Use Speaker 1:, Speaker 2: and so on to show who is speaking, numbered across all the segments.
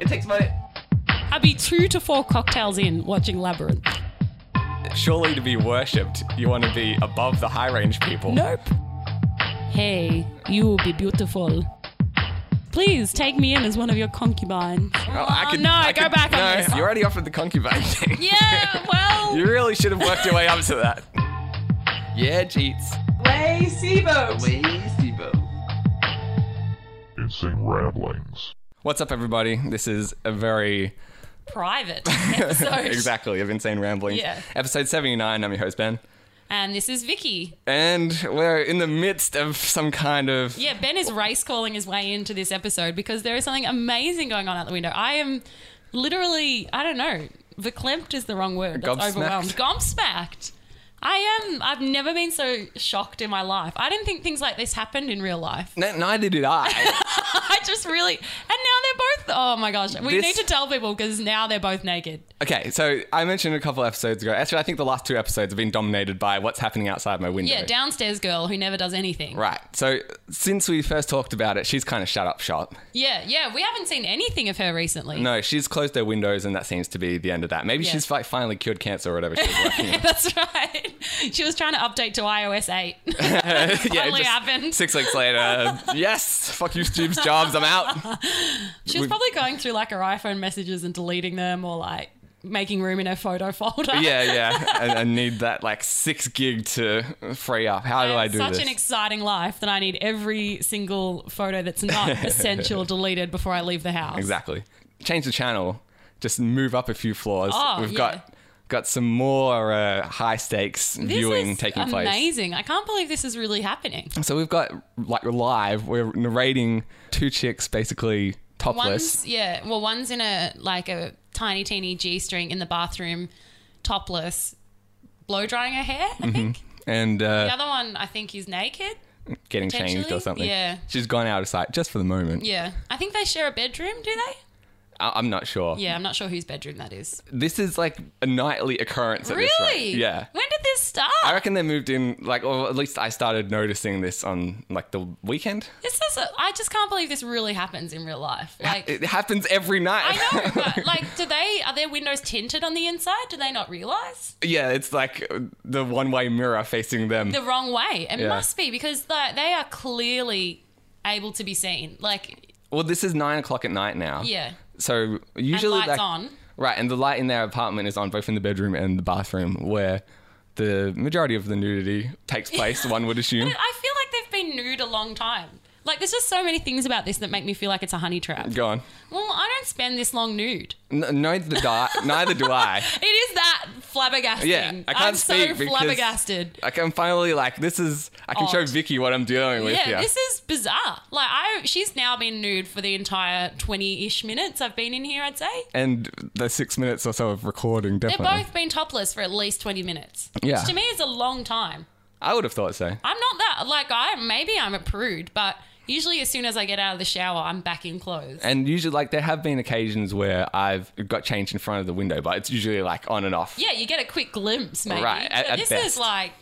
Speaker 1: It takes money.
Speaker 2: I'd be two to four cocktails in watching Labyrinth.
Speaker 1: Surely to be worshipped, you want to be above the high range people.
Speaker 2: Nope. Hey, you will be beautiful. Please take me in as one of your concubines.
Speaker 1: Oh,
Speaker 2: Oh,
Speaker 1: I could,
Speaker 2: no,
Speaker 1: I
Speaker 2: go
Speaker 1: could-
Speaker 2: back
Speaker 1: no,
Speaker 2: on this.
Speaker 1: You already offered the concubine thing.
Speaker 2: Yeah, well.
Speaker 1: You really should have worked your way up to that. Yeah, Jeets.
Speaker 3: Way Seaboat.
Speaker 1: Wasty boat.
Speaker 4: Insane ramblings.
Speaker 1: What's up, everybody? This is a very
Speaker 2: Private episode.
Speaker 1: exactly of insane ramblings.
Speaker 2: Yeah.
Speaker 1: Episode seventy nine. I'm your host Ben,
Speaker 2: And this is Vicky.
Speaker 1: and we're in the midst of some kind of
Speaker 2: Yeah, Ben is race calling his way into this episode because there is something amazing going on out the window. I am literally, I don't know, verklempt is the wrong word. That's
Speaker 1: Gobsmacked.
Speaker 2: overwhelmed. Gobsmacked. I am. I've never been so shocked in my life. I didn't think things like this happened in real life.
Speaker 1: N- neither did I.
Speaker 2: I just really. And now they're both. Oh my gosh. We
Speaker 1: This-
Speaker 2: need to tell people because now they're both naked.
Speaker 1: okay, so I mentioned a couple episodes ago. Actually, I think the last two episodes have been dominated by what's happening outside my window.
Speaker 2: Yeah, downstairs girl who never does anything.
Speaker 1: Right. So since we first talked about it, she's kind of shut up shop.
Speaker 2: Yeah, yeah. We haven't seen anything of her recently.
Speaker 1: No, she's closed her windows, and that seems to be the end of that. Maybe
Speaker 2: Yeah.
Speaker 1: she's like finally cured cancer or whatever. She's working on.
Speaker 2: That's right. She was trying to update to iOS 8.
Speaker 1: yeah,
Speaker 2: Finally
Speaker 1: just
Speaker 2: happened.
Speaker 1: Six weeks later, yes, fuck you, Steve Jobs, I'm out.
Speaker 2: She was
Speaker 1: We've-
Speaker 2: probably going through like her iPhone messages and deleting them or like making room in her photo folder.
Speaker 1: Yeah, yeah, I, I need that like six gig to free up. How do I,
Speaker 2: have
Speaker 1: do
Speaker 2: such
Speaker 1: this?
Speaker 2: an exciting life that I need every single photo that's not essential deleted before I leave the house.
Speaker 1: exactly. Change the channel. Just move up a few floors.
Speaker 2: Oh,
Speaker 1: We've
Speaker 2: yeah.
Speaker 1: got got some more uh, high stakes
Speaker 2: This
Speaker 1: viewing
Speaker 2: is
Speaker 1: taking place.
Speaker 2: amazing. I can't believe this is really happening.
Speaker 1: So we've got like live. We're narrating two chicks basically topless.
Speaker 2: One's yeah, well, one's in a like a tiny teeny g string in the bathroom, topless, blow drying her hair.
Speaker 1: Mm-hmm.
Speaker 2: I think
Speaker 1: and
Speaker 2: the
Speaker 1: uh,
Speaker 2: other one I think is naked.
Speaker 1: getting changed or
Speaker 2: potentially,
Speaker 1: something.
Speaker 2: yeah.
Speaker 1: She's gone out of sight just for the moment.
Speaker 2: Yeah, I think they share a bedroom. Do they?
Speaker 1: I- I'm not sure.
Speaker 2: Yeah, I'm not sure whose bedroom that is.
Speaker 1: This is like a nightly occurrence at this rate.
Speaker 2: Really?
Speaker 1: Yeah.
Speaker 2: When did this start?
Speaker 1: I reckon they moved in like or at least I started noticing this on like the weekend.
Speaker 2: This is. A, I just can't believe this really happens in real life. Like.
Speaker 1: It happens every night.
Speaker 2: I know, but like, do they are their windows tinted on the inside? Do they not realize
Speaker 1: yeah, it's like uh, the one-way mirror facing them.
Speaker 2: the wrong way? It
Speaker 1: Yeah.
Speaker 2: must be because like they are clearly able to be seen. Like,
Speaker 1: well, this is nine o'clock at night now.
Speaker 2: yeah,
Speaker 1: So usually
Speaker 2: lights
Speaker 1: like-
Speaker 2: on.
Speaker 1: Right, and the light in their apartment is on both in the bedroom and the bathroom, where the majority of the nudity takes place. one would assume.
Speaker 2: I feel like they've been nude a long time. Like, there's just so many things about this that make me feel like it's a honey trap.
Speaker 1: Go on.
Speaker 2: Well, I don't spend this long nude.
Speaker 1: N- neither, do I, neither do I.
Speaker 2: It is that flabbergasting.
Speaker 1: Yeah, I can't
Speaker 2: I'm
Speaker 1: speak
Speaker 2: so
Speaker 1: because-
Speaker 2: flabbergasted.
Speaker 1: Like I'm finally like this is. I can show
Speaker 2: Odd.
Speaker 1: Vicky what I'm dealing with
Speaker 2: Yeah,
Speaker 1: here.
Speaker 2: this is bizarre. Like I, she's now been nude for the entire twenty-ish minutes I've been in here. I'd say
Speaker 1: and the six minutes or so of recording,
Speaker 2: they've
Speaker 1: definitely.
Speaker 2: both been topless for at least twenty minutes.
Speaker 1: Yeah.
Speaker 2: which to me is a long time.
Speaker 1: I would have thought so.
Speaker 2: I'm not that like I maybe I'm a prude, but usually as soon as I get out of the shower, I'm back in clothes.
Speaker 1: And usually, like there have been occasions where I've got changed in front of the window, but it's usually like on and off.
Speaker 2: yeah, you get a quick glimpse, maybe.
Speaker 1: Right, at-
Speaker 2: But
Speaker 1: at
Speaker 2: this is
Speaker 1: best.
Speaker 2: like,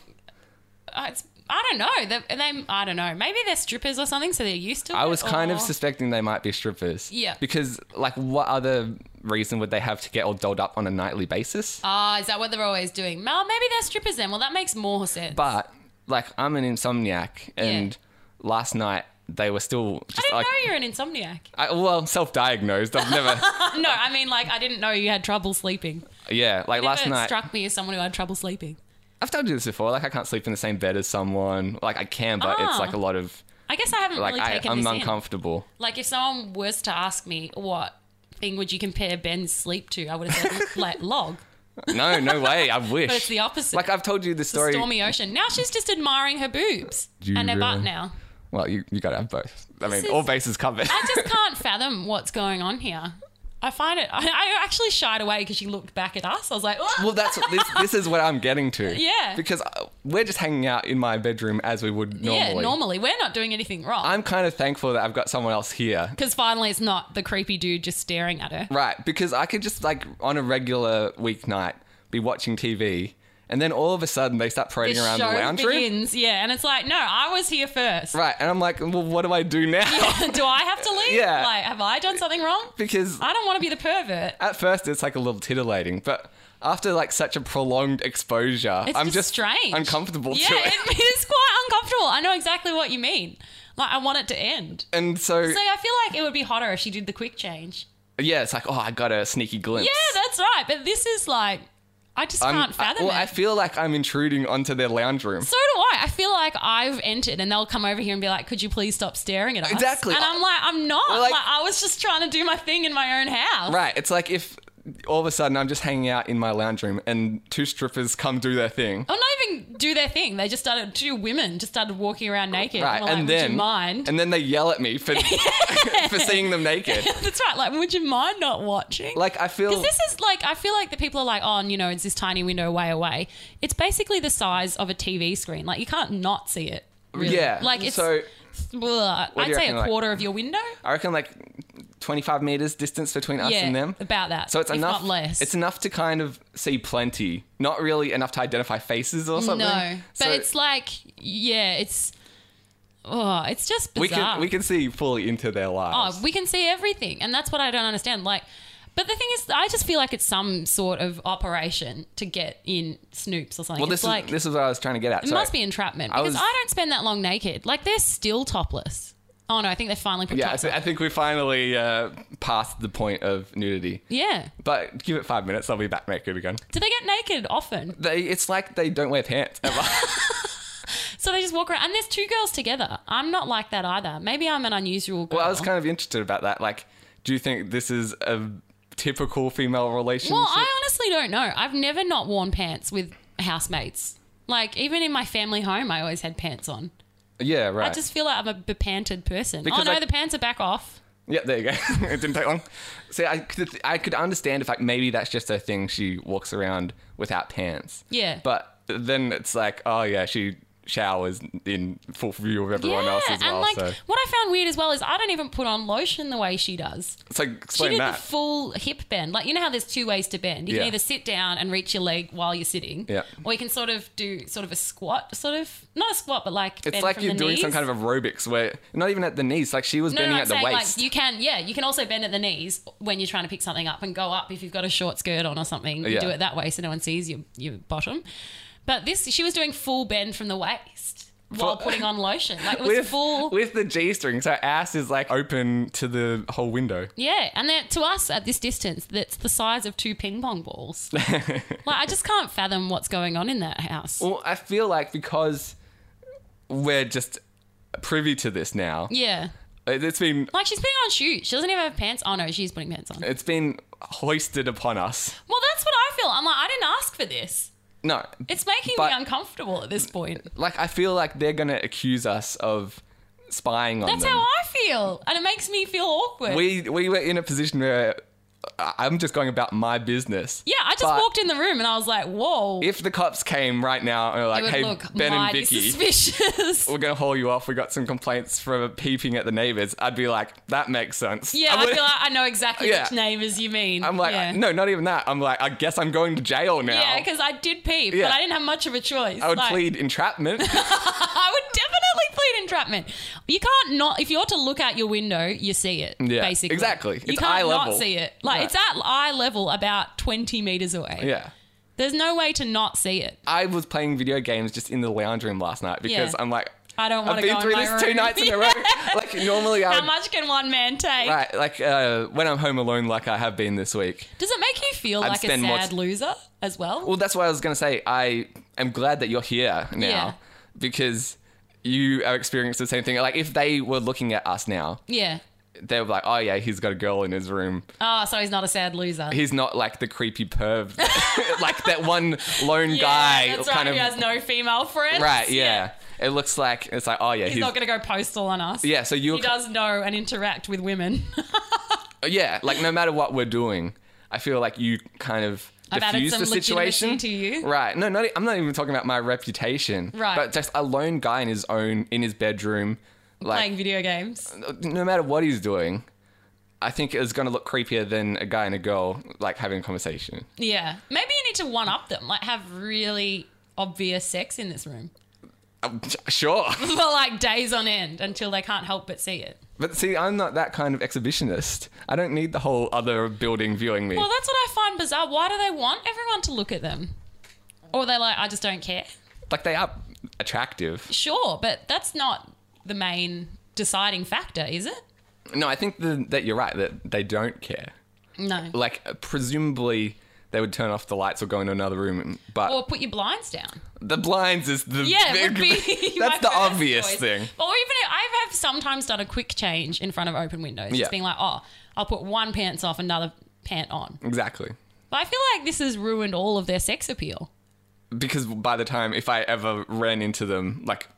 Speaker 2: uh, it's, I don't know. They, and they, I don't know. Maybe they're strippers or something, so they're used to.
Speaker 1: I
Speaker 2: it,
Speaker 1: was kind
Speaker 2: or-
Speaker 1: of suspecting they might be strippers.
Speaker 2: Yeah.
Speaker 1: Because like, what other reason would they have to get all dolled up on a nightly basis?
Speaker 2: Ah, is that what they're always doing? Well, maybe they're strippers then. Well, that makes more sense.
Speaker 1: but like, I'm an insomniac, and last night they were still
Speaker 2: I
Speaker 1: just
Speaker 2: didn't
Speaker 1: like,
Speaker 2: know you're an insomniac.
Speaker 1: I, well, self-diagnosed. I've never,
Speaker 2: No, I mean, like, I didn't know you had trouble sleeping.
Speaker 1: yeah, like last
Speaker 2: Never
Speaker 1: night.
Speaker 2: struck me as someone who had trouble sleeping.
Speaker 1: I've told you this before. Like, I can't sleep in the same bed as someone. Like, I can, but it's
Speaker 2: Ah.
Speaker 1: like a lot of
Speaker 2: I guess I haven't
Speaker 1: like
Speaker 2: really
Speaker 1: I,
Speaker 2: taken
Speaker 1: I'm
Speaker 2: this
Speaker 1: uncomfortable.
Speaker 2: in. Like, if someone was to ask me what thing would you compare Ben's sleep to, I would have said, like, log.
Speaker 1: No, no way. I wish.
Speaker 2: But it's the opposite.
Speaker 1: Like I've told you the
Speaker 2: the
Speaker 1: story.
Speaker 2: stormy ocean. Now she's just admiring her boobs
Speaker 1: You
Speaker 2: and her butt
Speaker 1: really-
Speaker 2: now.
Speaker 1: Well, you you gotta have both. I mean,
Speaker 2: is-
Speaker 1: all bases covered.
Speaker 2: I just can't fathom what's going on here. I find it. I, I actually shied away because she looked back at us. I was like, "Oh."
Speaker 1: Well, that's this, this is what I'm getting to.
Speaker 2: Yeah.
Speaker 1: Because uh, we're just hanging out in my bedroom as we would normally.
Speaker 2: yeah, normally we're not doing anything wrong
Speaker 1: I'm kind of thankful that I've got someone else here.
Speaker 2: because finally it's not the creepy dude just staring at her.
Speaker 1: Right. Because I could just like on a regular weeknight be watching TV. And then all of a sudden they start parading around the lounge room.
Speaker 2: begins. Yeah, and it's like, no, I was here first.
Speaker 1: Right. And I'm like, well, what do I do now?
Speaker 2: Do I have to leave?
Speaker 1: Yeah.
Speaker 2: Like, have I done something wrong?
Speaker 1: because
Speaker 2: I don't want to be the pervert.
Speaker 1: at first it's like a little titillating, but after like such a prolonged exposure,
Speaker 2: It's
Speaker 1: I'm
Speaker 2: just
Speaker 1: just
Speaker 2: strange.
Speaker 1: uncomfortable
Speaker 2: Yeah,
Speaker 1: to it.
Speaker 2: it is quite uncomfortable. I know exactly what you mean. Like, I want it to end.
Speaker 1: And so,
Speaker 2: So I feel like it would be hotter if she did the quick change.
Speaker 1: yeah, it's like, oh, I got a sneaky glimpse.
Speaker 2: Yeah, that's right. But this is like, I just
Speaker 1: I'm-
Speaker 2: can't fathom
Speaker 1: I, well,
Speaker 2: it.
Speaker 1: I feel like I'm intruding onto their lounge room.
Speaker 2: so do I. I feel like I've entered, and they'll come over here and be like, "Could you please stop staring at us?"
Speaker 1: Exactly.
Speaker 2: And I'm like, "I'm not.
Speaker 1: Well,
Speaker 2: like,
Speaker 1: like-
Speaker 2: I was just trying to do my thing in my own house."
Speaker 1: Right. It's like if all of a sudden I'm just hanging out in my lounge room and two strippers come do their thing.
Speaker 2: Or not even do their thing. They just started. Two women just started walking around naked.
Speaker 1: Right,
Speaker 2: And, we're like,
Speaker 1: and
Speaker 2: would
Speaker 1: then
Speaker 2: you mind?
Speaker 1: and then they yell at me for for seeing them naked.
Speaker 2: That's right. Like, would you mind not watching?
Speaker 1: Like oh. I feel
Speaker 2: Because this is like, I feel like the people are like, oh, and, you know, it's this tiny window way away. It's basically the size of a TV screen. Like, you can't not see it. Really.
Speaker 1: yeah.
Speaker 2: Like, it's,
Speaker 1: so
Speaker 2: Ugh,
Speaker 1: do
Speaker 2: I'd
Speaker 1: you
Speaker 2: say
Speaker 1: reckon,
Speaker 2: a
Speaker 1: like-
Speaker 2: quarter of your window.
Speaker 1: I reckon like 25 meters distance between us
Speaker 2: yeah.
Speaker 1: and them.
Speaker 2: About that.
Speaker 1: So it's
Speaker 2: if
Speaker 1: enough.
Speaker 2: Not less.
Speaker 1: It's enough to kind of see plenty, not really enough to identify faces or something.
Speaker 2: no. But
Speaker 1: So
Speaker 2: it's like, yeah, it's, oh, it's just bizarre.
Speaker 1: we can we can see fully into their lives.
Speaker 2: Oh, we can see everything, and that's what I don't understand. Like, but the thing is, I just feel like it's some sort of operation to get in Snoop's or something.
Speaker 1: well, this
Speaker 2: it's
Speaker 1: is
Speaker 2: like
Speaker 1: this is what I was trying to get at.
Speaker 2: it must be entrapment
Speaker 1: I
Speaker 2: because
Speaker 1: was-
Speaker 2: I don't spend that long naked. Like they're still topless. Oh no, I think they finally put
Speaker 1: Yeah, I,
Speaker 2: tops
Speaker 1: thi- I
Speaker 2: on.
Speaker 1: think we finally uh, passed the point of nudity.
Speaker 2: Yeah.
Speaker 1: But give it five minutes, I'll be back naked again.
Speaker 2: Do they get naked often?
Speaker 1: They, it's like they don't wear pants. ever.
Speaker 2: So they just walk around, and there's two girls together. I'm not like that either. Maybe I'm an unusual girl.
Speaker 1: well, I was kind of interested about that. Like, do you think this is a typical female relationship?
Speaker 2: Well, I honestly don't know. I've never not worn pants with housemates. Like even in my family home, I always had pants on.
Speaker 1: yeah,
Speaker 2: I
Speaker 1: right.
Speaker 2: just feel like I'm a bepanted person. oh
Speaker 1: Because
Speaker 2: no,
Speaker 1: I-
Speaker 2: the pants are back off.
Speaker 1: Yeah, there you go. it didn't take long. See, I could, I could understand if like maybe that's just her thing. She walks around without pants.
Speaker 2: Yeah.
Speaker 1: But then it's like, oh yeah, she showers in full view of everyone else as well.
Speaker 2: and like
Speaker 1: so
Speaker 2: what I found weird as well is I don't even put on lotion the way she does.
Speaker 1: it's like
Speaker 2: She
Speaker 1: explain
Speaker 2: did
Speaker 1: that.
Speaker 2: the full hip bend. Like you know how there's two ways to bend. You can
Speaker 1: Yeah.
Speaker 2: either sit down and reach your leg while you're sitting,
Speaker 1: Yeah.
Speaker 2: or you can sort of do sort of a squat, sort of not a squat, but like
Speaker 1: it's like you're doing some kind of aerobics where not even at the knees, like she was
Speaker 2: no, no,
Speaker 1: bending
Speaker 2: no, I'm
Speaker 1: at the
Speaker 2: saying
Speaker 1: waist.
Speaker 2: like you can, yeah, you can also bend at the knees when you're trying to pick something up and go up if you've got a short skirt on or something. You
Speaker 1: Yeah.
Speaker 2: do it that way so no one sees your your bottom. But this, she was doing full bend from the waist while
Speaker 1: Full-
Speaker 2: putting on lotion. Like it was
Speaker 1: with
Speaker 2: full.
Speaker 1: with the g strings, her ass is like open to the whole window.
Speaker 2: Yeah, and that to us at this distance, that's the size of two ping pong balls. like I just can't fathom what's going on in that house.
Speaker 1: Well, I feel like because we're just privy to this now,
Speaker 2: yeah,
Speaker 1: it's been
Speaker 2: like she's putting on shoes. She doesn't even have pants. Oh no, she's putting pants on.
Speaker 1: it's been hoisted upon us.
Speaker 2: Well, that's what I feel. I'm like, I didn't ask for this.
Speaker 1: No,
Speaker 2: It's making
Speaker 1: But-
Speaker 2: me uncomfortable at this point.
Speaker 1: like I feel like they're gonna accuse us of spying on
Speaker 2: That's
Speaker 1: them.
Speaker 2: how I feel, and it makes me feel awkward.
Speaker 1: we we were in a position where I- I'm just going about my business.
Speaker 2: yeah, I just
Speaker 1: But-
Speaker 2: walked in the room and I was like, "Whoa!"
Speaker 1: If the cops came right now and were
Speaker 2: it
Speaker 1: like,
Speaker 2: would
Speaker 1: "Hey,
Speaker 2: look
Speaker 1: Ben and
Speaker 2: mighty
Speaker 1: Vicky,
Speaker 2: suspicious.
Speaker 1: we're gonna haul you off. We got some complaints for peeping at the neighbors." I'd be like, "That makes sense."
Speaker 2: yeah, I
Speaker 1: wouldn't-
Speaker 2: feel like I know exactly
Speaker 1: Yeah.
Speaker 2: which neighbors you mean.
Speaker 1: I'm like,
Speaker 2: yeah.
Speaker 1: no, not even that. I'm like, I guess I'm going to jail now.
Speaker 2: Yeah, because I did peep,
Speaker 1: Yeah.
Speaker 2: but I didn't have much of a choice.
Speaker 1: I would
Speaker 2: Like,
Speaker 1: plead entrapment.
Speaker 2: I would definitely plead entrapment. You can't not if you're to look out your window, you see it.
Speaker 1: Yeah,
Speaker 2: basically,
Speaker 1: exactly.
Speaker 2: You
Speaker 1: It's
Speaker 2: can't
Speaker 1: eye
Speaker 2: not
Speaker 1: level.
Speaker 2: see it. Like
Speaker 1: No.
Speaker 2: it's at eye level, about twenty meters away.
Speaker 1: yeah.
Speaker 2: There's no way to not see it.
Speaker 1: I was playing video games just in the lounge room last night because
Speaker 2: Yeah.
Speaker 1: I'm like,
Speaker 2: I don't want
Speaker 1: I've
Speaker 2: to
Speaker 1: been
Speaker 2: go
Speaker 1: through
Speaker 2: in my
Speaker 1: this
Speaker 2: room.
Speaker 1: two nights in a row. Like normally I
Speaker 2: How
Speaker 1: would,
Speaker 2: much can one man take?
Speaker 1: right, like uh, when I'm home alone, like I have been this week.
Speaker 2: Does it make you feel like a sad
Speaker 1: spend more t-
Speaker 2: loser as well?
Speaker 1: Well, that's why I was gonna say I am glad that you're here now
Speaker 2: Yeah.
Speaker 1: because you are experiencing the same thing. Like if they were looking at us now,
Speaker 2: yeah.
Speaker 1: they were like, oh yeah, he's got a girl in his room.
Speaker 2: Oh, so he's not a sad loser.
Speaker 1: He's not like the creepy perv, like that one lone
Speaker 2: yeah,
Speaker 1: guy
Speaker 2: that's right.
Speaker 1: kind
Speaker 2: who
Speaker 1: of
Speaker 2: has no female friends.
Speaker 1: Right, yeah. It looks like it's like, oh yeah, he's,
Speaker 2: He's not going to go postal on us.
Speaker 1: yeah. So you're
Speaker 2: He does know and interact with women.
Speaker 1: yeah, like no matter what we're doing, I feel like you kind of
Speaker 2: I've added
Speaker 1: diffuse
Speaker 2: some
Speaker 1: the situation
Speaker 2: legitimacy to you.
Speaker 1: Right? No, not, e, I'm not even talking about my reputation.
Speaker 2: Right.
Speaker 1: But just a lone guy in his own in his bedroom,
Speaker 2: playing
Speaker 1: like
Speaker 2: video games.
Speaker 1: no matter what he's doing. I think it's going to look creepier than a guy and a girl like having a conversation.
Speaker 2: Yeah. Maybe you need to one up them. Like have really obvious sex in this room
Speaker 1: Um, sure.
Speaker 2: for like days on end until they can't help but see it.
Speaker 1: But see, I'm not that kind of exhibitionist. I don't need the whole other building viewing me.
Speaker 2: Well, that's what I find bizarre. Why do they want everyone to look at them? Or they're like, I just don't care.
Speaker 1: like they are attractive.
Speaker 2: Sure, but that's not the main deciding factor, is it?
Speaker 1: No, I think the, that you're right that they don't care.
Speaker 2: No.
Speaker 1: Like presumably they would turn off the lights or go into another room, but
Speaker 2: Or put your blinds down.
Speaker 1: the blinds is the
Speaker 2: Yeah, it
Speaker 1: big.
Speaker 2: would be. my
Speaker 1: that's the
Speaker 2: first
Speaker 1: obvious
Speaker 2: choice.
Speaker 1: thing.
Speaker 2: Or even I have sometimes done a quick change in front of open windows,
Speaker 1: Yeah.
Speaker 2: just being like, oh, I'll put one pants off, another pant on.
Speaker 1: Exactly.
Speaker 2: But I feel like this has ruined all of their sex appeal.
Speaker 1: Because by the time if I ever ran into them, like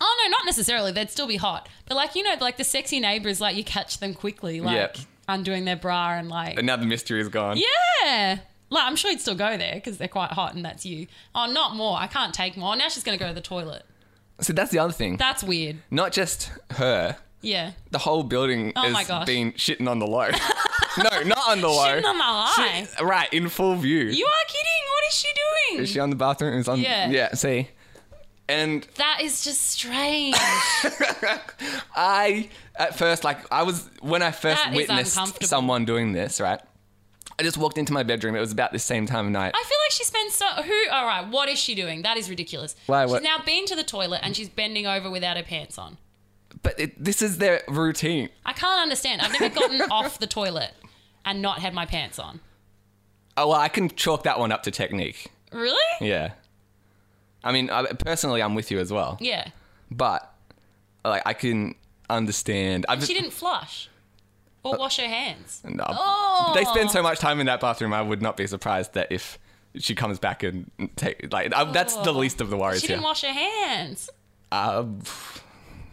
Speaker 2: Oh no, not necessarily. They'd still be hot, but like you know, like the sexy neighbors, like you catch them quickly, like
Speaker 1: Yep.
Speaker 2: undoing their bra and like
Speaker 1: now the mystery is gone.
Speaker 2: yeah. Like I'm sure you'd still go there because they're quite hot and that's you. Oh, not more. I can't take more. Now she's gonna go to the toilet.
Speaker 1: So that's the other thing.
Speaker 2: That's weird.
Speaker 1: not just her.
Speaker 2: Yeah.
Speaker 1: The whole building
Speaker 2: Oh
Speaker 1: is
Speaker 2: my gosh.
Speaker 1: being shitting on the low. no, not on the low.
Speaker 2: Shitting on the high.
Speaker 1: right, in full view.
Speaker 2: You are kidding. What is she doing?
Speaker 1: Is she on the bathroom? Is on
Speaker 2: Yeah.
Speaker 1: yeah. See, and
Speaker 2: that is just strange.
Speaker 1: I at first like I was when I first
Speaker 2: That is
Speaker 1: witnessed
Speaker 2: uncomfortable.
Speaker 1: someone doing this. Right, I just walked into my bedroom. It was about the same time of night.
Speaker 2: I feel like she spends so. Who? All right. What is she doing? That is ridiculous.
Speaker 1: Why,
Speaker 2: She's
Speaker 1: what-
Speaker 2: now been to the toilet and she's bending over without her pants on.
Speaker 1: but it, this is their routine.
Speaker 2: I can't understand. I've never gotten off the toilet and not had my pants on.
Speaker 1: Oh well, I can chalk that one up to technique.
Speaker 2: Really?
Speaker 1: Yeah, I mean I, personally, I'm with you as well.
Speaker 2: Yeah.
Speaker 1: But like I can understand. I've
Speaker 2: She didn't flush or wash her hands.
Speaker 1: No.
Speaker 2: Oh.
Speaker 1: uh, They spend so much time in that bathroom. I would not be surprised that if she comes back and take like I, that's the
Speaker 2: Oh.
Speaker 1: least of the worries
Speaker 2: She
Speaker 1: here.
Speaker 2: didn't wash her hands.
Speaker 1: Um,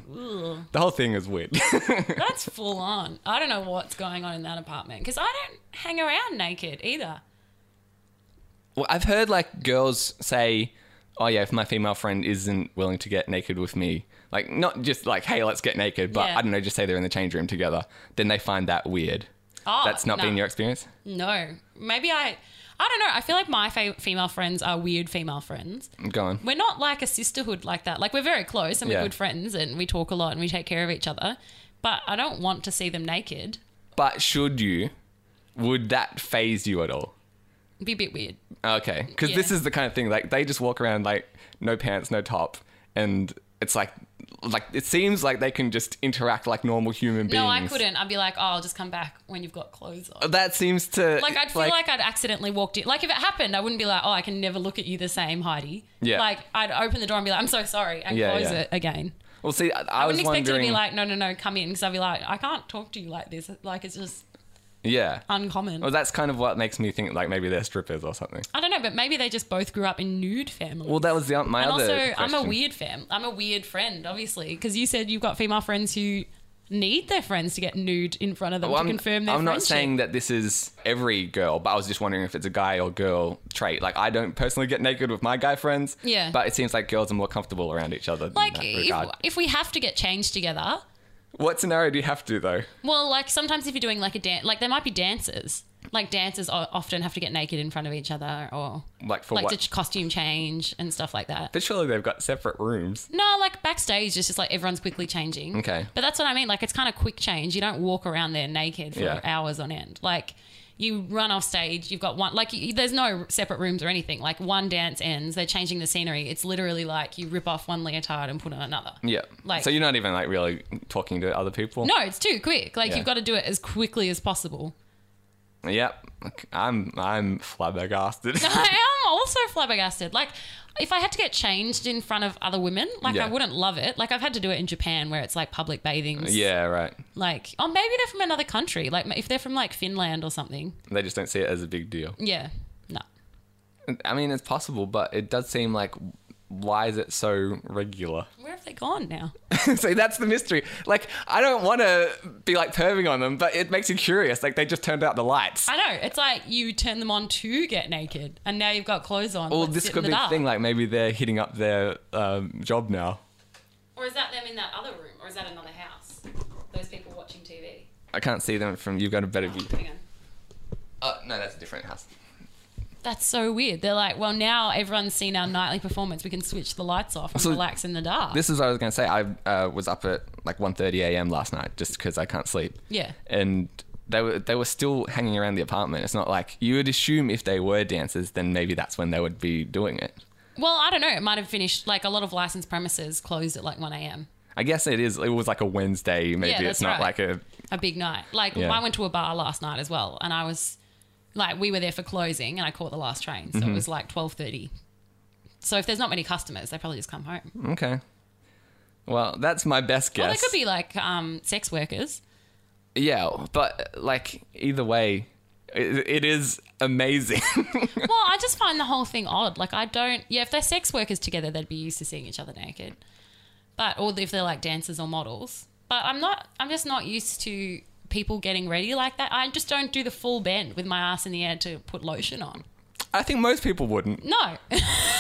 Speaker 1: the whole thing is weird.
Speaker 2: That's full on. I don't know what's going on in that apartment because I don't hang around naked either.
Speaker 1: well, I've heard like girls say, "Oh yeah, if my female friend isn't willing to get naked with me, like not just like hey, let's get naked, but
Speaker 2: Yeah.
Speaker 1: I don't know, just say they're in the change room together." Then they find that weird.
Speaker 2: Oh,
Speaker 1: That's not
Speaker 2: no.
Speaker 1: been your experience.
Speaker 2: No. Maybe I. I don't know. I feel like my fa- female friends are weird female friends.
Speaker 1: Go on.
Speaker 2: We're not like a sisterhood like that. Like we're very close and we're
Speaker 1: Yeah.
Speaker 2: good friends and we talk a lot and we take care of each other. But I don't want to see them naked.
Speaker 1: But should you? Would that phase you at all?
Speaker 2: It'd be a bit weird.
Speaker 1: Okay, because
Speaker 2: Yeah.
Speaker 1: this is the kind of thing like they just walk around like no pants, no top, and it's like like it seems like they can just interact like normal human beings.
Speaker 2: No, I couldn't. I'd be like, oh, I'll just come back when you've got clothes on.
Speaker 1: That seems to
Speaker 2: Like I'd feel like, I'd accidentally walked in. Like if it happened, I wouldn't be like, oh, I can never look at you the same, Heidi.
Speaker 1: Yeah.
Speaker 2: Like I'd open the door and be like, I'm so sorry, and
Speaker 1: Yeah,
Speaker 2: close
Speaker 1: yeah.
Speaker 2: it again.
Speaker 1: well, see, I, I
Speaker 2: I
Speaker 1: was
Speaker 2: wouldn't expect it to
Speaker 1: wondering,
Speaker 2: be like, no, no, no, come in, because I'd be like, I can't talk to you like this. Like it's just
Speaker 1: yeah.
Speaker 2: um, uncommon.
Speaker 1: Well, that's kind of what makes me think like maybe they're strippers or something.
Speaker 2: I don't know, but maybe they just both grew up in nude families.
Speaker 1: Well, that was the my
Speaker 2: and
Speaker 1: other.
Speaker 2: also, I'm a
Speaker 1: question.
Speaker 2: weird fam. I'm a weird friend, obviously, because you said you've got female friends who need their friends to get nude in front of them
Speaker 1: Well,
Speaker 2: to
Speaker 1: I'm,
Speaker 2: confirm their
Speaker 1: I'm not
Speaker 2: friendship.
Speaker 1: saying that this is every girl, but I was just wondering if it's a guy or girl trait. Like, I don't personally get naked with my guy friends.
Speaker 2: Yeah.
Speaker 1: But it seems like girls are more comfortable around each other.
Speaker 2: like
Speaker 1: in that
Speaker 2: if,
Speaker 1: regard.
Speaker 2: if we have to get changed together,
Speaker 1: What scenario do you have to though?
Speaker 2: well, like sometimes if you're doing like a dance, like there might be dancers. Like dancers o- often have to get naked in front of each other, or
Speaker 1: Like for
Speaker 2: like
Speaker 1: what?
Speaker 2: to ch- costume change and stuff like that.
Speaker 1: but surely they've got separate rooms.
Speaker 2: No, like backstage, it's just like everyone's quickly changing.
Speaker 1: Okay.
Speaker 2: But that's what I mean. Like it's kind of quick change. You don't walk around there naked for
Speaker 1: Yeah.
Speaker 2: hours on end. Like you run off stage. You've got one. Like you, there's no separate rooms or anything. Like one dance ends. They're changing the scenery. It's literally like you rip off one leotard and put on another.
Speaker 1: Yeah.
Speaker 2: Like-
Speaker 1: so you're not even like really talking to other people.
Speaker 2: No, it's too quick. Like
Speaker 1: Yeah.
Speaker 2: you've got to do it as quickly as possible.
Speaker 1: Yep. Okay, I'm I'm flabbergasted.
Speaker 2: I am also flabbergasted. Like, if I had to get changed in front of other women, like,
Speaker 1: Yeah.
Speaker 2: I wouldn't love it. Like, I've had to do it in Japan where it's like public bathings.
Speaker 1: yeah. Right.
Speaker 2: Like, oh, maybe they're from another country. Like, if they're from like Finland or something.
Speaker 1: They just don't see it as a big deal.
Speaker 2: Yeah. No.
Speaker 1: I mean, it's possible, but it does seem like why is it so regular?
Speaker 2: Where have they gone now?
Speaker 1: See, that's the mystery. Like, I don't want to be like perving on them, but it makes you curious. Like, they just turned out the lights.
Speaker 2: I know. It's like you turn them on to get naked and now you've got clothes on.
Speaker 1: well,
Speaker 2: Let's
Speaker 1: Oh, this
Speaker 2: sit in
Speaker 1: could
Speaker 2: the
Speaker 1: be the
Speaker 2: dark.
Speaker 1: thing. Like, maybe they're hitting up their um, job now.
Speaker 2: Or is that them in that other room? Or is that another house? Those people watching TV.
Speaker 1: I can't see them from. You've got Uh, a better view.
Speaker 2: Hang on.
Speaker 1: Oh no, that's a different house.
Speaker 2: That's so weird. They're like, well, now everyone's seen our nightly performance. We can switch the lights off and
Speaker 1: So-
Speaker 2: relax in the dark.
Speaker 1: This is what I was going to say. I uh, was up at like 1:30 a.m. last night just because I can't sleep.
Speaker 2: Yeah.
Speaker 1: And they were they were still hanging around the apartment. It's not like you would assume if they were dancers, then maybe that's when they would be doing it.
Speaker 2: well, I don't know. It might have finished. Like a lot of licensed premises closed at like one a.m.
Speaker 1: I guess it is. It was like a Wednesday. Maybe
Speaker 2: that's
Speaker 1: it's not
Speaker 2: right.
Speaker 1: like a.
Speaker 2: a big night. Like
Speaker 1: Yeah.
Speaker 2: I went to a bar last night as well, and I was like, we were there for closing, and I caught the last train, so it was like twelve thirty. So if there's not many customers, they probably just come home. Or
Speaker 1: Okay. Well, that's my best guess.
Speaker 2: they could be like um, sex workers.
Speaker 1: Yeah, but like either way, it, it is amazing.
Speaker 2: well, I just find the whole thing odd. Like I don't. Yeah, if they're sex workers together, they'd be used to seeing each other naked. But or if they're like dancers or models. But I'm not. I'm just not used to people getting ready like that. I just don't do the full bend with my ass in the air to put lotion on.
Speaker 1: I think most people wouldn't,
Speaker 2: No.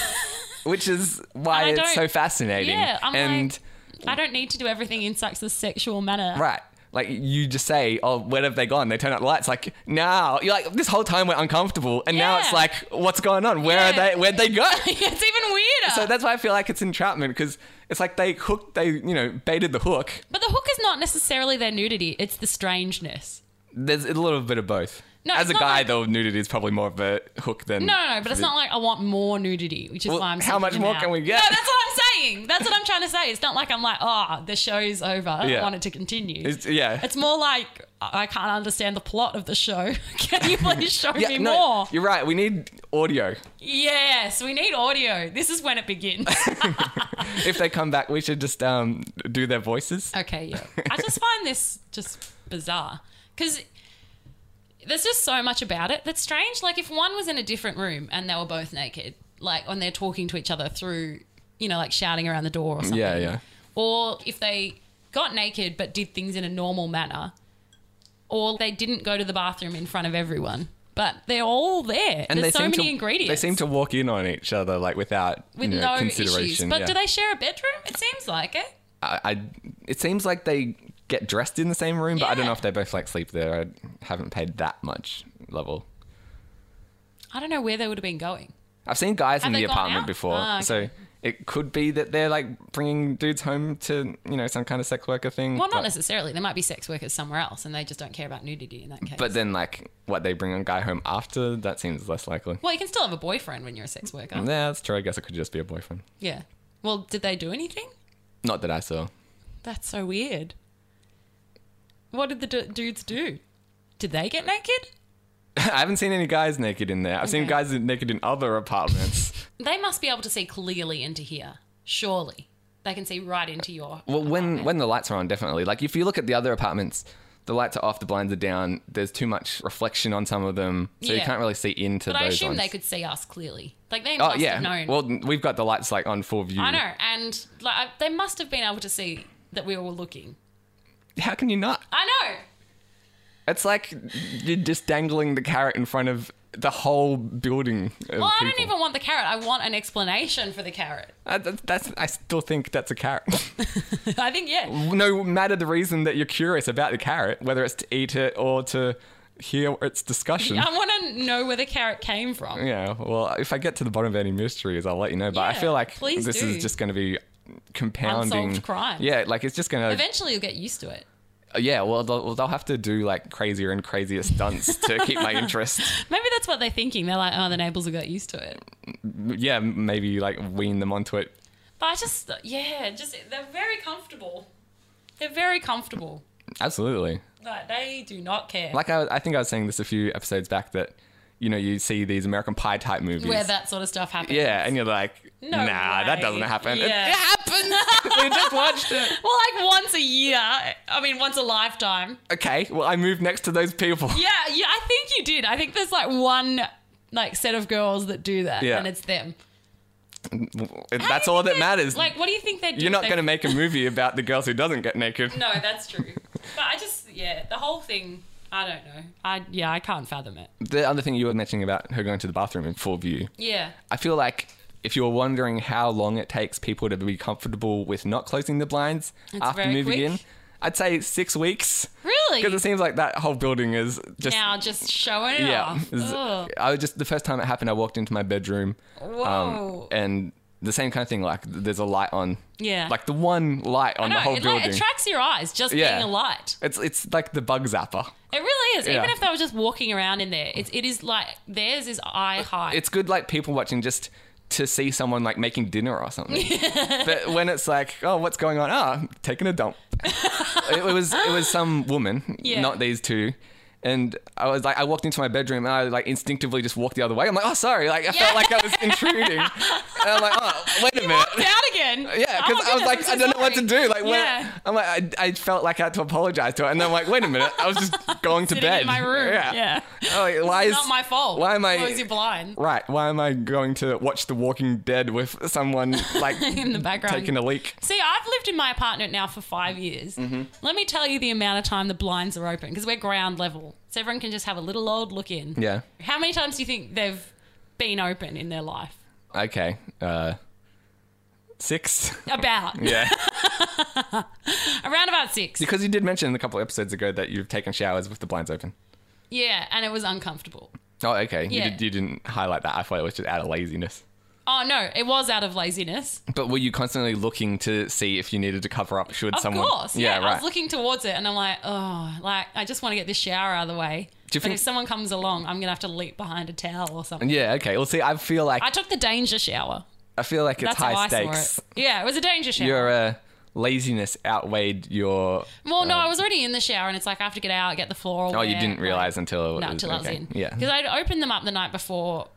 Speaker 1: which is
Speaker 2: And
Speaker 1: why
Speaker 2: I
Speaker 1: it's so
Speaker 2: don't-
Speaker 1: fascinating.
Speaker 2: Yeah, I'm
Speaker 1: and
Speaker 2: like, I don't need to do everything in such a sexual manner.
Speaker 1: right. Like you just say, oh, where have they gone? They turn out the lights. Like now, you're like this whole time we're uncomfortable, and now it's
Speaker 2: Yeah.
Speaker 1: like, what's going on? Where
Speaker 2: Yeah.
Speaker 1: are they? Where'd they go?
Speaker 2: it's even weirder.
Speaker 1: so that's why I feel like it's entrapment because it's like they hooked, they you know baited the hook.
Speaker 2: but the hook is not necessarily their nudity; it's the strangeness.
Speaker 1: There's a little bit of both.
Speaker 2: No,
Speaker 1: As
Speaker 2: it's
Speaker 1: a
Speaker 2: not
Speaker 1: guy,
Speaker 2: like-
Speaker 1: though, nudity is probably more of a hook than.
Speaker 2: No, no, no. But it's not like I want more nudity, which is
Speaker 1: Well,
Speaker 2: why I'm.
Speaker 1: how much
Speaker 2: seeking it
Speaker 1: more
Speaker 2: out.
Speaker 1: can we get?
Speaker 2: No, that's what I'm saying. That's what I'm trying to say. It's not like I'm like, oh, the show's over.
Speaker 1: Yeah.
Speaker 2: I want it to continue.
Speaker 1: It's, yeah.
Speaker 2: It's more like I I can't understand the plot of the show. Can you please show
Speaker 1: yeah
Speaker 2: me
Speaker 1: no,
Speaker 2: more?
Speaker 1: You're right. We need audio.
Speaker 2: Yes, we need audio. This is when it begins.
Speaker 1: if they come back, we should just um, do their voices.
Speaker 2: Okay, yeah. I just find this just bizarre because there's just so much about it that's strange. Like if one was in a different room and they were both naked, like and they're talking to each other through, you know, like shouting around the door or something.
Speaker 1: Yeah, yeah.
Speaker 2: Or if they got naked but did things in a normal manner, or they didn't go to the bathroom in front of everyone. But they're all there.
Speaker 1: And
Speaker 2: There's
Speaker 1: they
Speaker 2: so
Speaker 1: seem
Speaker 2: many
Speaker 1: to,
Speaker 2: ingredients.
Speaker 1: They seem to walk in on each other like without
Speaker 2: with
Speaker 1: you know,
Speaker 2: no
Speaker 1: consideration.
Speaker 2: issues. But
Speaker 1: yeah.
Speaker 2: do they share a bedroom? It seems like it.
Speaker 1: I, I, it seems like they get dressed in the same room, but I don't
Speaker 2: Yeah.
Speaker 1: know if they both like sleep there. I haven't paid that much level.
Speaker 2: I don't know where they would have been going.
Speaker 1: I've seen guys in
Speaker 2: they
Speaker 1: the
Speaker 2: gone
Speaker 1: apartment
Speaker 2: out?
Speaker 1: before,
Speaker 2: Ah, okay.
Speaker 1: so it could be that they're like bringing dudes home to you know some kind of sex worker thing.
Speaker 2: Well, not
Speaker 1: but,
Speaker 2: necessarily. There might be sex workers somewhere else, and they just don't care about nudity in that case.
Speaker 1: but then like what they bring a guy home after that seems less likely.
Speaker 2: well, you can still have a boyfriend when you're a sex worker.
Speaker 1: Yeah, that's true. I guess it could just be a boyfriend.
Speaker 2: Yeah. Well, did they do anything?
Speaker 1: Not that I saw.
Speaker 2: That's so weird. What did the d- dudes do? Did they get naked?
Speaker 1: I haven't seen any guys naked in there. I've seen
Speaker 2: Okay.
Speaker 1: guys naked in other apartments.
Speaker 2: They must be able to see clearly into here. Surely, they can see right into your.
Speaker 1: well, when when the lights are on, definitely. Like if you look at the other apartments, the lights are off, the blinds are down. There's too much reflection on some of them, so you
Speaker 2: Yeah.
Speaker 1: can't really see into
Speaker 2: but
Speaker 1: those
Speaker 2: I assume
Speaker 1: ones.
Speaker 2: they could see us clearly. Like they
Speaker 1: Oh
Speaker 2: must
Speaker 1: yeah.
Speaker 2: have known.
Speaker 1: Well, mm. we've got the lights like on full view.
Speaker 2: I know, and like I- they must have been able to see that we were looking.
Speaker 1: How can you not?
Speaker 2: I know.
Speaker 1: It's like you're just dangling the carrot in front of the whole building. Of
Speaker 2: Well, I don't
Speaker 1: people.
Speaker 2: even want the carrot. I want an explanation for the carrot.
Speaker 1: I, that's, that's- I still think that's a carrot.
Speaker 2: I think yeah.
Speaker 1: no matter the reason that you're curious about the carrot, whether it's to eat it or to hear its discussion.
Speaker 2: I want to know where the carrot came from.
Speaker 1: Yeah, well, if I get to the bottom of any mysteries, I'll let you know. But I
Speaker 2: Yeah,
Speaker 1: feel like
Speaker 2: please
Speaker 1: this
Speaker 2: do.
Speaker 1: is just going to be compounding
Speaker 2: Unsolved crimes.
Speaker 1: Yeah, like it's just going to.
Speaker 2: Eventually, you'll get used to it.
Speaker 1: Yeah, well, they'll, well, they'll have to do like crazier and crazier stunts to keep my interest.
Speaker 2: Maybe that's what they're thinking. They're like, oh, the neighbors will get used to it.
Speaker 1: Yeah, m- maybe like wean them onto it.
Speaker 2: But I just, yeah, just they're very comfortable. They're very comfortable.
Speaker 1: Absolutely.
Speaker 2: Like they do not care.
Speaker 1: Like I, I think I was saying this a few episodes back that, you know, you see these American Pie type movies.
Speaker 2: where that sort of stuff happens.
Speaker 1: yeah, and you're like,
Speaker 2: No
Speaker 1: nah, that
Speaker 2: way.
Speaker 1: doesn't happen. It-
Speaker 2: Yeah.
Speaker 1: It, happens. we just watched it.
Speaker 2: Well, like once a year. I mean, once a lifetime.
Speaker 1: Okay, well, I moved next to those people.
Speaker 2: Yeah, yeah. I think you did. I think there's like one like set of girls that do that,
Speaker 1: Yeah.
Speaker 2: and it's them. How
Speaker 1: That's
Speaker 2: do you
Speaker 1: all
Speaker 2: think
Speaker 1: that
Speaker 2: they-
Speaker 1: matters.
Speaker 2: Like, what do you think they do?
Speaker 1: You're not
Speaker 2: They-
Speaker 1: going to make a movie about the girls who doesn't get naked.
Speaker 2: No, that's true. But I just, yeah, the whole thing, I don't know. I yeah, I can't fathom it.
Speaker 1: The other thing you were mentioning about her going to the bathroom in full view,
Speaker 2: Yeah.
Speaker 1: I feel like if you're wondering how long it takes people to be comfortable with not closing the blinds after
Speaker 2: very
Speaker 1: moving
Speaker 2: quick.
Speaker 1: in, I'd say six weeks.
Speaker 2: Really?
Speaker 1: Because it seems like that whole building is just
Speaker 2: now just showing it
Speaker 1: yeah.
Speaker 2: off.
Speaker 1: Z-
Speaker 2: Ugh.
Speaker 1: I was just the first time it happened. I walked into my bedroom, um,
Speaker 2: Whoa.
Speaker 1: and the same kind of thing. Like there's a light on,
Speaker 2: Yeah.
Speaker 1: like the one light on
Speaker 2: no,
Speaker 1: the whole
Speaker 2: it
Speaker 1: building.
Speaker 2: like attracts your eyes just
Speaker 1: Yeah.
Speaker 2: being a light.
Speaker 1: it's it's like the bug zapper.
Speaker 2: It really is. Even
Speaker 1: Yeah.
Speaker 2: if they were just walking around in there, it's it is like theirs is eye high.
Speaker 1: It's good like people watching just to see someone like making dinner or something. but when it's like, oh, what's going on? Ah, taking a dump. it, it was it was some woman,
Speaker 2: Yeah.
Speaker 1: not these two. And I was like, I walked into my bedroom and I like instinctively just walked the other way. I'm like, oh, sorry. Like, I
Speaker 2: Yeah.
Speaker 1: felt like I was intruding. and I'm like, oh, wait a minute.
Speaker 2: out again. Oh
Speaker 1: Yeah, because
Speaker 2: my
Speaker 1: I was
Speaker 2: goodness,
Speaker 1: like,
Speaker 2: I'm so
Speaker 1: I don't know what to
Speaker 2: sorry.
Speaker 1: do. Like, when-
Speaker 2: Yeah.
Speaker 1: I'm like, I, I felt like I had to apologize to her, and then I'm like, wait a minute, I was just going to
Speaker 2: Sitting
Speaker 1: bed
Speaker 2: in my room. Yeah.
Speaker 1: Oh, wait, why is
Speaker 2: It's not my fault.
Speaker 1: Why am I?
Speaker 2: Because you're blind.
Speaker 1: Right. Why am I going to watch The Walking Dead with someone like
Speaker 2: In the background.
Speaker 1: taking a leak?
Speaker 2: See, I've lived in my apartment now for five years.
Speaker 1: Mm-hmm.
Speaker 2: Let me tell you the amount of time the blinds are open because we're ground level, so everyone can just have a little old look in.
Speaker 1: Yeah.
Speaker 2: How many times do you think they've been open in their life?
Speaker 1: Okay. Uh, six.
Speaker 2: About
Speaker 1: Yeah.
Speaker 2: around about six.
Speaker 1: because you did mention a couple of episodes ago that you've taken showers with the blinds open.
Speaker 2: Yeah, and it was uncomfortable.
Speaker 1: Oh, okay. You,
Speaker 2: Yeah.
Speaker 1: did, you didn't highlight that. I thought it was just out of laziness.
Speaker 2: Oh no, it was out of laziness.
Speaker 1: But were you constantly looking to see if you needed to cover up? Should
Speaker 2: Of
Speaker 1: someone?
Speaker 2: course, yeah. I
Speaker 1: right.
Speaker 2: was looking towards it, and I'm like, oh, like I just want to get this shower out of the way.
Speaker 1: Do you
Speaker 2: but
Speaker 1: think-
Speaker 2: if someone comes along, I'm gonna have to leap behind a towel or something.
Speaker 1: yeah. Okay. Well, see, I feel like
Speaker 2: I took the danger shower.
Speaker 1: I feel like it's
Speaker 2: That's how
Speaker 1: high
Speaker 2: I
Speaker 1: stakes.
Speaker 2: saw it. Yeah, it was a danger shower.
Speaker 1: Your uh, laziness outweighed your.
Speaker 2: well, no, I was already in the shower, and it's like I have to get out, get the floral.
Speaker 1: Oh, you didn't realize until it
Speaker 2: no,
Speaker 1: was-
Speaker 2: until I was
Speaker 1: okay.
Speaker 2: in. because
Speaker 1: Yeah.
Speaker 2: I'd opened them up the night before.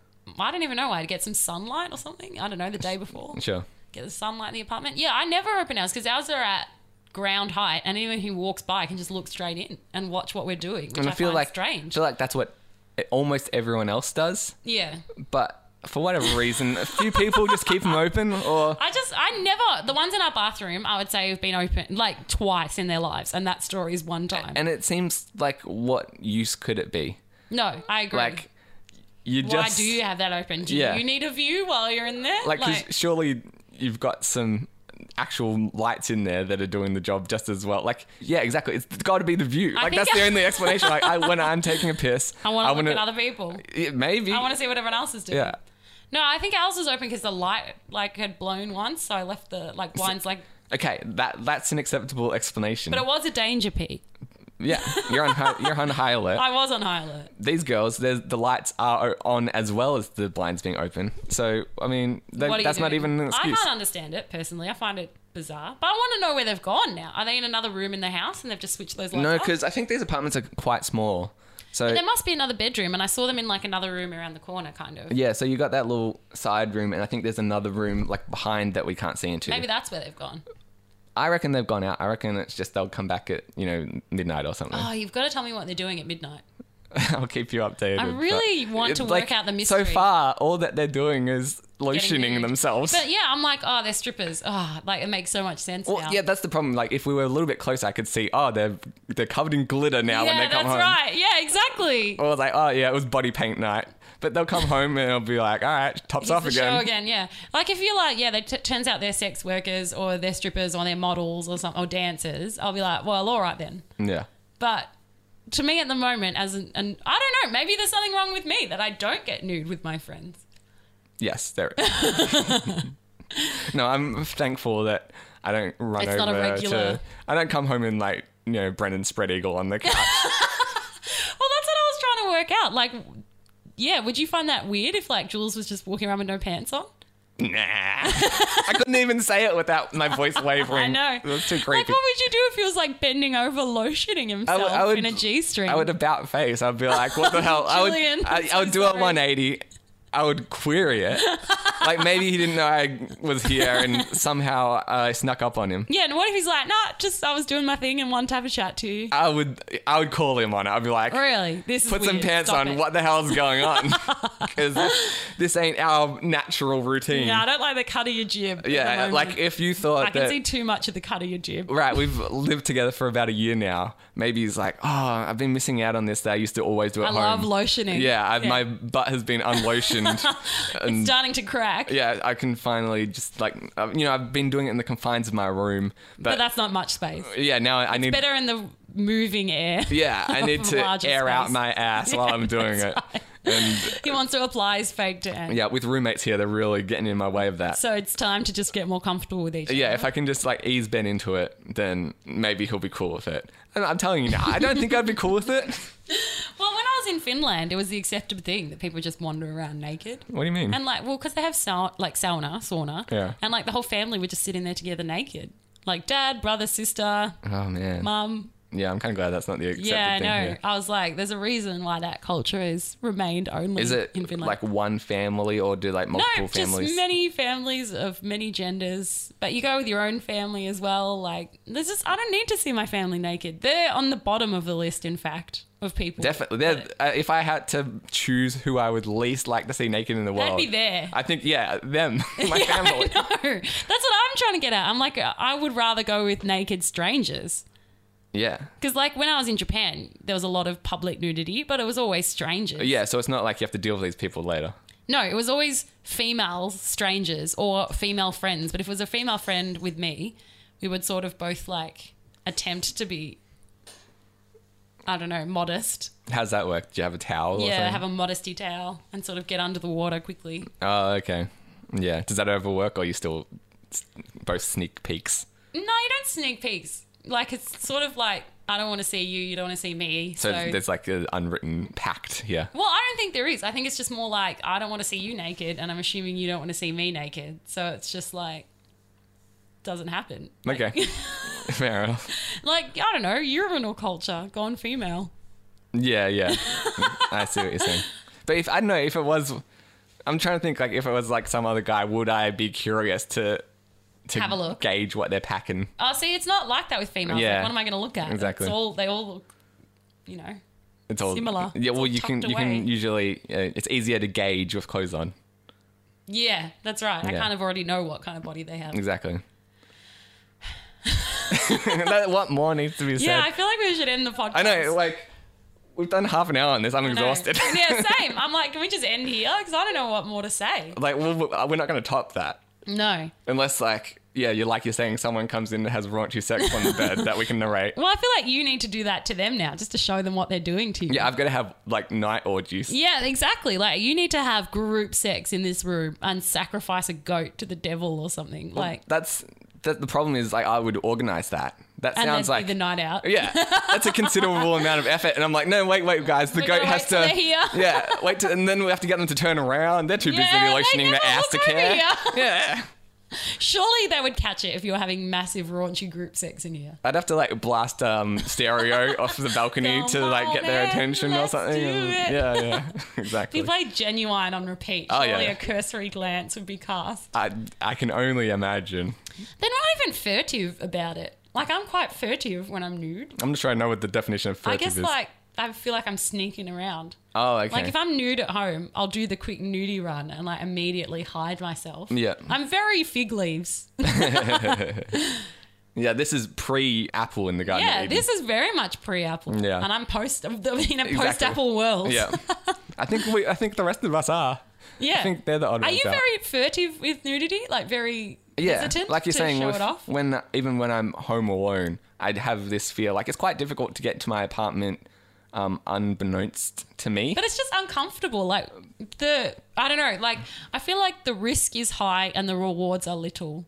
Speaker 2: I don't even know. I'd get some sunlight or something. I don't know. The day before,
Speaker 1: Sure.
Speaker 2: get the sunlight in the apartment. Yeah, I never open ours because ours are at ground height, and anyone who walks by can just look straight in and watch what we're doing, which
Speaker 1: And
Speaker 2: I,
Speaker 1: I feel
Speaker 2: find
Speaker 1: like
Speaker 2: strange.
Speaker 1: feel like that's what it- almost everyone else does,
Speaker 2: Yeah.
Speaker 1: but for whatever reason, a few people just keep them open. Or
Speaker 2: I just, I never, the ones in our bathroom, I would say have been open like twice in their lives, and that story is one time.
Speaker 1: and it seems like what use could it be?
Speaker 2: no, I agree.
Speaker 1: Like you
Speaker 2: Hmm. Why
Speaker 1: just
Speaker 2: do you have that open? Do
Speaker 1: Yeah.
Speaker 2: you need a view while you're in there?
Speaker 1: like, 'cause surely you've got some actual lights in there that are doing the job just as well like yeah exactly it's got to be the view like
Speaker 2: think
Speaker 1: that's the
Speaker 2: I-
Speaker 1: only explanation like I, when i'm taking a piss
Speaker 2: I want to look
Speaker 1: wanna-
Speaker 2: at other people.
Speaker 1: Yeah, maybe
Speaker 2: I want to see what everyone else is doing.
Speaker 1: Yeah.
Speaker 2: No, I think ours was open because the light like had blown once, so I left the like blinds like.
Speaker 1: Okay, that that's an acceptable explanation.
Speaker 2: But it was a danger peak.
Speaker 1: yeah, you're on high, you're on high alert.
Speaker 2: I was on high alert.
Speaker 1: These girls, there's- the lights are on as well as the blinds being open. So I mean, they,
Speaker 2: What are you
Speaker 1: that's not
Speaker 2: doing?
Speaker 1: even an
Speaker 2: I
Speaker 1: excuse.
Speaker 2: can't understand it personally. I find it bizarre. But I want to know where they've gone now. Are they in another room in the house and they've just switched those lights?
Speaker 1: No,
Speaker 2: off?
Speaker 1: because I think these apartments are quite small. So
Speaker 2: There must be another bedroom, and I saw them in like another room around the corner, kind of.
Speaker 1: yeah, so you got that little side room, and I think there's another room like behind that we can't see into.
Speaker 2: Maybe that's where they've gone.
Speaker 1: I reckon they've gone out. I reckon it's just they'll come back at you know midnight or something.
Speaker 2: Oh, you've got to tell me what they're doing at midnight.
Speaker 1: I'll keep you updated.
Speaker 2: I
Speaker 1: but-
Speaker 2: really want to work
Speaker 1: Like,
Speaker 2: out the
Speaker 1: So
Speaker 2: mystery.
Speaker 1: far, all that they're doing is lotioning
Speaker 2: nude.
Speaker 1: themselves.
Speaker 2: But yeah, I'm like, oh, they're strippers. Oh, like it makes so much sense
Speaker 1: Well,
Speaker 2: now.
Speaker 1: yeah, that's the problem. Like, if we were a little bit closer, I could see. Oh, they're they're covered in glitter now when
Speaker 2: Yeah,
Speaker 1: they come
Speaker 2: that's
Speaker 1: home.
Speaker 2: right. Yeah, exactly.
Speaker 1: Or like, oh yeah, it was body paint night. But they'll come home and it'll be like, all right, tops
Speaker 2: It's
Speaker 1: off
Speaker 2: the show
Speaker 1: again.
Speaker 2: again, yeah. Like if you're like, yeah, they t- turns out they're sex workers or they're strippers or they're models or something or dancers. I'll be like, well, all right then.
Speaker 1: Yeah.
Speaker 2: But to me at the moment, as an, an I don't know, maybe there's something wrong with me that I don't get nude with my friends.
Speaker 1: Yes, there. it is. no, I'm thankful that I don't run
Speaker 2: It's
Speaker 1: over
Speaker 2: not a regular-
Speaker 1: to. I don't come home in like you know Brendan spread eagle on the couch.
Speaker 2: Well, that's what I was trying to work out. Like, yeah, would you find that weird if like Jules was just walking around with no pants on?
Speaker 1: nah. I couldn't even say it without my voice wavering.
Speaker 2: I know.
Speaker 1: That's too
Speaker 2: Like,
Speaker 1: creepy.
Speaker 2: what would you do if he was like bending over, lotioning
Speaker 1: I
Speaker 2: himself
Speaker 1: would- I would-
Speaker 2: in a g-string?
Speaker 1: I would about face. I'd be like, what the hell? I would,
Speaker 2: Julian,
Speaker 1: I,
Speaker 2: I'm
Speaker 1: I would
Speaker 2: so
Speaker 1: do a
Speaker 2: sorry.
Speaker 1: 180. I would query it. like maybe he didn't know I was here and somehow I snuck up on him.
Speaker 2: yeah, and what if he's like, nah, just I was doing my thing and one tap a chat to you.
Speaker 1: I would, I would call him on it. I'd be like,
Speaker 2: really, this is
Speaker 1: Uh, put some
Speaker 2: weird.
Speaker 1: pants
Speaker 2: Stop
Speaker 1: on.
Speaker 2: it.
Speaker 1: What the hell's going on? Because this, this ain't our natural routine.
Speaker 2: Yeah, I don't like the cut of your jib. at the
Speaker 1: yeah,
Speaker 2: moment.
Speaker 1: like if you thought
Speaker 2: I can
Speaker 1: that.
Speaker 2: see too much of the cut of your jib.
Speaker 1: Right, we've lived together for about a year now. Maybe he's like, "Oh, I've been missing out on this that I used to always do
Speaker 2: I
Speaker 1: at home."
Speaker 2: love lotioning.
Speaker 1: Yeah, I,
Speaker 2: Yeah.
Speaker 1: my butt has been unlotioned, and
Speaker 2: Starting to crack,
Speaker 1: yeah, I can finally just like uh, you know I've been doing it in the confines of my room, but,
Speaker 2: but that's not much space.
Speaker 1: yeah, now I need
Speaker 2: Better in the moving air.
Speaker 1: Yeah, I need to air
Speaker 2: Larger
Speaker 1: out
Speaker 2: space.
Speaker 1: my ass while I'm doing it. And
Speaker 2: He wants to apply his fake to air.
Speaker 1: yeah, with roommates here, they're really getting in my way of that.
Speaker 2: So it's time to just get more comfortable with each other.
Speaker 1: yeah, if I can just like ease Ben into it, then maybe he'll be cool with it. And I'm telling you now, I don't think I'd be cool with it.
Speaker 2: Well, when I was in Finland, it was the accepted thing that people just wander around naked.
Speaker 1: What do you mean?
Speaker 2: And like, well, because they have sau- like sauna, sauna,
Speaker 1: Mm. Yeah.
Speaker 2: and like the whole family would just sit in there together naked, like dad, brother, sister,
Speaker 1: oh man.
Speaker 2: mum.
Speaker 1: Yeah, I'm kind of glad that's not the accepted
Speaker 2: Yeah, I
Speaker 1: thing
Speaker 2: know.
Speaker 1: here.
Speaker 2: I was like, there's a reason why that culture has remained only
Speaker 1: Is it
Speaker 2: in Finland.
Speaker 1: like one family or do like multiple
Speaker 2: no,
Speaker 1: families?
Speaker 2: just many families of many genders. But you go with your own family as well. Like, there's just I don't need to see my family naked. They're on the bottom of the list, in fact, of people.
Speaker 1: Definitely. They're, uh, if I had to choose who I would least like to see naked in the
Speaker 2: That'd
Speaker 1: world,
Speaker 2: be there.
Speaker 1: I think yeah, them, my
Speaker 2: Yeah, I
Speaker 1: family.
Speaker 2: know. That's what I'm trying to get at. I'm like, I would rather go with naked strangers.
Speaker 1: Yeah,
Speaker 2: Because, like, when I was in Japan, there was a lot of public nudity, but it was always strangers.
Speaker 1: yeah. So it's not like you have to deal with these people later.
Speaker 2: No, it was always females, strangers, or female friends. But if it was a female friend with me, we would sort of both, like, attempt to be, I don't know, modest.
Speaker 1: How's that work? Do you have a towel? or
Speaker 2: yeah,
Speaker 1: something?
Speaker 2: have a modesty towel and sort of get under the water quickly.
Speaker 1: Oh, okay. Yeah. Does that overwork, or you still s- both sneak peeks?
Speaker 2: No, you don't sneak peeks. Like, it's sort of like, I don't want to see you, you don't want to see me.
Speaker 1: So,
Speaker 2: So,
Speaker 1: there's like an unwritten pact here.
Speaker 2: Well, I don't think there is. I think it's just more like I don't want to see you naked, and I'm assuming you don't want to see me naked. So it's just like doesn't happen.
Speaker 1: Okay. Fair enough.
Speaker 2: Like I don't know, urinal culture gone female.
Speaker 1: Yeah, yeah. I see what you're saying. But if I don't know if it was, I'm trying to think like if it was like some other guy, would I be curious to to
Speaker 2: Have a look.
Speaker 1: gauge what they're packing?
Speaker 2: Oh, see, it's not like that with females.
Speaker 1: Yeah.
Speaker 2: Like, what am I going to look at?
Speaker 1: Exactly.
Speaker 2: It's all they all look, you know.
Speaker 1: It's all
Speaker 2: Similar.
Speaker 1: Yeah, well,
Speaker 2: It's
Speaker 1: you can
Speaker 2: tucked
Speaker 1: you
Speaker 2: away.
Speaker 1: can usually uh, it's easier to gauge with clothes on.
Speaker 2: Yeah, that's right. I
Speaker 1: Yeah.
Speaker 2: kind of already know what kind of body they have.
Speaker 1: Exactly. That- what more needs to be said?
Speaker 2: Yeah, I feel like we should end the podcast.
Speaker 1: I know, like we've done half an hour on this. I'm
Speaker 2: I know.
Speaker 1: exhausted.
Speaker 2: yeah, same. I'm like, can we just end here? Because I don't know what more to say.
Speaker 1: like we'll, we're not going to top that
Speaker 2: No.
Speaker 1: unless like yeah, you like you're saying someone comes in and has raunchy sex on the bed that we can narrate.
Speaker 2: Well, I feel like you need to do that to them now, just to show them what they're doing to you.
Speaker 1: Yeah, I've got to have like night orgies.
Speaker 2: Yeah, exactly. Like you need to have group sex in this room and sacrifice a goat to the devil or something. Like
Speaker 1: That's that, the problem is like I would organize that. That
Speaker 2: and
Speaker 1: sounds
Speaker 2: then
Speaker 1: like
Speaker 2: be the night out.
Speaker 1: yeah, that's a considerable amount of effort. And I'm like, no, wait, wait, guys, the
Speaker 2: We're
Speaker 1: goat
Speaker 2: gonna
Speaker 1: has
Speaker 2: wait till
Speaker 1: to
Speaker 2: they're here.
Speaker 1: yeah, wait, to, and then we have to get them to turn around. They're too
Speaker 2: Yeah,
Speaker 1: busy
Speaker 2: they
Speaker 1: lotioning their
Speaker 2: never
Speaker 1: ass
Speaker 2: look
Speaker 1: to
Speaker 2: over
Speaker 1: care.
Speaker 2: here.
Speaker 1: Yeah,
Speaker 2: Surely they would catch it if you were having massive raunchy group sex in here.
Speaker 1: I'd have to like blast um stereo off the balcony
Speaker 2: Come
Speaker 1: to like get their
Speaker 2: on, man,
Speaker 1: attention
Speaker 2: let's
Speaker 1: or
Speaker 2: do
Speaker 1: something. And-
Speaker 2: it.
Speaker 1: Yeah, yeah,
Speaker 2: If
Speaker 1: exactly.
Speaker 2: you played genuine on repeat,
Speaker 1: Oh,
Speaker 2: surely
Speaker 1: yeah.
Speaker 2: a cursory glance would be cast.
Speaker 1: I I can only imagine.
Speaker 2: They're not even furtive about it. Like I'm quite furtive when I'm nude.
Speaker 1: I'm just trying to know what the definition of
Speaker 2: I
Speaker 1: furtive
Speaker 2: guess
Speaker 1: is.
Speaker 2: like I feel like I'm sneaking around.
Speaker 1: oh, okay.
Speaker 2: Like if I'm nude at home, I'll do the quick nudie run and like immediately hide myself.
Speaker 1: Yeah.
Speaker 2: I'm very fig leaves.
Speaker 1: yeah, this is pre Apple in the Garden. of
Speaker 2: Yeah,
Speaker 1: Eden.
Speaker 2: this is very much pre-Apple.
Speaker 1: Yeah.
Speaker 2: And I'm post in a post-Apple world.
Speaker 1: Yeah. I think we. I think the rest of us are.
Speaker 2: Yeah.
Speaker 1: I think they're the odd
Speaker 2: Are
Speaker 1: ones
Speaker 2: you
Speaker 1: out.
Speaker 2: very furtive with nudity? Like very
Speaker 1: yeah,
Speaker 2: hesitant
Speaker 1: like you're
Speaker 2: to
Speaker 1: saying,
Speaker 2: show
Speaker 1: with-
Speaker 2: it off?
Speaker 1: when even when I'm home alone, I'd have this fear. Like it's quite difficult to get to my apartment, um, unbeknownst to me.
Speaker 2: But it's just uncomfortable. Like the I don't know, like I feel like the risk is high and the rewards are little.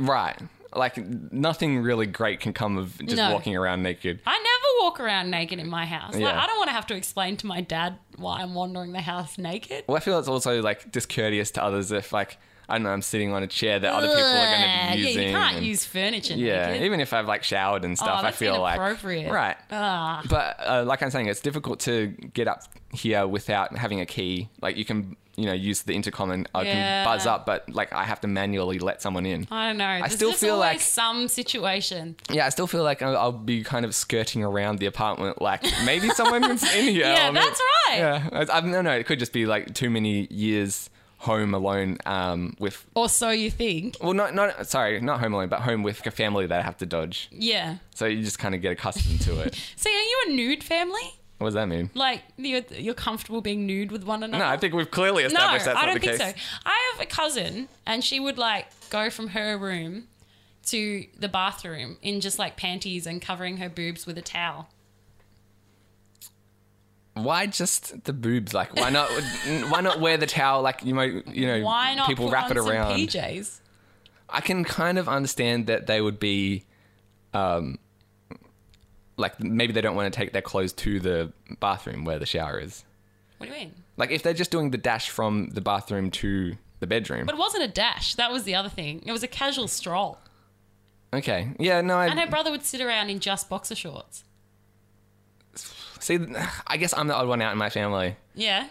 Speaker 1: right, like nothing really great can come of just
Speaker 2: No.
Speaker 1: walking around naked.
Speaker 2: I never walk around naked in my house. Like
Speaker 1: Yeah.
Speaker 2: I don't want to have to explain to my dad why I'm wandering the house naked.
Speaker 1: Well, I feel it's also like discourteous to others if like I don't know I'm sitting on a chair that other people are going to
Speaker 2: Ugh.
Speaker 1: be using.
Speaker 2: Yeah, you can't
Speaker 1: and-
Speaker 2: use furniture.
Speaker 1: Yeah,
Speaker 2: naked. Oh,
Speaker 1: even if I've like showered and stuff, I
Speaker 2: that's
Speaker 1: feel like
Speaker 2: inappropriate.
Speaker 1: right.
Speaker 2: Ah.
Speaker 1: But uh, like I'm saying, it's difficult to get up here without having a key. Like you can, you know, use the intercom and I can
Speaker 2: Yeah.
Speaker 1: buzz up, but like I have to manually let someone in.
Speaker 2: I don't know. There's
Speaker 1: still
Speaker 2: just
Speaker 1: feel
Speaker 2: always
Speaker 1: like-
Speaker 2: some situation.
Speaker 1: Yeah, I still feel like I'll, I'll be kind of skirting around the apartment. Like maybe someone's in here.
Speaker 2: Yeah,
Speaker 1: or maybe-
Speaker 2: that's right.
Speaker 1: Yeah, I, I, no, no, it could just be like too many years home alone um, with.
Speaker 2: Or so you think.
Speaker 1: Well, not not sorry, not home alone, but home with a family that I have to dodge.
Speaker 2: Yeah.
Speaker 1: So you just kind of get accustomed to it.
Speaker 2: So are you a nude family?
Speaker 1: What does that mean?
Speaker 2: Like you're, you're comfortable being nude with one another?
Speaker 1: No, I think we've clearly
Speaker 2: No,
Speaker 1: established that's
Speaker 2: I
Speaker 1: not
Speaker 2: don't
Speaker 1: the
Speaker 2: think
Speaker 1: case.
Speaker 2: so. I have a cousin, and she would like go from her room to the bathroom in just like panties and covering her boobs with a towel.
Speaker 1: Why just the boobs? Like, why not? why not wear the towel? Like, you know, you know,
Speaker 2: Why not
Speaker 1: people
Speaker 2: put
Speaker 1: wrap
Speaker 2: on
Speaker 1: it
Speaker 2: some
Speaker 1: around.
Speaker 2: PJs?
Speaker 1: I can kind of understand that they would be, um, like maybe they don't want to take their clothes to the bathroom where the shower is.
Speaker 2: What do you mean?
Speaker 1: Like if they're just doing the dash from the bathroom to the bedroom.
Speaker 2: But it wasn't a dash. That was the other thing. It was a casual stroll.
Speaker 1: okay, yeah, no, I
Speaker 2: And her brother would sit around in just boxer shorts.
Speaker 1: see. I guess I'm the odd one out in my family.
Speaker 2: Yeah.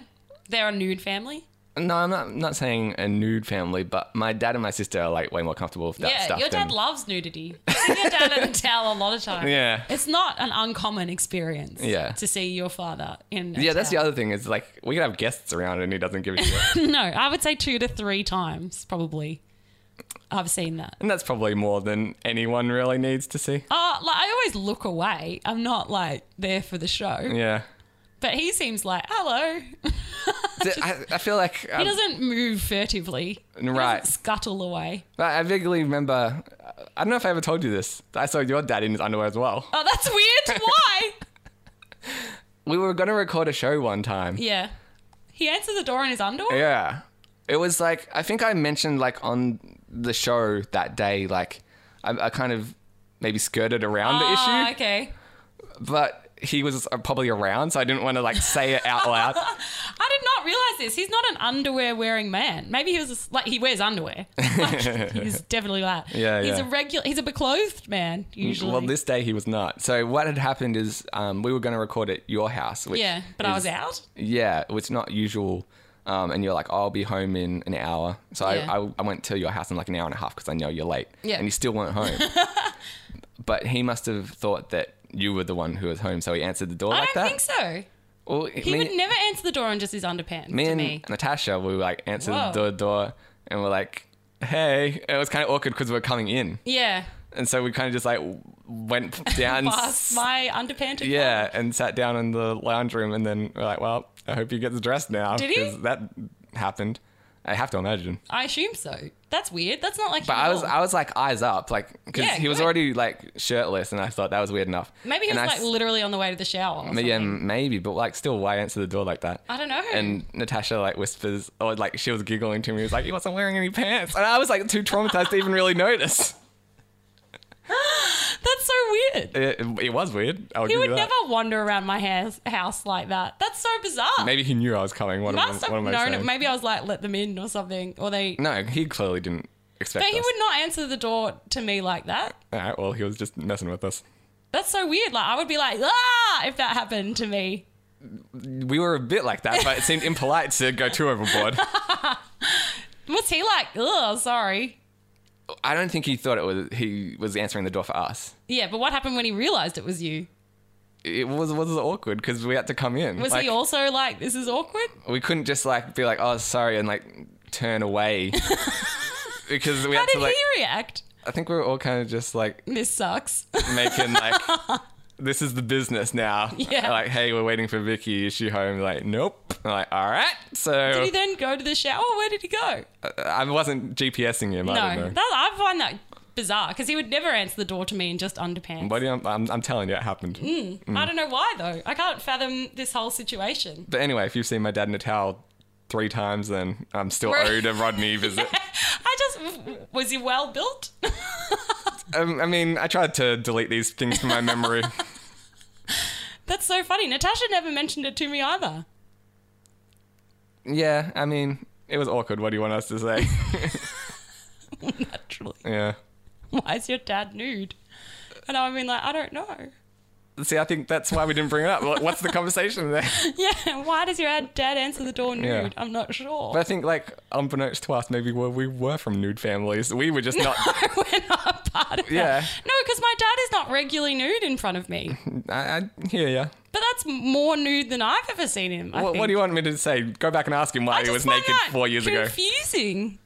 Speaker 2: They're a nude family.
Speaker 1: No, I'm not. Not saying a nude family, but my dad and my sister are like way more comfortable with that
Speaker 2: yeah,
Speaker 1: stuff.
Speaker 2: your
Speaker 1: than-
Speaker 2: dad loves nudity. I see your dad in a towel a lot of times.
Speaker 1: Yeah.
Speaker 2: It's not an uncommon experience
Speaker 1: Yeah.
Speaker 2: to see your father in a
Speaker 1: yeah, that's the
Speaker 2: towel.
Speaker 1: other thing. Is like we could have guests around and he doesn't give a shit.
Speaker 2: No, I would say two to three times probably. I've seen that.
Speaker 1: and that's probably more than anyone really needs to see.
Speaker 2: Uh, like I always look away. I'm not like there for the show.
Speaker 1: Yeah.
Speaker 2: But he seems like, hello.
Speaker 1: I, I feel like
Speaker 2: He
Speaker 1: um,
Speaker 2: doesn't move furtively. He
Speaker 1: Right.
Speaker 2: doesn't scuttle away.
Speaker 1: I I vaguely remember. I don't know if I ever told you this. I saw your dad in his underwear as well.
Speaker 2: Oh, that's weird. Why?
Speaker 1: We were gonna record a show one time.
Speaker 2: yeah. He answered the door in his underwear?
Speaker 1: Yeah. It was like I think I mentioned like on the show that day like I, I kind of maybe skirted around the
Speaker 2: Ah,
Speaker 1: issue,
Speaker 2: okay.
Speaker 1: but he was uh, probably around, so I didn't want to like say it out loud.
Speaker 2: I did not realize this. He's not an underwear wearing man. Maybe he was a s like he wears underwear. Like, he's definitely that.
Speaker 1: Yeah,
Speaker 2: He's
Speaker 1: yeah.
Speaker 2: a regular. He's a beclothed man usually.
Speaker 1: Well, this day he was not. So what had happened is um, we were going to record at your house. Which
Speaker 2: yeah, but I
Speaker 1: is-
Speaker 2: was out.
Speaker 1: Yeah, it's not usual. Um, and you're like, I'll be home in an hour. So
Speaker 2: Yeah.
Speaker 1: I, I, I went to your house in like an hour and a half because I know you're late.
Speaker 2: Yeah.
Speaker 1: And you still weren't home. but he must have thought that you were the one who was home. So he answered the door
Speaker 2: I
Speaker 1: like
Speaker 2: don't
Speaker 1: that.
Speaker 2: think so.
Speaker 1: Well,
Speaker 2: He
Speaker 1: me,
Speaker 2: would never answer the door in just his underpants
Speaker 1: me
Speaker 2: to
Speaker 1: and
Speaker 2: me.
Speaker 1: Natasha, we were like, answered
Speaker 2: Whoa.
Speaker 1: the door and we're like, hey. It was kind of awkward because we are coming in.
Speaker 2: Yeah,
Speaker 1: And so we kind of just like w- went down.
Speaker 2: past my underpants.
Speaker 1: Yeah, and sat down in the lounge room, and then we're like, "Well, I hope he gets dressed now."
Speaker 2: Did he?
Speaker 1: 'cause That happened. I have to imagine.
Speaker 2: I assume so. That's weird. That's not like.
Speaker 1: But
Speaker 2: him
Speaker 1: I
Speaker 2: at
Speaker 1: was,
Speaker 2: all.
Speaker 1: I was like eyes up, like because
Speaker 2: Oh. Yeah,
Speaker 1: he was
Speaker 2: good.
Speaker 1: already like shirtless, and I thought that was weird enough.
Speaker 2: Maybe he
Speaker 1: And
Speaker 2: was
Speaker 1: I
Speaker 2: like
Speaker 1: s-
Speaker 2: literally on the way to the shower. Or
Speaker 1: yeah,
Speaker 2: something.
Speaker 1: maybe, but like, still, why answer the door like that?
Speaker 2: I don't know.
Speaker 1: And Natasha like whispers, or like she was giggling to me, was like, "He wasn't wearing any pants," and I was like too traumatized to even really notice.
Speaker 2: That's so weird.
Speaker 1: It, it was weird. I would
Speaker 2: He
Speaker 1: give
Speaker 2: would
Speaker 1: you that.
Speaker 2: never wander around my house, house like that. That's so bizarre.
Speaker 1: Maybe he knew I was coming. What,
Speaker 2: must
Speaker 1: am, I-
Speaker 2: have
Speaker 1: what am I
Speaker 2: known
Speaker 1: saying?
Speaker 2: it. Maybe I was like, let them in or something. Or they.
Speaker 1: No, he clearly didn't expect.
Speaker 2: but he
Speaker 1: us.
Speaker 2: would not answer the door to me like that.
Speaker 1: All right. Well, he was just messing with us.
Speaker 2: That's so weird. Like, I would be like, ah, if that happened to me.
Speaker 1: We were a bit like that, but it seemed impolite to go too overboard.
Speaker 2: What's he like? Ugh, sorry.
Speaker 1: I don't think he thought it was he was answering the door for us.
Speaker 2: Yeah, but what happened when he realized it was you?
Speaker 1: It was was awkward because we had to come in.
Speaker 2: Was
Speaker 1: like,
Speaker 2: he also like, this is awkward?
Speaker 1: We couldn't just like be like, oh, sorry, and like turn away because we
Speaker 2: How
Speaker 1: had
Speaker 2: did
Speaker 1: to like.
Speaker 2: he react?
Speaker 1: I think we were all kind of just like
Speaker 2: This sucks.
Speaker 1: making like. This is the business now.
Speaker 2: Yeah.
Speaker 1: Like, hey, we're waiting for Vicky. Is she home? Like, nope. I'm like, all right.
Speaker 2: did
Speaker 1: So
Speaker 2: he then go to the shower? Where did he go?
Speaker 1: I- I wasn't GPSing him. I don't
Speaker 2: no,
Speaker 1: know.
Speaker 2: that, I find that bizarre because he would never answer the door to me in just underpants.
Speaker 1: But I'm, I'm, I'm telling you, it happened. Mm.
Speaker 2: I don't know why though. I can't fathom this whole situation.
Speaker 1: But anyway, if you've seen my dad in a towel three times, then I'm still
Speaker 2: Right.
Speaker 1: owed a Rodney visit.
Speaker 2: I just was he well built?
Speaker 1: um, I mean, I tried to delete these things from my memory.
Speaker 2: That's so funny. Natasha never mentioned it to me either.
Speaker 1: yeah, I mean, it was awkward. What do you want us to say?
Speaker 2: Naturally.
Speaker 1: yeah.
Speaker 2: Why is your dad nude? And I mean like, I don't know.
Speaker 1: See, I think that's why we didn't bring it up. What- What's the conversation there?
Speaker 2: Yeah, why does your ad- dad answer the door nude?
Speaker 1: Yeah.
Speaker 2: I'm not sure.
Speaker 1: But I think, like, unbeknownst to us, maybe we- we were from nude families. We were just not.
Speaker 2: We're not part of
Speaker 1: Yeah.
Speaker 2: that. No, because my dad is not regularly nude in front of me.
Speaker 1: I, I hear ya.
Speaker 2: But that's more nude than I've ever seen him. I
Speaker 1: What,
Speaker 2: think.
Speaker 1: what do you want me to say? Go back and ask him why
Speaker 2: I
Speaker 1: he
Speaker 2: just
Speaker 1: was
Speaker 2: find
Speaker 1: naked
Speaker 2: that
Speaker 1: four years ago.
Speaker 2: Confusing.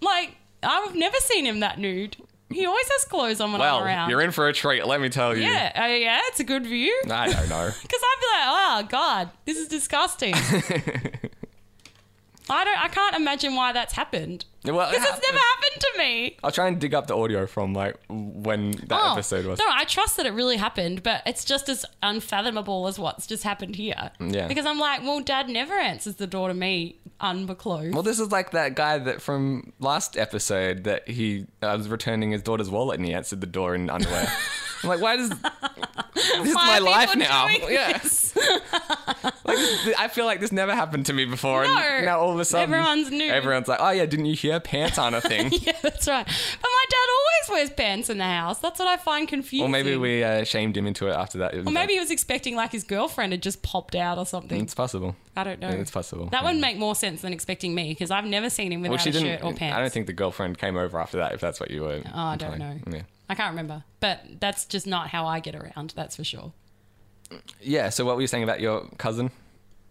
Speaker 2: Like I've never seen him that nude. He always has clothes on when I'm
Speaker 1: Well,
Speaker 2: around.
Speaker 1: you're in for a treat, let me tell you.
Speaker 2: Yeah, uh, yeah, it's a good view.
Speaker 1: I don't know.
Speaker 2: Because I'd be like, oh, God, this is disgusting. I don't. I can't imagine why that's happened.
Speaker 1: Well,
Speaker 2: Because it's never happened to me.
Speaker 1: I'll try and dig up the audio from like when that
Speaker 2: Oh,
Speaker 1: episode was.
Speaker 2: No, I trust that it really happened, but it's just as unfathomable as what's just happened here.
Speaker 1: Yeah.
Speaker 2: Because I'm like, well, Dad never answers the door to me unbeclothed.
Speaker 1: Well, this is like that guy that from last episode that he uh, was returning his daughter's wallet and he answered the door in underwear. I'm like, why does this is
Speaker 2: Why
Speaker 1: my
Speaker 2: are
Speaker 1: life
Speaker 2: people
Speaker 1: now?
Speaker 2: doing
Speaker 1: Yeah,
Speaker 2: this?
Speaker 1: like this- I feel like this never happened to me before,
Speaker 2: No.
Speaker 1: and now all of a sudden
Speaker 2: Everyone's new.
Speaker 1: Everyone's like, oh yeah, didn't you hear pants on a thing?
Speaker 2: yeah, that's right. But my dad always wears pants in the house. That's what I find confusing.
Speaker 1: Or maybe we uh, shamed him into it after that.
Speaker 2: Or maybe he was expecting like his girlfriend had just popped out or something.
Speaker 1: it's possible.
Speaker 2: I don't know.
Speaker 1: Yeah, Mm. it's possible.
Speaker 2: That
Speaker 1: Yeah.
Speaker 2: would make more sense than expecting me because I've never seen him
Speaker 1: Well,
Speaker 2: without
Speaker 1: she
Speaker 2: a
Speaker 1: didn't.
Speaker 2: shirt or pants.
Speaker 1: I don't think the girlfriend came over after that. If that's what you were.
Speaker 2: Oh, I don't
Speaker 1: implying.
Speaker 2: know.
Speaker 1: Yeah.
Speaker 2: I can't remember, but that's just not how I get around. That's for sure.
Speaker 1: Yeah. So what were you saying about your cousin?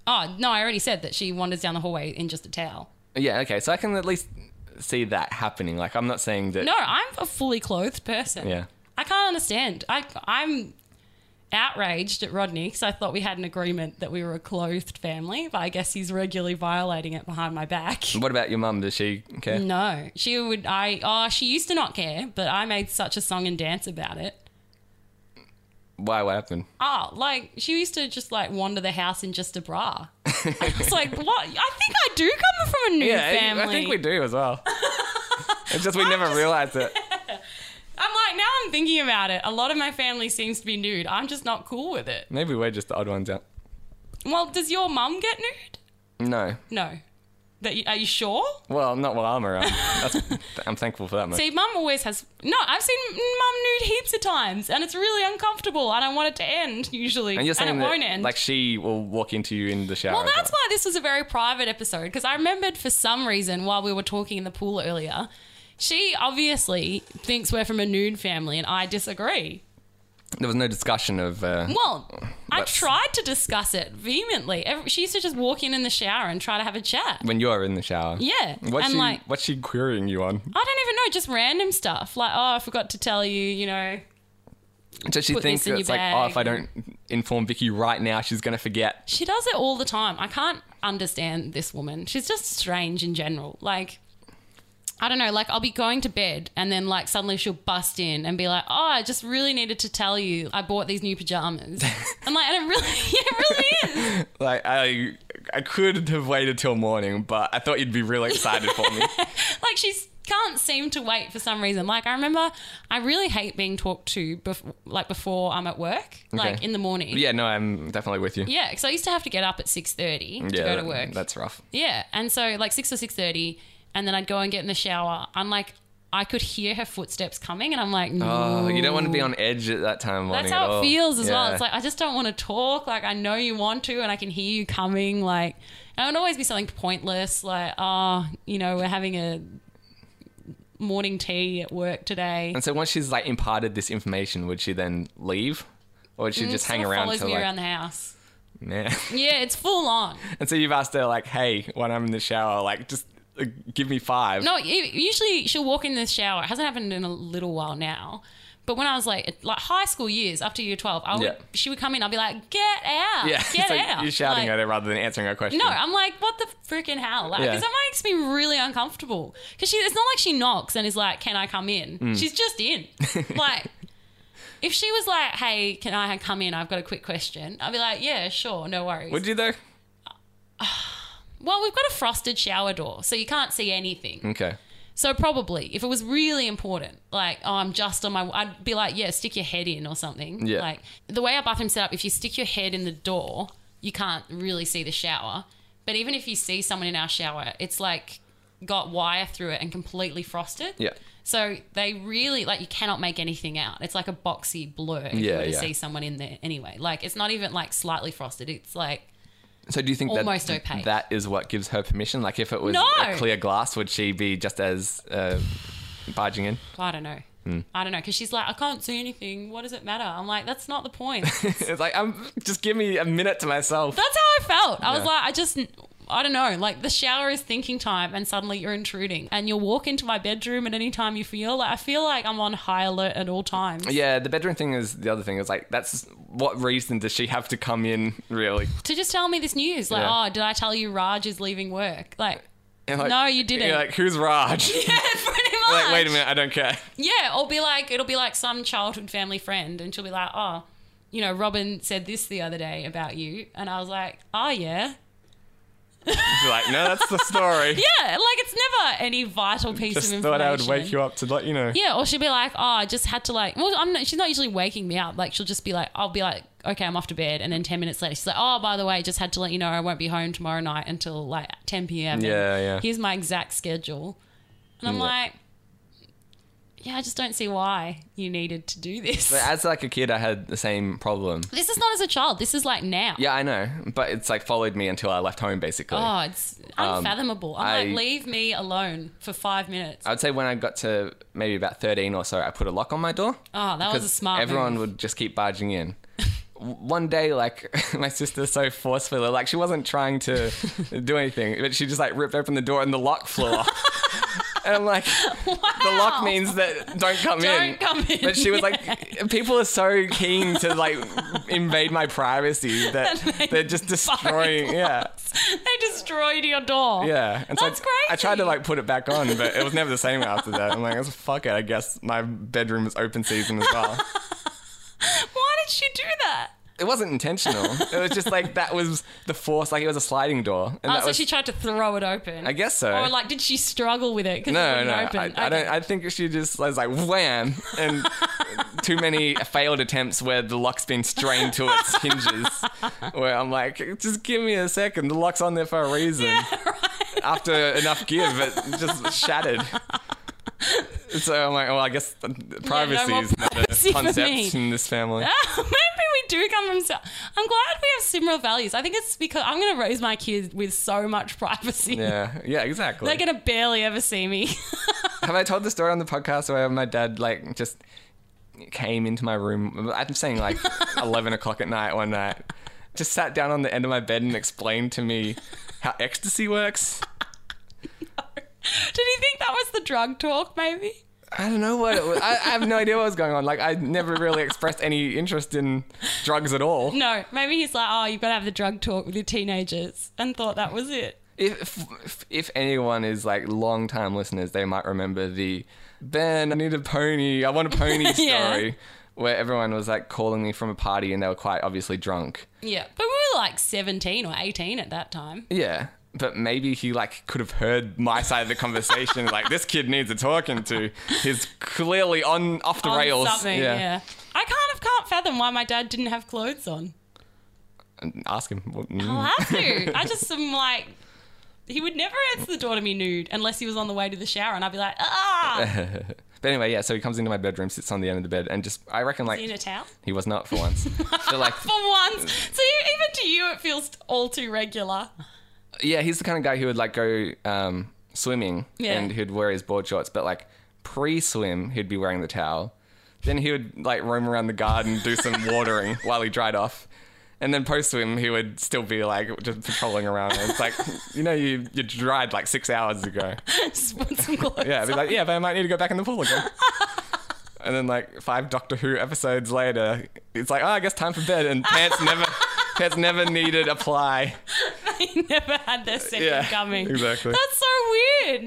Speaker 2: Oh no, I already said that she wanders down the hallway in just a towel.
Speaker 1: Yeah, okay. So I can at least see that happening. Like, I'm not saying that.
Speaker 2: No, I'm a fully clothed person.
Speaker 1: Yeah.
Speaker 2: I can't understand. I I'm outraged at Rodney because I thought we had an agreement that we were a clothed family, but I guess he's regularly violating it behind my back.
Speaker 1: What about your mum? Does she care?
Speaker 2: No, she would. I oh, she used to not care, but I made such a song and dance about it.
Speaker 1: Why? What happened?
Speaker 2: Oh, like she used to just like wander the house in just a bra. I was like, what? I think I do come from a new
Speaker 1: Yeah, I-
Speaker 2: family.
Speaker 1: I think we do as well. it's just we never realized it.
Speaker 2: I'm like, now I'm thinking about it. A lot of my family seems to be nude. I'm just not cool with it.
Speaker 1: Maybe we're just the odd ones out.
Speaker 2: Well, does your mum get nude?
Speaker 1: No.
Speaker 2: No. That you, are you sure?
Speaker 1: Well, not while I'm around. That's, I'm thankful for that much.
Speaker 2: See, mum always has. No, I've seen mum nude heaps of times, and it's really uncomfortable. And I want it to end usually,
Speaker 1: and
Speaker 2: and,
Speaker 1: you're saying
Speaker 2: it
Speaker 1: that,
Speaker 2: won't end.
Speaker 1: like, she will walk into you in the shower.
Speaker 2: well,
Speaker 1: as
Speaker 2: that's why this was a very private episode because I remembered for some reason while we were talking in the pool earlier, she obviously thinks we're from a nude family, and I disagree.
Speaker 1: There was no discussion of. Uh,
Speaker 2: Well, I
Speaker 1: That's-
Speaker 2: tried to discuss it vehemently. Every, she used to just walk in in the shower and try to have a chat.
Speaker 1: when you're in the shower.
Speaker 2: Yeah,
Speaker 1: What's
Speaker 2: and
Speaker 1: she,
Speaker 2: like-
Speaker 1: what's she querying you on?
Speaker 2: I don't even know, just random stuff like, oh, I forgot to tell you, you know.
Speaker 1: Does she
Speaker 2: put
Speaker 1: think
Speaker 2: this in
Speaker 1: that
Speaker 2: your
Speaker 1: it's like, oh,
Speaker 2: bag
Speaker 1: if I don't inform Vicky right now, she's going to forget?
Speaker 2: She does it all the time. I can't understand this woman. She's just strange in general. Like, I don't know, like I'll be going to bed and then like suddenly she'll bust in and be like, "Oh, I just really needed to tell you I bought these new pajamas." I'm like, and it really, yeah, it really is.
Speaker 1: Like I, I could have waited till morning, but I thought you'd be really excited for me.
Speaker 2: like she can't seem to wait for some reason. Like I remember, I really hate being talked to, bef- like before I'm at work, like in the morning.
Speaker 1: Yeah, no, I'm definitely with you.
Speaker 2: yeah. Because I used to have to get up at six thirty to go to
Speaker 1: that-
Speaker 2: work.
Speaker 1: That's rough.
Speaker 2: yeah, and so like six or six thirty, and then I'd go and get in the shower. I'm like, I could hear her footsteps coming, and I'm like, no.
Speaker 1: Oh, you don't want to be on edge at that time of morning.
Speaker 2: That's
Speaker 1: at
Speaker 2: how
Speaker 1: all.
Speaker 2: it feels as well.
Speaker 1: Yeah.
Speaker 2: It's like I just don't want to talk. Like I know you want to, and I can hear you coming. Like and it would always be something pointless. Like oh, you know, we're having a morning tea at work today.
Speaker 1: and so once she's like imparted this information, would she then leave, or would Mm, she just hang
Speaker 2: Sort of
Speaker 1: around
Speaker 2: Mm, Follows
Speaker 1: till
Speaker 2: me
Speaker 1: like?
Speaker 2: around the house.
Speaker 1: Yeah.
Speaker 2: Yeah, it's full on.
Speaker 1: and so you've asked her like, hey, when I'm in the shower, like just uh, give me five.
Speaker 2: No, u- usually she'll walk in the shower. It hasn't happened in a little while now. But when I was like, like high school years, after year twelve, I would,
Speaker 1: Yeah.
Speaker 2: she would come in. I'd be like, "Get out!
Speaker 1: Yeah,
Speaker 2: Get
Speaker 1: it's like
Speaker 2: out!"
Speaker 1: You're shouting
Speaker 2: Like,
Speaker 1: at her rather than answering her question.
Speaker 2: No, I'm like, what the freaking hell? Like,
Speaker 1: Yeah.
Speaker 2: 'cause that makes me really uncomfortable. Because she, it's not like she knocks and is like, "Can I come in?"
Speaker 1: Mm.
Speaker 2: She's just in. like, if she was like, "Hey, can I come in? I've got a quick question," I'd be like, "Yeah, sure, no worries."
Speaker 1: Would you though?
Speaker 2: well, we've got a frosted shower door, so you can't see anything.
Speaker 1: Okay.
Speaker 2: So probably, if it was really important, like oh, I'm just on my, I'd be like, yeah, stick your head in or something.
Speaker 1: Yeah.
Speaker 2: Like the way our bathroom's set up, if you stick your head in the door, you can't really see the shower. But even if you see someone in our shower, it's like got wire through it and completely frosted.
Speaker 1: Yeah.
Speaker 2: So they really like you cannot make anything out. It's like a boxy blur. If you
Speaker 1: Yeah,
Speaker 2: were to
Speaker 1: yeah.
Speaker 2: see someone in there anyway. Like it's not even like slightly frosted. It's like
Speaker 1: So do you think
Speaker 2: Almost
Speaker 1: that
Speaker 2: opaque.
Speaker 1: that is what gives her permission? Like if it was
Speaker 2: No.
Speaker 1: a clear glass, would she be just as uh, barging in?
Speaker 2: I don't know.
Speaker 1: Hmm.
Speaker 2: I don't know because she's like, I can't see anything. What does it matter? I'm like, that's not the point.
Speaker 1: it's like I'm just give me a minute to myself.
Speaker 2: That's how I felt. I was
Speaker 1: Yeah.
Speaker 2: like, I just, I don't know. Like the shower is thinking time, and suddenly you're intruding, and you'll walk into my bedroom at any time you feel. Like I feel like I'm on high alert at all times.
Speaker 1: yeah, the bedroom thing is the other thing. It's like that's what reason does she have to come in really?
Speaker 2: to just tell me this news. Like,
Speaker 1: Yeah.
Speaker 2: oh, did I tell you Raj is leaving work? Like,
Speaker 1: And like,
Speaker 2: No, you didn't.
Speaker 1: You're like, who's Raj?
Speaker 2: yeah, pretty much.
Speaker 1: like, wait a minute, I don't care.
Speaker 2: Yeah, or be like, it'll be like some childhood family friend, and she'll be like, oh, you know, Robin said this the other day about you, and I was like, oh yeah,
Speaker 1: She's like, no, that's the story.
Speaker 2: yeah. Like, it's never any vital piece
Speaker 1: Just
Speaker 2: of information.
Speaker 1: thought I would wake you up to let you know.
Speaker 2: Yeah, or she'll be like, oh, I just had to like. Well, I'm not, she's not usually waking me up. Like, she'll just be like, I'll be like, okay, I'm off to bed, and then ten minutes later, she's like, oh, by the way, just had to let you know I won't be home tomorrow night until like 10 p.m. and
Speaker 1: Yeah, yeah.
Speaker 2: Here's my exact schedule, and I'm
Speaker 1: Yeah.
Speaker 2: like, yeah, I just don't see why you needed to do this.
Speaker 1: But as like a kid, I had the same problem.
Speaker 2: This is not as a child. This is like now.
Speaker 1: Yeah, I know, but it's like followed me until I left home basically.
Speaker 2: Oh, it's unfathomable. I'm
Speaker 1: Um, I-
Speaker 2: like, leave me alone for five minutes.
Speaker 1: I would say when I got to maybe about 13 or so, I put a lock on my door.
Speaker 2: Oh, that was a
Speaker 1: because
Speaker 2: smart
Speaker 1: Everyone
Speaker 2: move.
Speaker 1: would just keep barging in. W- One day, like my sister's so forceful, like she wasn't trying to do anything, but she just like ripped open the door and the lock flew off. and I'm like, Uh, the
Speaker 2: Wow.
Speaker 1: lock means that don't come in.
Speaker 2: Don't come in,
Speaker 1: But she was
Speaker 2: yeah.
Speaker 1: like, people are so keen to like invade my privacy that
Speaker 2: they
Speaker 1: they're just destroying. Yeah,
Speaker 2: they destroyed your door.
Speaker 1: yeah. And so
Speaker 2: That's
Speaker 1: I, I tried to
Speaker 2: crazy.
Speaker 1: like put it back on, but it was never the same after that. I'm like, fuck it. I guess my bedroom is open season as well.
Speaker 2: Why did she do that?
Speaker 1: It wasn't intentional. It was just like that was the force. Like it was a sliding door, and
Speaker 2: Oh,
Speaker 1: that
Speaker 2: so
Speaker 1: was.
Speaker 2: she tried to throw it open.
Speaker 1: I guess so.
Speaker 2: Or like, did she struggle with it? 'cause it
Speaker 1: no,
Speaker 2: wouldn't
Speaker 1: no. I,
Speaker 2: open?
Speaker 1: I don't.
Speaker 2: Okay.
Speaker 1: I think she just was like wham, and too many failed attempts where the lock's been strained to its hinges. Where I'm like, just give me a second. The lock's on there for a reason. After enough give, it just shattered. So I'm like, well, I guess privacy
Speaker 2: more
Speaker 1: is not
Speaker 2: privacy
Speaker 1: a
Speaker 2: for
Speaker 1: concept
Speaker 2: me. Ah.
Speaker 1: in this family.
Speaker 2: Maybe we do come from. se- I'm glad we have similar values. I think it's because I'm going to raise my kids with so much privacy.
Speaker 1: Yeah, yeah, exactly.
Speaker 2: They're going to barely ever see me.
Speaker 1: Have I told the story on the podcast where my dad like just came into my room? I'm saying like eleven o'clock at night one night. Just sat down on the end of my bed and explained to me how ecstasy works.
Speaker 2: Did he think that was the drug talk? Maybe.
Speaker 1: I don't know what it was. I, I have no idea what was going on. Like I never really expressed any interest in drugs at all.
Speaker 2: No, maybe he's like, oh, you've got to have the drug talk with your teenagers, and thought that was it.
Speaker 1: If if, if anyone is like long time listeners, they might remember the Ben, I need a pony. I want a pony story.
Speaker 2: Yeah.
Speaker 1: Where everyone was like calling me from a party and they were quite obviously drunk.
Speaker 2: Yeah, but we were like 17 or 18 at that time.
Speaker 1: Yeah, but maybe he like could have heard my side of the conversation. like this kid needs a talking to. He's clearly on off the
Speaker 2: On
Speaker 1: rails.
Speaker 2: Something, yeah. I kind of can't fathom why my dad didn't have clothes on.
Speaker 1: And Ask him. what- mm.
Speaker 2: I'll have to. I just am like, he would never answer the door to me nude unless he was on the way to the shower, and I'd be like, ah,
Speaker 1: But anyway, yeah. So he comes into my bedroom, sits on the end of the bed, and just I reckon like
Speaker 2: in a towel.
Speaker 1: he was not for once. so like
Speaker 2: For once, so you, even to you, it feels all too regular.
Speaker 1: yeah, he's the kind of guy who would like go um, swimming
Speaker 2: Yeah.
Speaker 1: and he'd wear his board shorts, but like pre-swim he'd be wearing the towel. Then he would like roam around the garden, do some watering while he dried off, and then post-swim he would still be like just patrolling around. It's like you know you you dried like six hours ago.
Speaker 2: Just put some clothes.
Speaker 1: Yeah, I'd
Speaker 2: on.
Speaker 1: be like yeah, but I might need to go back in the pool again. And then like five Doctor Who episodes later, it's like oh I guess time for bed, and pants never pants never needed apply.
Speaker 2: He never had their second
Speaker 1: Yeah,
Speaker 2: coming.
Speaker 1: exactly.
Speaker 2: That's so weird.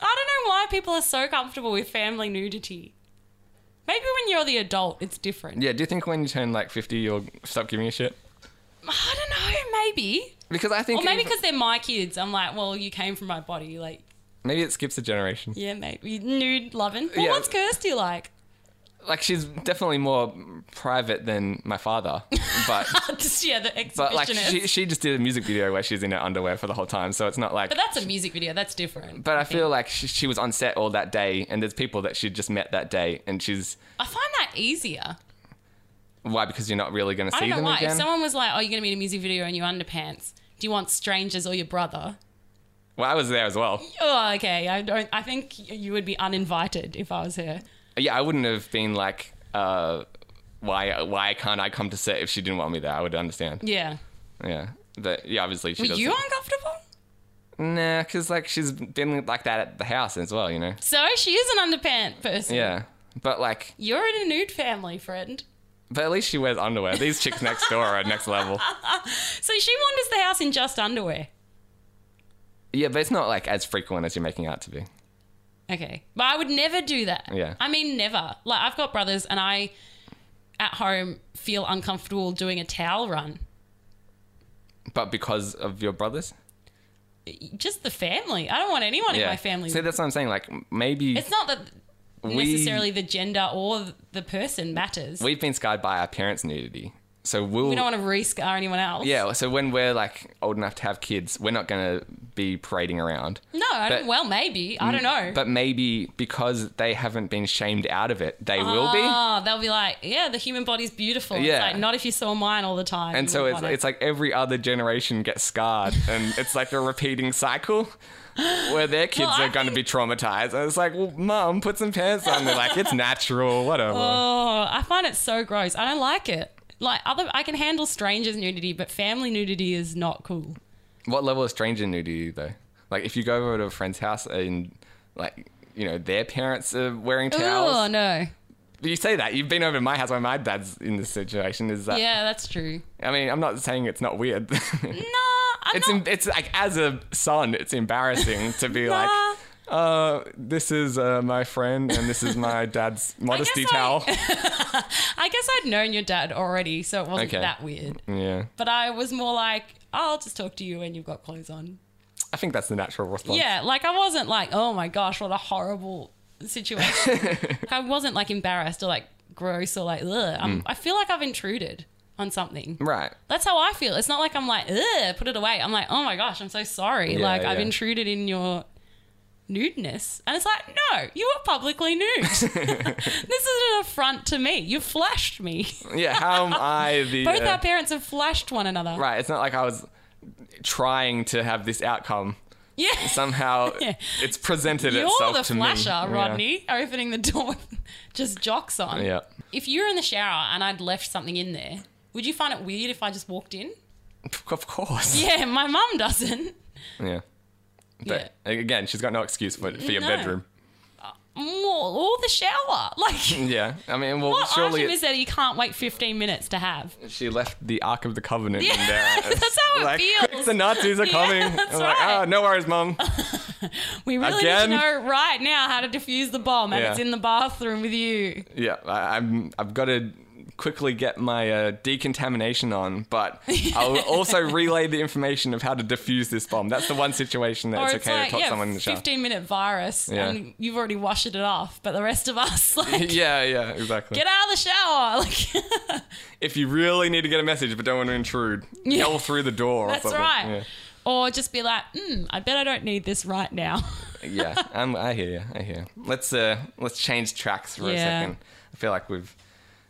Speaker 2: I don't know why people are so comfortable with family nudity. Maybe when you're the adult, it's different.
Speaker 1: Yeah, do you think when you turn like 50, you'll stop giving a shit?
Speaker 2: I don't know, maybe.
Speaker 1: Because I think
Speaker 2: Or maybe
Speaker 1: if-
Speaker 2: because they're my kids. I'm like, well, you came from my body. Like,
Speaker 1: maybe it skips a generation.
Speaker 2: yeah, maybe. Nude loving. Well,
Speaker 1: Yeah.
Speaker 2: what's Kirsty like?
Speaker 1: Like she's definitely more private than my father, but
Speaker 2: Uh, Just, yeah, the exhibitionist.
Speaker 1: but
Speaker 2: But,
Speaker 1: like she she just did a music video where she's in her underwear for the whole time, so it's not like. But,
Speaker 2: that's a music video. That's different.
Speaker 1: I
Speaker 2: think.
Speaker 1: feel like she, she was on set all that day, and there's people that she just met that day, and she's
Speaker 2: I find that easier.
Speaker 1: why because you're not really going to
Speaker 2: I
Speaker 1: see
Speaker 2: don't know
Speaker 1: them
Speaker 2: why.
Speaker 1: again.
Speaker 2: If someone was like, oh, you're going to be in a music video in your underpants, do you want strangers or your brother?
Speaker 1: well, I was there as well.
Speaker 2: Oh, okay. I don't. I think you would be uninvited if I was her.
Speaker 1: Yeah, I wouldn't have been like, uh, why why can't I come to set if she didn't want me there? I would understand.
Speaker 2: Yeah.
Speaker 1: Yeah, but yeah, obviously she
Speaker 2: Were
Speaker 1: doesn't.
Speaker 2: you uncomfortable?
Speaker 1: Nah, because like she's been like that at the house as well, you know.
Speaker 2: So she is an underpant person.
Speaker 1: Yeah, but like,
Speaker 2: You're in a nude family, friend.
Speaker 1: But at least she wears underwear. These chicks next door are next level.
Speaker 2: So she wanders the house in just underwear.
Speaker 1: Yeah, but it's not like as frequent as you're making out to be.
Speaker 2: Okay. But I would never do that.
Speaker 1: Yeah.
Speaker 2: I mean, never. Like, I've got brothers, and I at home feel uncomfortable doing a towel run.
Speaker 1: But because of your brothers?
Speaker 2: Just the family. I don't want anyone in my family.
Speaker 1: See, that's what I'm saying. Like, m- maybe
Speaker 2: it's not that
Speaker 1: We-
Speaker 2: necessarily the gender or the person matters. We,
Speaker 1: we've been scarred by our parents' nudity. So we'll.
Speaker 2: don't want to re-scar anyone else.
Speaker 1: yeah, so when we're like old enough to have kids, we're not going to be parading around.
Speaker 2: No, I
Speaker 1: But- Mm,
Speaker 2: don't, well, maybe. I don't know.
Speaker 1: But maybe because they haven't been shamed out of it, they will be.
Speaker 2: Oh, they'll be like, yeah, the human body's beautiful. It's
Speaker 1: Yeah.
Speaker 2: like, not if you saw mine all the time.
Speaker 1: And
Speaker 2: you
Speaker 1: so
Speaker 2: wouldn't
Speaker 1: it's,
Speaker 2: want it.
Speaker 1: it's like every other generation gets scarred, and it's like a repeating cycle where their kids
Speaker 2: I
Speaker 1: are going to be traumatized. And it's like, well, mom, put some pants on. They're like, it's natural, whatever.
Speaker 2: Oh, I find it so gross. I don't like it. Like other, I can handle strangers nudity, but family nudity is not cool.
Speaker 1: What level of stranger nudity, though? Like, if you go over to a friend's house and, like, you know, their parents are wearing
Speaker 2: Oh
Speaker 1: towels.
Speaker 2: no,
Speaker 1: But You say that. You've been over to my house where my dad's in this situation. Is that.
Speaker 2: yeah, that's true.
Speaker 1: I mean, I'm not saying it's not weird.
Speaker 2: Nah, I'm
Speaker 1: it's,
Speaker 2: not.
Speaker 1: em- it's like, as a son, it's embarrassing to be like,
Speaker 2: nah.
Speaker 1: Uh, this is uh, my friend, and this is my dad's
Speaker 2: I-
Speaker 1: modesty towel.
Speaker 2: I guess I'd known your dad already, so it wasn't
Speaker 1: Okay.
Speaker 2: that weird.
Speaker 1: yeah,
Speaker 2: But I was more like, I'll just talk to you when you've got clothes on.
Speaker 1: I think that's the natural response.
Speaker 2: Yeah, like I wasn't like, oh my gosh, what a horrible situation. Like, I wasn't like embarrassed or like gross or like, ugh. I'm,
Speaker 1: Hmm.
Speaker 2: I feel like I've intruded on something.
Speaker 1: Right.
Speaker 2: That's how I feel. It's not like I'm like, ugh, put it away. I'm like, oh my gosh, I'm so sorry.
Speaker 1: Yeah,
Speaker 2: like, I've
Speaker 1: yeah.
Speaker 2: intruded in your nudeness. And it's like, no, you were publicly nude. this is an affront to me. You flashed me.
Speaker 1: Yeah. How am I the?
Speaker 2: Both
Speaker 1: uh,
Speaker 2: our parents have flashed one another.
Speaker 1: right. It's not like I was trying to have this outcome.
Speaker 2: Yeah.
Speaker 1: Somehow,
Speaker 2: Yeah.
Speaker 1: it's presented
Speaker 2: You're
Speaker 1: itself
Speaker 2: the
Speaker 1: to
Speaker 2: flasher,
Speaker 1: me.
Speaker 2: Rodney, opening the door with just jocks on.
Speaker 1: Yeah. yeah.
Speaker 2: If you were in the shower and I'd left something in there, would you find it weird if I just walked in?
Speaker 1: Of course.
Speaker 2: Yeah, my mum doesn't.
Speaker 1: Yeah. But again, she's got no excuse for, for your
Speaker 2: No.
Speaker 1: bedroom.
Speaker 2: More, or the shower. Like,
Speaker 1: Yeah. I mean, well,
Speaker 2: What
Speaker 1: surely
Speaker 2: item is that you can't wait 15 minutes to have?
Speaker 1: she left the Ark of the Covenant in
Speaker 2: Yeah,
Speaker 1: there.
Speaker 2: that's how it
Speaker 1: like,
Speaker 2: feels.
Speaker 1: The Nazis are coming.
Speaker 2: that's
Speaker 1: I'm like,
Speaker 2: right.
Speaker 1: oh, no worries, mom.
Speaker 2: We really
Speaker 1: Again?
Speaker 2: need to know right now how to defuse the bomb, and
Speaker 1: Yeah.
Speaker 2: it's in the bathroom with you.
Speaker 1: Yeah, I, I'm. I've got to quickly get my uh, decontamination on, but I'll also relay the information of how to defuse this bomb. That's the one situation that it's, okay to talk someone in the shower.
Speaker 2: 15 minute virus,
Speaker 1: Yeah.
Speaker 2: and you've already washed it off, but the rest of us, like,
Speaker 1: Yeah, yeah, exactly.
Speaker 2: get out of the shower. Like,
Speaker 1: if you really need to get a message but don't want to intrude, yell through the door.
Speaker 2: that's
Speaker 1: or something.
Speaker 2: right. Or just be like, hmm, I bet I don't need this right now.
Speaker 1: Yeah, yeah. I'm, I hear you. I hear. You. Let's uh, let's change tracks for a
Speaker 2: Yeah.
Speaker 1: second. I feel like we've.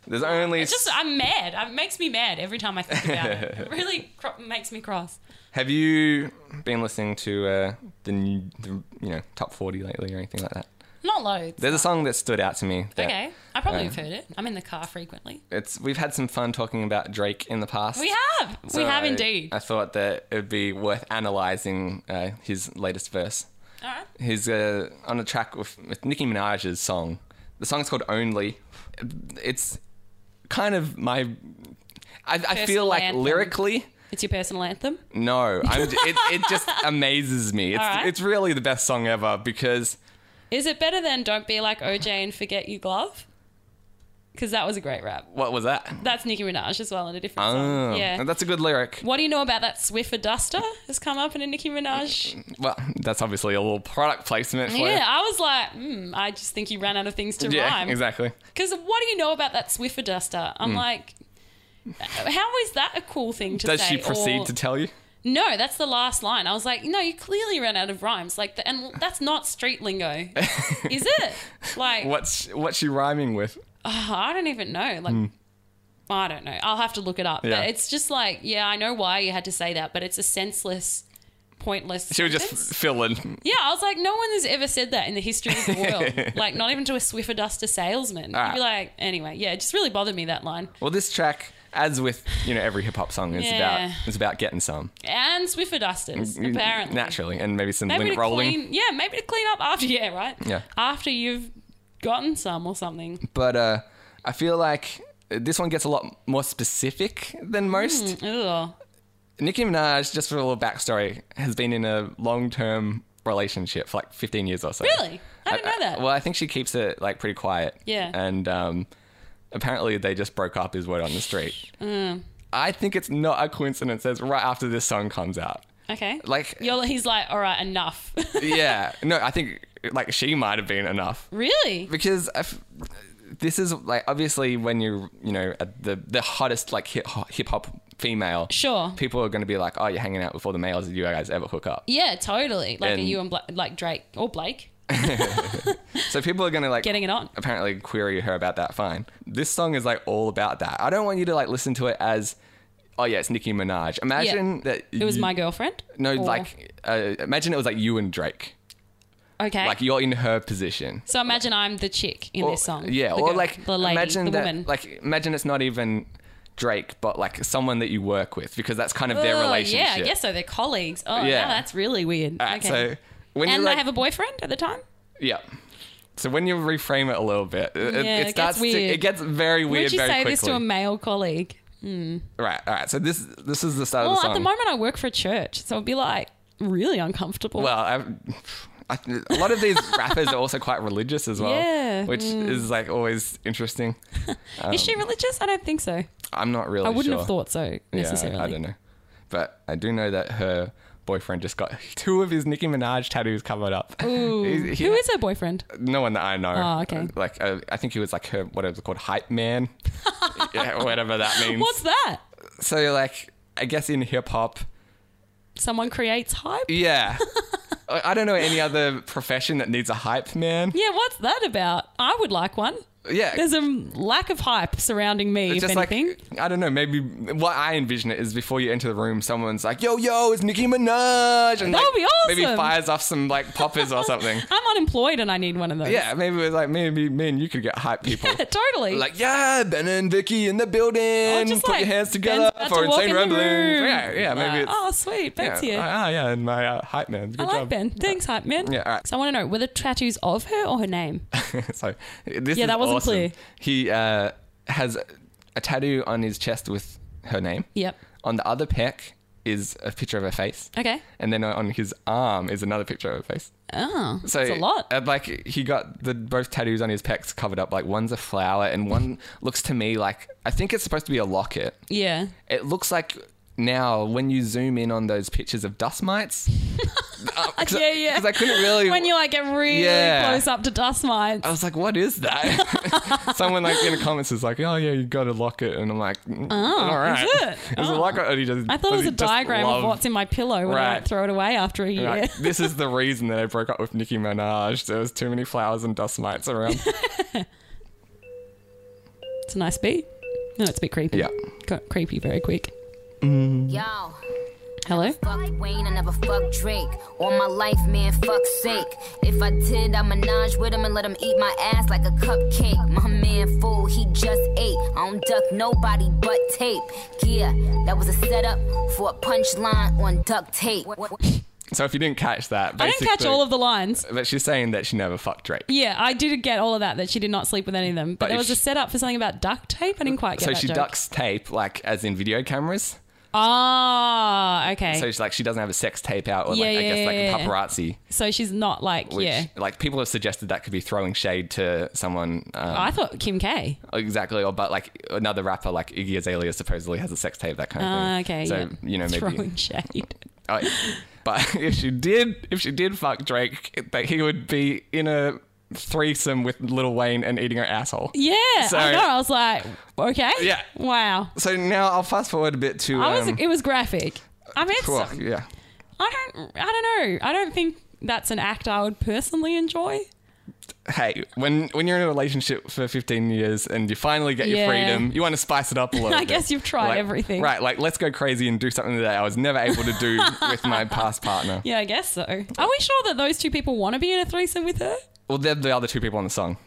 Speaker 1: There's only.
Speaker 2: It's just, uh I'm mad. It makes me mad every time I think about it. It really cro- makes me cross.
Speaker 1: Have you been listening to uh, the, new, the you know top forty lately or anything like that?
Speaker 2: Not loads.
Speaker 1: There's a song that stood out to me. That
Speaker 2: okay. I probably
Speaker 1: Uh,
Speaker 2: have heard it. I'm in the car frequently.
Speaker 1: It's we've had some fun talking about Drake in the past.
Speaker 2: We have.
Speaker 1: So
Speaker 2: we have
Speaker 1: I-
Speaker 2: indeed.
Speaker 1: I thought that it'd be worth analyzing uh, his latest verse.
Speaker 2: All right.
Speaker 1: He's uh, on a track with, with Nicki Minaj's song. The song's called Only. It's kind of my. I, I feel
Speaker 2: Personal
Speaker 1: like
Speaker 2: anthem.
Speaker 1: lyrically,
Speaker 2: It's your personal anthem.
Speaker 1: no. I'm, it, it just amazes me. It's,
Speaker 2: Alright.
Speaker 1: it's really the best song ever because
Speaker 2: Is it better than "Don't Be Like OJ and Forget You Glove"? Because that was a great rap.
Speaker 1: what was that?
Speaker 2: That's Nicki Minaj as well in a different
Speaker 1: Oh,
Speaker 2: song. Yeah.
Speaker 1: That's a good lyric.
Speaker 2: What do you know about that Swiffer Duster? Has come up in a Nicki Minaj.
Speaker 1: Well, that's obviously a little product placement for you.
Speaker 2: Yeah, I was like, hmm, I just think he ran out of things to
Speaker 1: Yeah,
Speaker 2: rhyme.
Speaker 1: exactly.
Speaker 2: Because what do you know about that Swiffer Duster?
Speaker 1: Hmm.
Speaker 2: I'm like, how is that a cool thing to
Speaker 1: Does
Speaker 2: say?
Speaker 1: she proceed
Speaker 2: or-
Speaker 1: to tell you?
Speaker 2: No, that's the last line. I was like, no, you clearly ran out of rhymes. Like, the, and that's not street lingo, is it? Like,
Speaker 1: What's what's she rhyming with?
Speaker 2: oh, I don't even know. Like, I don't know. I'll have to look it up.
Speaker 1: Hmm. Yeah.
Speaker 2: But it's just like, yeah, I know why you had to say that, but it's a senseless, pointless.
Speaker 1: She was just
Speaker 2: sentence.
Speaker 1: filling.
Speaker 2: Yeah, I was like, no one has ever said that in the history of the world. like, not even to a Swiffer Duster salesman.
Speaker 1: Ah.
Speaker 2: You'd be like, anyway, yeah, it just really bothered me that line.
Speaker 1: Well, this track, as with you know every hip hop song, is
Speaker 2: Yeah.
Speaker 1: about is about getting some
Speaker 2: And Swiffer Dusters,
Speaker 1: Mm,
Speaker 2: apparently.
Speaker 1: naturally, and maybe some
Speaker 2: Maybe
Speaker 1: lint
Speaker 2: to
Speaker 1: rolling.
Speaker 2: clean, yeah, maybe to clean up after, yeah, right?
Speaker 1: Yeah.
Speaker 2: After you've gotten some or something.
Speaker 1: But uh, I feel like this one gets a lot more specific than most.
Speaker 2: Ugh. Hmm.
Speaker 1: Nicki Minaj, just for a little backstory, has been in a long term relationship for like 15 years or so.
Speaker 2: Really? I didn't know that.
Speaker 1: well, I think she keeps it like pretty quiet.
Speaker 2: Yeah.
Speaker 1: And um, apparently they just broke up, is word on the street.
Speaker 2: Mm.
Speaker 1: I think it's not a coincidence that's right after this song comes out.
Speaker 2: okay.
Speaker 1: Like,
Speaker 2: You're, he's like, all right, enough.
Speaker 1: yeah. No, I think like she might have been enough
Speaker 2: really?
Speaker 1: because I f- this is like obviously when you're you know at the the hottest like hip hop female
Speaker 2: Sure.
Speaker 1: people are going to be like oh you're hanging out with all the males that you guys ever hook up
Speaker 2: Yeah, totally. Like,
Speaker 1: And-
Speaker 2: are you and Bla- like Drake or Blake
Speaker 1: so people are going to like
Speaker 2: getting it on?
Speaker 1: apparently query her about that fine this song is like all about that i don't want you to like listen to it as oh yeah it's nicki minaj imagine that
Speaker 2: It was
Speaker 1: you-
Speaker 2: my girlfriend.
Speaker 1: no
Speaker 2: Or-
Speaker 1: like uh, imagine it was like you and drake
Speaker 2: okay.
Speaker 1: like you're in her position
Speaker 2: so imagine I'm the chick in this song.
Speaker 1: Yeah,
Speaker 2: The
Speaker 1: or
Speaker 2: girl-
Speaker 1: like
Speaker 2: the lady,
Speaker 1: imagine
Speaker 2: the
Speaker 1: that,
Speaker 2: woman.
Speaker 1: like imagine it's not even Drake, but like someone that you work with because that's kind of their
Speaker 2: Ugh,
Speaker 1: relationship.
Speaker 2: Oh, Yeah, I guess so. They're colleagues. Oh, yeah,
Speaker 1: Yeah.
Speaker 2: that's really weird.
Speaker 1: All right,
Speaker 2: okay.
Speaker 1: So when
Speaker 2: and
Speaker 1: you like,
Speaker 2: they have a boyfriend at the time.
Speaker 1: yeah. So when you reframe it a little bit, it,
Speaker 2: Yeah,
Speaker 1: it,
Speaker 2: it
Speaker 1: starts
Speaker 2: gets
Speaker 1: to,
Speaker 2: weird.
Speaker 1: it gets very weird
Speaker 2: Would you
Speaker 1: very
Speaker 2: say
Speaker 1: quickly.
Speaker 2: this to a male colleague?
Speaker 1: right, all right. So this this is the start of
Speaker 2: Well,
Speaker 1: the song.
Speaker 2: Oh, at the moment, I work for a church, so it'd be like really uncomfortable.
Speaker 1: well, I, I, a lot of these rappers are also quite religious as well,
Speaker 2: Yeah, mm.
Speaker 1: which is like always interesting.
Speaker 2: is she religious? I don't think so.
Speaker 1: I'm not really
Speaker 2: I wouldn't
Speaker 1: um, sure.
Speaker 2: have thought so necessarily.
Speaker 1: Yeah, I don't know. But I do know that her boyfriend just got two of his Nicki Minaj tattoos covered up. He- he-
Speaker 2: Who is her boyfriend?
Speaker 1: No one that I know.
Speaker 2: Oh, okay.
Speaker 1: Like, uh, I think he was like her, what it was called, hype man. yeah, whatever that means.
Speaker 2: What's that?
Speaker 1: So, like, I guess in hip hop,
Speaker 2: Someone creates hype.
Speaker 1: yeah. I I don't know any other profession that needs a hype man.
Speaker 2: Yeah, what's that about? I would like one.
Speaker 1: Yeah.
Speaker 2: There's a lack of hype surrounding me,
Speaker 1: It's
Speaker 2: if
Speaker 1: just like
Speaker 2: anything.
Speaker 1: I don't know. Maybe what I envision it is before you enter the room, someone's like, "Yo, yo, it's Nicki Minaj," and
Speaker 2: That
Speaker 1: like,
Speaker 2: would be
Speaker 1: maybe
Speaker 2: awesome.
Speaker 1: fires off some like poppers or something.
Speaker 2: I'm unemployed and I need one of those.
Speaker 1: Yeah, maybe it was like maybe me and you could get hype people.
Speaker 2: totally.
Speaker 1: Like, yeah, Ben and Vicky in the building.
Speaker 2: Oh,
Speaker 1: Put
Speaker 2: just like
Speaker 1: your hands
Speaker 2: Ben's
Speaker 1: together
Speaker 2: about
Speaker 1: for
Speaker 2: to walk
Speaker 1: insane
Speaker 2: in the
Speaker 1: rumblings.
Speaker 2: room.
Speaker 1: Yeah, yeah, maybe
Speaker 2: Like,
Speaker 1: it's.
Speaker 2: oh, sweet.
Speaker 1: yeah,
Speaker 2: Ben's here.
Speaker 1: Ah, yeah, and my uh, hype man. Good
Speaker 2: I like
Speaker 1: job.
Speaker 2: Ben. Thanks, hype man.
Speaker 1: Yeah, all right.
Speaker 2: So I want to know were the tattoos of her or her name?
Speaker 1: so this
Speaker 2: Yeah,
Speaker 1: is
Speaker 2: that wasn't
Speaker 1: awesome.
Speaker 2: clear.
Speaker 1: He uh, has a tattoo on his chest with her name.
Speaker 2: yep.
Speaker 1: On the other peck is a picture of her face.
Speaker 2: Okay.
Speaker 1: And then on his arm is another picture of her face.
Speaker 2: Oh,
Speaker 1: So
Speaker 2: that's a lot.
Speaker 1: uh, like he got the both tattoos on his pecs covered up. Like one's a flower, and one looks to me like I think it's supposed to be a locket.
Speaker 2: yeah.
Speaker 1: It looks like now when you zoom in on those pictures of dust mites. uh, cause I-
Speaker 2: Yeah, yeah.
Speaker 1: 'cause I couldn't really.
Speaker 2: When you like get really
Speaker 1: Yeah. Uh,
Speaker 2: close up to dust mites.
Speaker 1: I was like, what is that? Someone like in the comments is like, oh yeah, you got a locket, and I'm like, oh, all right.
Speaker 2: is it?
Speaker 1: It's a
Speaker 2: Oh.
Speaker 1: locket. Or he just,
Speaker 2: I thought it
Speaker 1: does
Speaker 2: was
Speaker 1: he
Speaker 2: a
Speaker 1: just
Speaker 2: diagram of
Speaker 1: love-
Speaker 2: what's in my pillow when I
Speaker 1: Right.
Speaker 2: don't throw it away after a year.
Speaker 1: Like, this is the reason that I broke up with Nicki Minaj. There was too many flowers and dust mites around.
Speaker 2: It's a nice beat. No, it's a bit creepy.
Speaker 1: Yeah.
Speaker 2: Got creepy very quick.
Speaker 4: Yo,
Speaker 2: Hello?
Speaker 4: fuck Wayne, I never fuck Drake. All my life, man, fuck's sake. If I did, I'd menage with him and let him eat my ass like a cupcake. My man, fool, he just ate. I don't duck nobody but tape. Yeah, that was a setup for a punchline on duct tape.
Speaker 1: So if you didn't catch that,
Speaker 2: I didn't catch
Speaker 1: basically-
Speaker 2: all of the lines.
Speaker 1: But she's saying that she never fucked Drake.
Speaker 2: Yeah, I did get all of that, that she did not sleep with any of them. But,
Speaker 1: But
Speaker 2: there
Speaker 1: if
Speaker 2: was a
Speaker 1: she-
Speaker 2: setup for something about duct tape. I didn't quite get
Speaker 1: So
Speaker 2: that
Speaker 1: she
Speaker 2: joke.
Speaker 1: ducks tape, like as in video cameras.
Speaker 2: Ah, okay.
Speaker 1: So she's like, she doesn't have a sex tape out, or
Speaker 2: Yeah,
Speaker 1: like I
Speaker 2: yeah,
Speaker 1: guess like
Speaker 2: yeah, yeah.
Speaker 1: a paparazzi.
Speaker 2: So she's not like,
Speaker 1: Which,
Speaker 2: yeah.
Speaker 1: like people have suggested that could be throwing shade to someone um,
Speaker 2: I thought Kim K.
Speaker 1: exactly, or but like another rapper like Iggy Azalea supposedly has a sex tape, that kind of
Speaker 2: Ah,
Speaker 1: thing.
Speaker 2: okay.
Speaker 1: So
Speaker 2: yeah.
Speaker 1: you know maybe.
Speaker 2: Throwing shade.
Speaker 1: Oh, yeah. but if she did, if she did fuck Drake, that he would be in a threesome with Little Wayne and eating her asshole.
Speaker 2: Yeah.
Speaker 1: So-
Speaker 2: I know. I was like, okay.
Speaker 1: Yeah.
Speaker 2: Wow.
Speaker 1: So now I'll fast forward a bit to.
Speaker 2: I was,
Speaker 1: um,
Speaker 2: it was graphic. I mean, it's,
Speaker 1: well, yeah.
Speaker 2: I don't, I don't know. I don't think that's an act I would personally enjoy.
Speaker 1: hey, when when you're in a relationship for 15 years and you finally get
Speaker 2: Yeah.
Speaker 1: your freedom, you want to spice it up a little.
Speaker 2: I
Speaker 1: bit.
Speaker 2: guess you've tried
Speaker 1: Like,
Speaker 2: everything.
Speaker 1: right? Like, let's go crazy and do something that I was never able to do with my past partner.
Speaker 2: Yeah, I guess so. Are we sure that those two people want to be in a threesome with her?
Speaker 1: Well, they're the other two people on the song,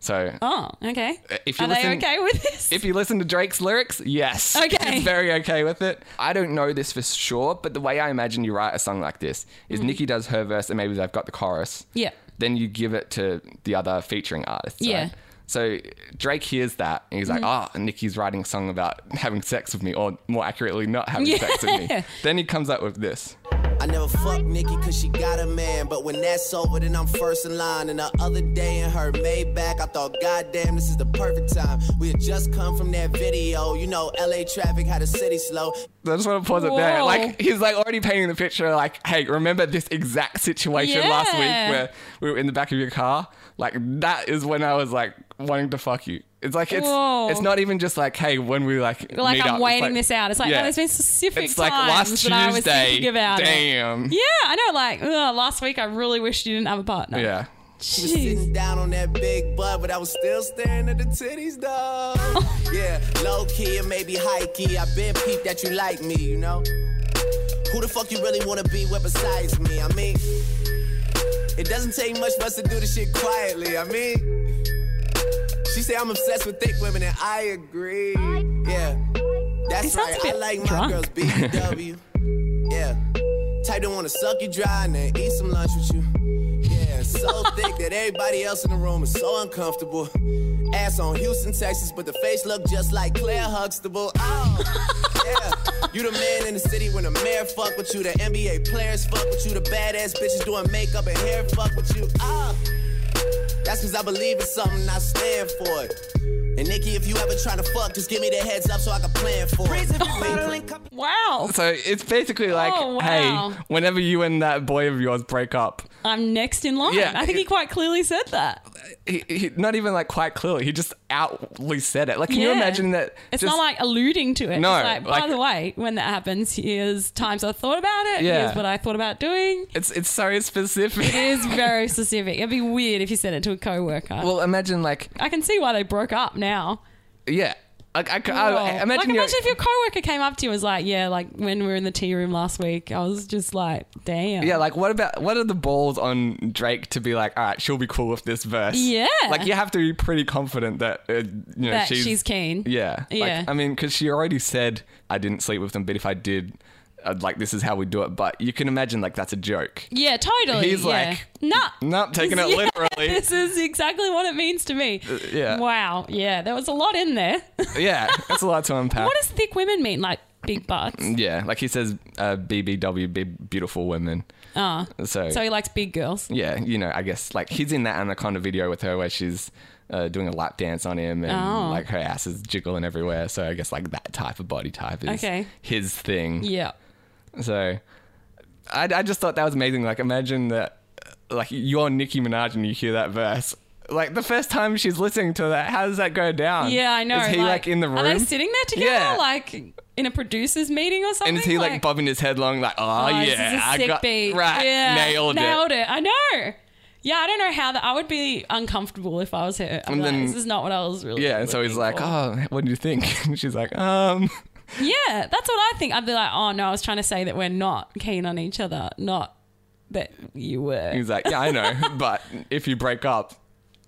Speaker 1: so
Speaker 2: Oh, okay.
Speaker 1: Uh, if you
Speaker 2: Are
Speaker 1: listen-
Speaker 2: they okay with this?
Speaker 1: If you listen to Drake's lyrics, yes.
Speaker 2: Okay.
Speaker 1: He's very okay with it. I don't know this for sure, but the way I imagine you write a song like this is Nicki does her verse and maybe they've got the chorus.
Speaker 2: Hmm. Yeah.
Speaker 1: Then you give it to the other featuring artists.
Speaker 2: Yeah. Hmm.
Speaker 1: right? So Drake hears that and he's like, ah, Nicki's writing a song about having sex with me, or more accurately, not having sex with me.
Speaker 2: Yeah.
Speaker 1: Then he comes up with this.
Speaker 5: I never fuck Nikki cause she got a man. But when that's over, then I'm first in line. And the other day in her Maybach, I thought, goddamn, this is the perfect time. We had just come from that video. You know, LA traffic had the city slow.
Speaker 1: I just want to pause it there.
Speaker 2: Whoa.
Speaker 1: Like he's like already painting the picture. Like, hey, remember this exact situation last week
Speaker 2: Yeah.
Speaker 1: where we were in the back of your car? Like that is when I was like wanting to fuck you. It's like it's
Speaker 2: Whoa.
Speaker 1: it's not even just like hey when we like
Speaker 2: Like
Speaker 1: meet up.
Speaker 2: I'm
Speaker 1: It's
Speaker 2: waiting
Speaker 1: like-
Speaker 2: this out. It's like
Speaker 1: yeah.
Speaker 2: no, there's been specific
Speaker 1: it's like
Speaker 2: times
Speaker 1: last
Speaker 2: that I was
Speaker 1: Tuesday.
Speaker 2: thinking about it.
Speaker 1: damn.
Speaker 2: Yeah, I know. Like ugh, last week, I really wished you didn't have a partner.
Speaker 1: Yeah.
Speaker 2: Jeez.
Speaker 5: Sitting down on that big butt, but I was still staring at the titties, though. yeah, low key and maybe high key. I been peeped that you like me, you know? Who the fuck you really wanna be with besides me? I mean, it doesn't take much for us to do this shit quietly. I mean, she say I'm obsessed with thick women, and I agree. Yeah,
Speaker 2: He
Speaker 5: that's
Speaker 2: sounds
Speaker 5: right.
Speaker 2: a bit
Speaker 5: I like my
Speaker 2: drunk.
Speaker 5: girls BBW. yeah, type that wanna suck you dry and then eat some lunch with you. Yeah, so thick that everybody else in the room is so uncomfortable. Ass on Houston, Texas, but the face look just like Claire Huxtable. Oh, yeah. You the man in the city when the mayor fuck with you, the NBA players fuck with you, the badass bitches doing makeup and hair fuck with you. Ah, that's cause I believe in something, I stand for it. And Nikki, if you ever try to fuck, just give me the heads up so I can plan for it.
Speaker 2: Wow.
Speaker 1: So it's basically like,
Speaker 2: Oh, wow.
Speaker 1: hey, whenever you and that boy of yours break up,
Speaker 2: I'm next in line.
Speaker 1: Yeah.
Speaker 2: I think he quite clearly said that.
Speaker 1: he, he not even like quite clearly, he just outly said it. Like, can you
Speaker 2: Yeah.
Speaker 1: imagine that?
Speaker 2: It's
Speaker 1: just-
Speaker 2: not like alluding to it.
Speaker 1: No,
Speaker 2: It's like, by
Speaker 1: like-
Speaker 2: the way, when that happens, here's times I thought about it.
Speaker 1: Yeah.
Speaker 2: Here's what I thought about doing.
Speaker 1: it's it's so specific.
Speaker 2: It is very specific. It'd be weird if you said it to a coworker.
Speaker 1: well, imagine like
Speaker 2: I can see why they broke up now.
Speaker 1: yeah, like I, c- I-
Speaker 2: Whoa.
Speaker 1: I- imagine,
Speaker 2: like,
Speaker 1: you're-
Speaker 2: imagine if your coworker came up to you and was like, "Yeah, like when we were in the tea room last week, I was just like, damn,
Speaker 1: yeah, like what about what are the balls on Drake to be like, all right, she'll be cool with this verse.
Speaker 2: Yeah.
Speaker 1: like you have to be pretty confident that uh, you know
Speaker 2: that
Speaker 1: she's,
Speaker 2: she's, keen."
Speaker 1: Yeah.
Speaker 2: Yeah.
Speaker 1: Like, I mean, because she already said, I didn't sleep with them, but if I did, I'd like, this is how we do it. But you can imagine, like, that's a joke.
Speaker 2: Yeah, totally.
Speaker 1: He's
Speaker 2: yeah.
Speaker 1: like,
Speaker 2: nah,
Speaker 1: Not taking it
Speaker 2: Yeah,
Speaker 1: literally. Uh,
Speaker 2: This is exactly what it means to me.
Speaker 1: yeah.
Speaker 2: Wow. Yeah, there was a lot in there.
Speaker 1: yeah. That's a lot to unpack.
Speaker 2: what does thick women mean? Like big butts.
Speaker 1: yeah. Like he says, uh, BBW, big, beautiful women.
Speaker 2: Ah.
Speaker 1: So,
Speaker 2: So he likes big girls.
Speaker 1: yeah, you know, I guess, like, he's in that Anaconda video with her where she's. Uh, doing a lap dance on him and
Speaker 2: Oh.
Speaker 1: like her ass is jiggling everywhere so i guess like that type of body type is
Speaker 2: Okay.
Speaker 1: his thing
Speaker 2: Yeah.
Speaker 1: So I, I just thought that was amazing. Like, imagine that, uh, like, you're Nicki Minaj and you hear that verse. Like, the first time she's listening to that, how does that go down?
Speaker 2: Yeah, I know.
Speaker 1: Is he, like, in the room?
Speaker 2: Are they sitting there together?
Speaker 1: Yeah.
Speaker 2: Like in a producer's meeting or something?
Speaker 1: and is he, like, bobbing his head along, like, oh,
Speaker 2: oh, this
Speaker 1: yeah,
Speaker 2: is a
Speaker 1: I
Speaker 2: sick
Speaker 1: got
Speaker 2: beat.
Speaker 1: right,
Speaker 2: Yeah.
Speaker 1: nailed,
Speaker 2: Nailed it. I know. Yeah, I don't know how that. I would be uncomfortable if I was her. I'm
Speaker 1: And
Speaker 2: like,
Speaker 1: then-
Speaker 2: this is not what I was really.
Speaker 1: Yeah, and so he's
Speaker 2: looking
Speaker 1: like,
Speaker 2: for.
Speaker 1: oh, what do you think? And she's like, um,
Speaker 2: Yeah, that's what I think. I'd be like, oh no, I was trying to say that we're not keen on each other, not that you were.
Speaker 1: he's like, yeah, I know, but if you break up,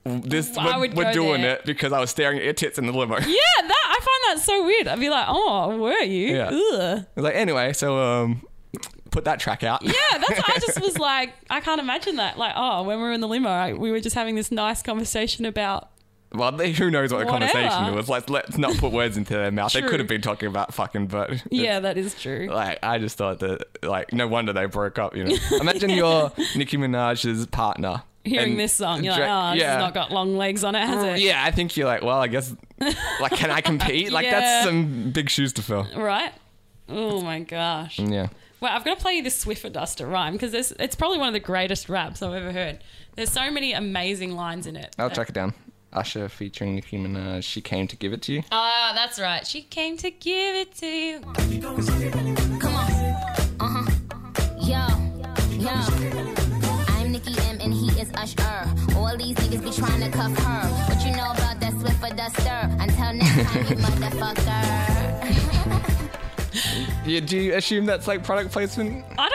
Speaker 1: this
Speaker 2: I
Speaker 1: we're,
Speaker 2: would
Speaker 1: we're
Speaker 2: go
Speaker 1: doing
Speaker 2: there.
Speaker 1: it because I was staring at your tits in the limo.
Speaker 2: Yeah, that I find that so weird. I'd be like, oh, were you?
Speaker 1: Yeah.
Speaker 2: Ugh.
Speaker 1: He's like, anyway, so um, put that track out.
Speaker 2: Yeah, that's. I just was like, I can't imagine that. Like, oh, when we were in the limo, I, we were just having this nice conversation about.
Speaker 1: Well, they, who knows what the
Speaker 2: Whatever.
Speaker 1: conversation was? Let's let's not put words into their mouth. They
Speaker 2: True.
Speaker 1: could have been talking about fucking, but
Speaker 2: Yeah, that is true.
Speaker 1: Like I just thought that, like, no wonder they broke up. You know, imagine you're Nicki Minaj's partner
Speaker 2: Hearing
Speaker 1: and
Speaker 2: this song, you're
Speaker 1: Drake-
Speaker 2: like, oh, this
Speaker 1: yeah,
Speaker 2: has not got long legs on it, has it?
Speaker 1: yeah. I think you're like, well, I guess, like, can I compete? Like, that's
Speaker 2: Yeah.
Speaker 1: some big shoes to fill.
Speaker 2: Right. Oh my gosh.
Speaker 1: Yeah,
Speaker 2: Well, I've got to play you this Swiffer Duster rhyme because it's probably one of the greatest raps I've ever heard. There's so many amazing lines in it.
Speaker 1: I'll track it down. Usher featuring Nicki Minaj. She came to give it to you.
Speaker 2: Ah, that's right. She came to give it to you.
Speaker 4: Come on. Uh huh. Yo. Yo. I'm Nikki M and he is Usher. All these niggas be trying to cuff her. What you know about that Swiffer Duster? Until next time, you motherfucker.
Speaker 1: Yeah, do you assume that's like product placement?
Speaker 2: I don't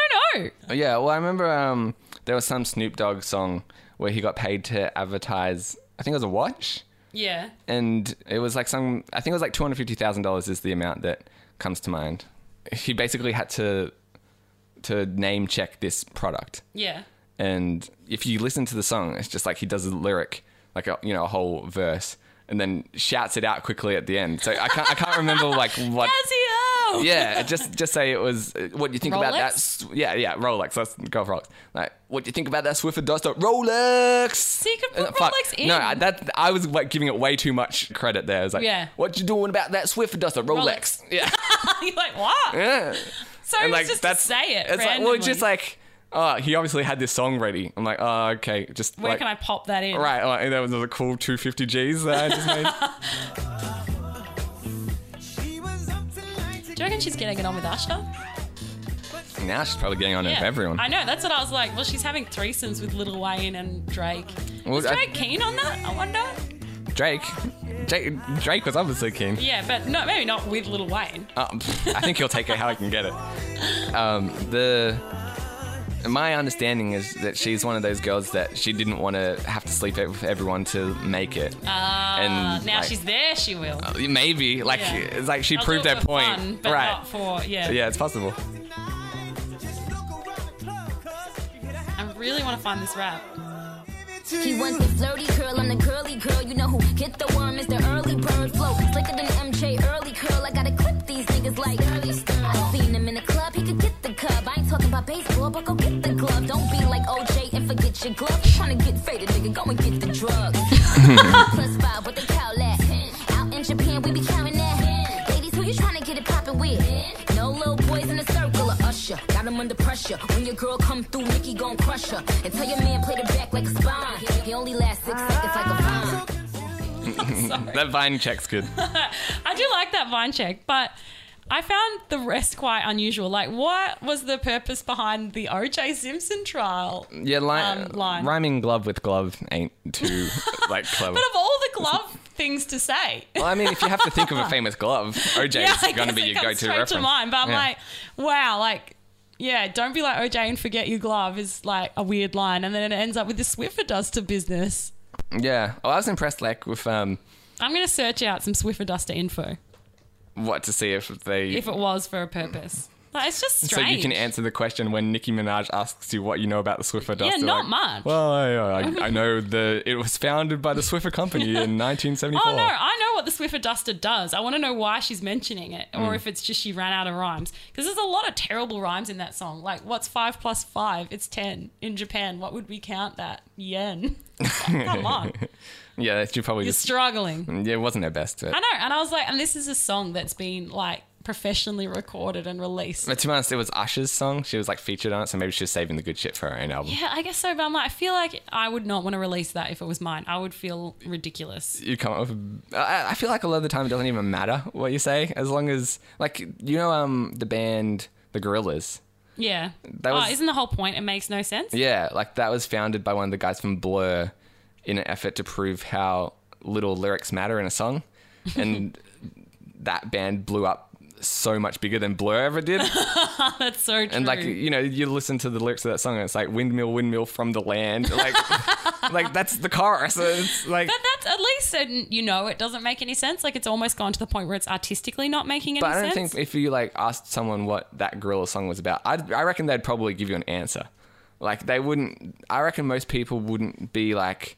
Speaker 2: know.
Speaker 1: Yeah, well, I remember um, there was some Snoop Dogg song where he got paid to advertise. I think it was a watch,
Speaker 2: Yeah.
Speaker 1: and it was like some. I think it was like two hundred fifty thousand dollars is the amount that comes to mind. He basically had to to name check this product,
Speaker 2: Yeah.
Speaker 1: and if you listen to the song, it's just like he does a lyric like a you know a whole verse, and then shouts it out quickly at the end. So I can't I can't remember like what.
Speaker 2: Casio!
Speaker 1: Yeah, just just say it was. uh, What do you think about that?
Speaker 2: Rolex?
Speaker 1: s- Yeah, yeah, Rolex. Let's go for Rolex. Like, what do you think about that Swiffer dot dot Rolex? So
Speaker 2: you could put Rolex in.
Speaker 1: No, I- that I was like giving it way too much credit there. I was like,
Speaker 2: Yeah.
Speaker 1: what you doing about that Swiffer dot dot
Speaker 2: Rolex.
Speaker 1: Rolex? Yeah,
Speaker 2: You're like, what?
Speaker 1: yeah.
Speaker 2: So it's just to say it.
Speaker 1: It's like well,
Speaker 2: randomly.
Speaker 1: it's just like oh, he obviously had this song ready. I'm like, oh, okay, just
Speaker 2: where
Speaker 1: like,
Speaker 2: can I pop that in?
Speaker 1: Right, like, and that was a cool 250 G's that I just made.
Speaker 2: Do you reckon she's getting it on with Usher?
Speaker 1: now she's probably getting on it with everyone.
Speaker 2: I know. That's what I was like. Well, she's having threesomes with Little Wayne and Drake.
Speaker 1: Well,
Speaker 2: Was
Speaker 1: I-
Speaker 2: Drake keen on that? I wonder.
Speaker 1: Drake, Drake, Drake was obviously keen.
Speaker 2: Yeah, but no, maybe not with Little Wayne.
Speaker 1: Uh, pff, I think he'll take it how he can get it. Um, the my understanding is that she's one of those girls that she didn't want to have to sleep with everyone to make it.
Speaker 2: Ah,
Speaker 1: And,
Speaker 2: now
Speaker 1: like-
Speaker 2: she's there. She will.
Speaker 1: Maybe like
Speaker 2: Yeah.
Speaker 1: it's like she
Speaker 2: I'll do
Speaker 1: proved
Speaker 2: it
Speaker 1: her
Speaker 2: for
Speaker 1: point,
Speaker 2: fun, but
Speaker 1: right?
Speaker 2: Not for yeah.
Speaker 1: yeah, it's possible.
Speaker 2: I really want to find this rap.
Speaker 4: He wants the flirty curl, I'm the curly girl. You know who get the worm is the early bird flow. Slicker than MJ early curl. I gotta clip these niggas like early stir. I seen him in the club, he could get the cub. I ain't talking about baseball, but go get the glove. Don't be like OJ and forget your glove. You tryna get faded, nigga, go and get the drugs. Plus five, what they call that? Out in Japan, we be counting that. Ladies, who you tryna get it poppin' with? No little boys in the circle of Usher. Got 'em under pressure. When your girl come through, Nikki gon' crush her. And tell your man play the back like a spine. He only lasts six seconds like a vine.
Speaker 1: That Vine check's good.
Speaker 2: I do like that Vine check, but I found the rest quite unusual. Like, what was the purpose behind the OJ Simpson trial?
Speaker 1: Yeah, li-
Speaker 2: Um, line.
Speaker 1: rhyming glove with glove ain't too like clever.
Speaker 2: But of all the glove things to say,
Speaker 1: well, I mean, if you have to think of a famous glove, OJ
Speaker 2: I
Speaker 1: is going
Speaker 2: guess
Speaker 1: to be
Speaker 2: it
Speaker 1: your
Speaker 2: comes
Speaker 1: go-to
Speaker 2: straight
Speaker 1: reference.
Speaker 2: To mine, but I'm
Speaker 1: Yeah.
Speaker 2: like, wow, like, yeah, don't be like OJ and forget your glove is like a weird line, and then it ends up with the Swiffer Duster business.
Speaker 1: yeah. Well, I was impressed, like, with um,
Speaker 2: I'm gonna search out some Swiffer Duster info
Speaker 1: what to see if they
Speaker 2: if it was for a purpose. Like, it's just
Speaker 1: So
Speaker 2: strange.
Speaker 1: you can answer the question when Nicki Minaj asks you what you know about the Swiffer
Speaker 2: Yeah,
Speaker 1: duster.
Speaker 2: not
Speaker 1: like,
Speaker 2: much.
Speaker 1: Well, I, uh, I, I know the it was founded by the Swiffer Company in 1974.
Speaker 2: Oh no, I know what the Swiffer Duster does. I want to know why she's mentioning it, or
Speaker 1: Mm.
Speaker 2: if it's just she ran out of rhymes. Because there's a lot of terrible rhymes in that song. Like, what's five plus five? It's ten in Japan. What would we count that? Yen. Come on,
Speaker 1: Yeah, she probably
Speaker 2: you're
Speaker 1: just
Speaker 2: struggling.
Speaker 1: yeah, it wasn't her best. But,
Speaker 2: I know, and I was like, and this is a song that's been like professionally recorded and released.
Speaker 1: but to be honest, it was Usher's song. She was like featured on it, so maybe she was saving the good shit for her own album.
Speaker 2: Yeah, I guess so. But I'm like, I feel like I would not want to release that if it was mine. I would feel ridiculous.
Speaker 1: You come up. With, I, I feel like a lot of the time it doesn't even matter what you say as long as like you know um the band the Gorillas.
Speaker 2: Yeah.
Speaker 1: That was-
Speaker 2: oh, isn't the whole point? It makes no sense.
Speaker 1: Yeah, like that was founded by one of the guys from Blur in an effort to prove how little lyrics matter in a song. And that band blew up so much bigger than Blur ever did.
Speaker 2: That's so true.
Speaker 1: And like, you know, you listen to the lyrics of that song and it's like windmill, windmill from the land. Like like that's the chorus. It's like
Speaker 2: But that's at least uh, you know it doesn't make any sense. Like it's almost gone to the point where it's artistically not making any
Speaker 1: but I don't
Speaker 2: sense.
Speaker 1: think if you like asked someone what that gorilla song was about, I I reckon they'd probably give you an answer. Like they wouldn't I reckon most people wouldn't be like,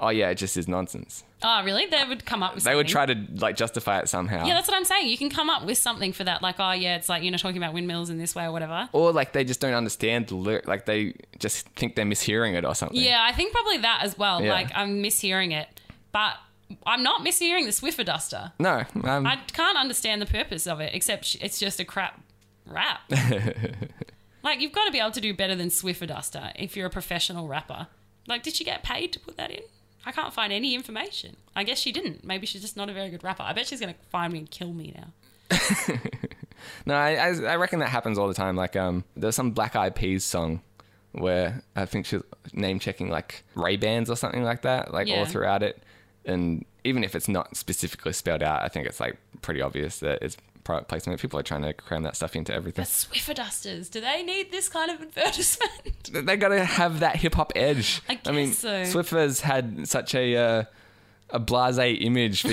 Speaker 1: Oh yeah, it just is nonsense.
Speaker 2: oh, really? They would come up with.
Speaker 1: They would
Speaker 2: something.
Speaker 1: try to like justify it somehow.
Speaker 2: Yeah, that's what I'm saying. You can come up with something for that. Like, oh yeah, it's like you know talking about windmills in this way or whatever.
Speaker 1: or like they just don't understand the lyric. Like they just think they're mishearing it or something.
Speaker 2: Yeah, I think probably that as well.
Speaker 1: Yeah.
Speaker 2: Like I'm mishearing it, but I'm not mishearing the Swiffer Duster.
Speaker 1: No. Um,
Speaker 2: I can't understand the purpose of it, except sh- it's just a crap rap. like you've got to be able to do better than Swiffer Duster if you're a professional rapper. Like, did she get paid to put that in? I can't find any information. I guess she didn't. Maybe she's just not a very good rapper. I bet she's gonna find me and kill me now.
Speaker 1: no. I, I I reckon that happens all the time. Like um, there's some Black Eyed Peas song where I think she's name checking like Ray Bans or something like that. Like all
Speaker 2: Yeah.
Speaker 1: throughout it, and even if it's not specifically spelled out, I think it's like pretty obvious that it's product placement. People are trying to cram that stuff into everything.
Speaker 2: Swiffer Dusters, do they need this kind of advertisement?
Speaker 1: they gotta have that hip hop edge.
Speaker 2: I
Speaker 1: mean,
Speaker 2: guess so.
Speaker 1: Swiffer's had such a uh, a blasé image for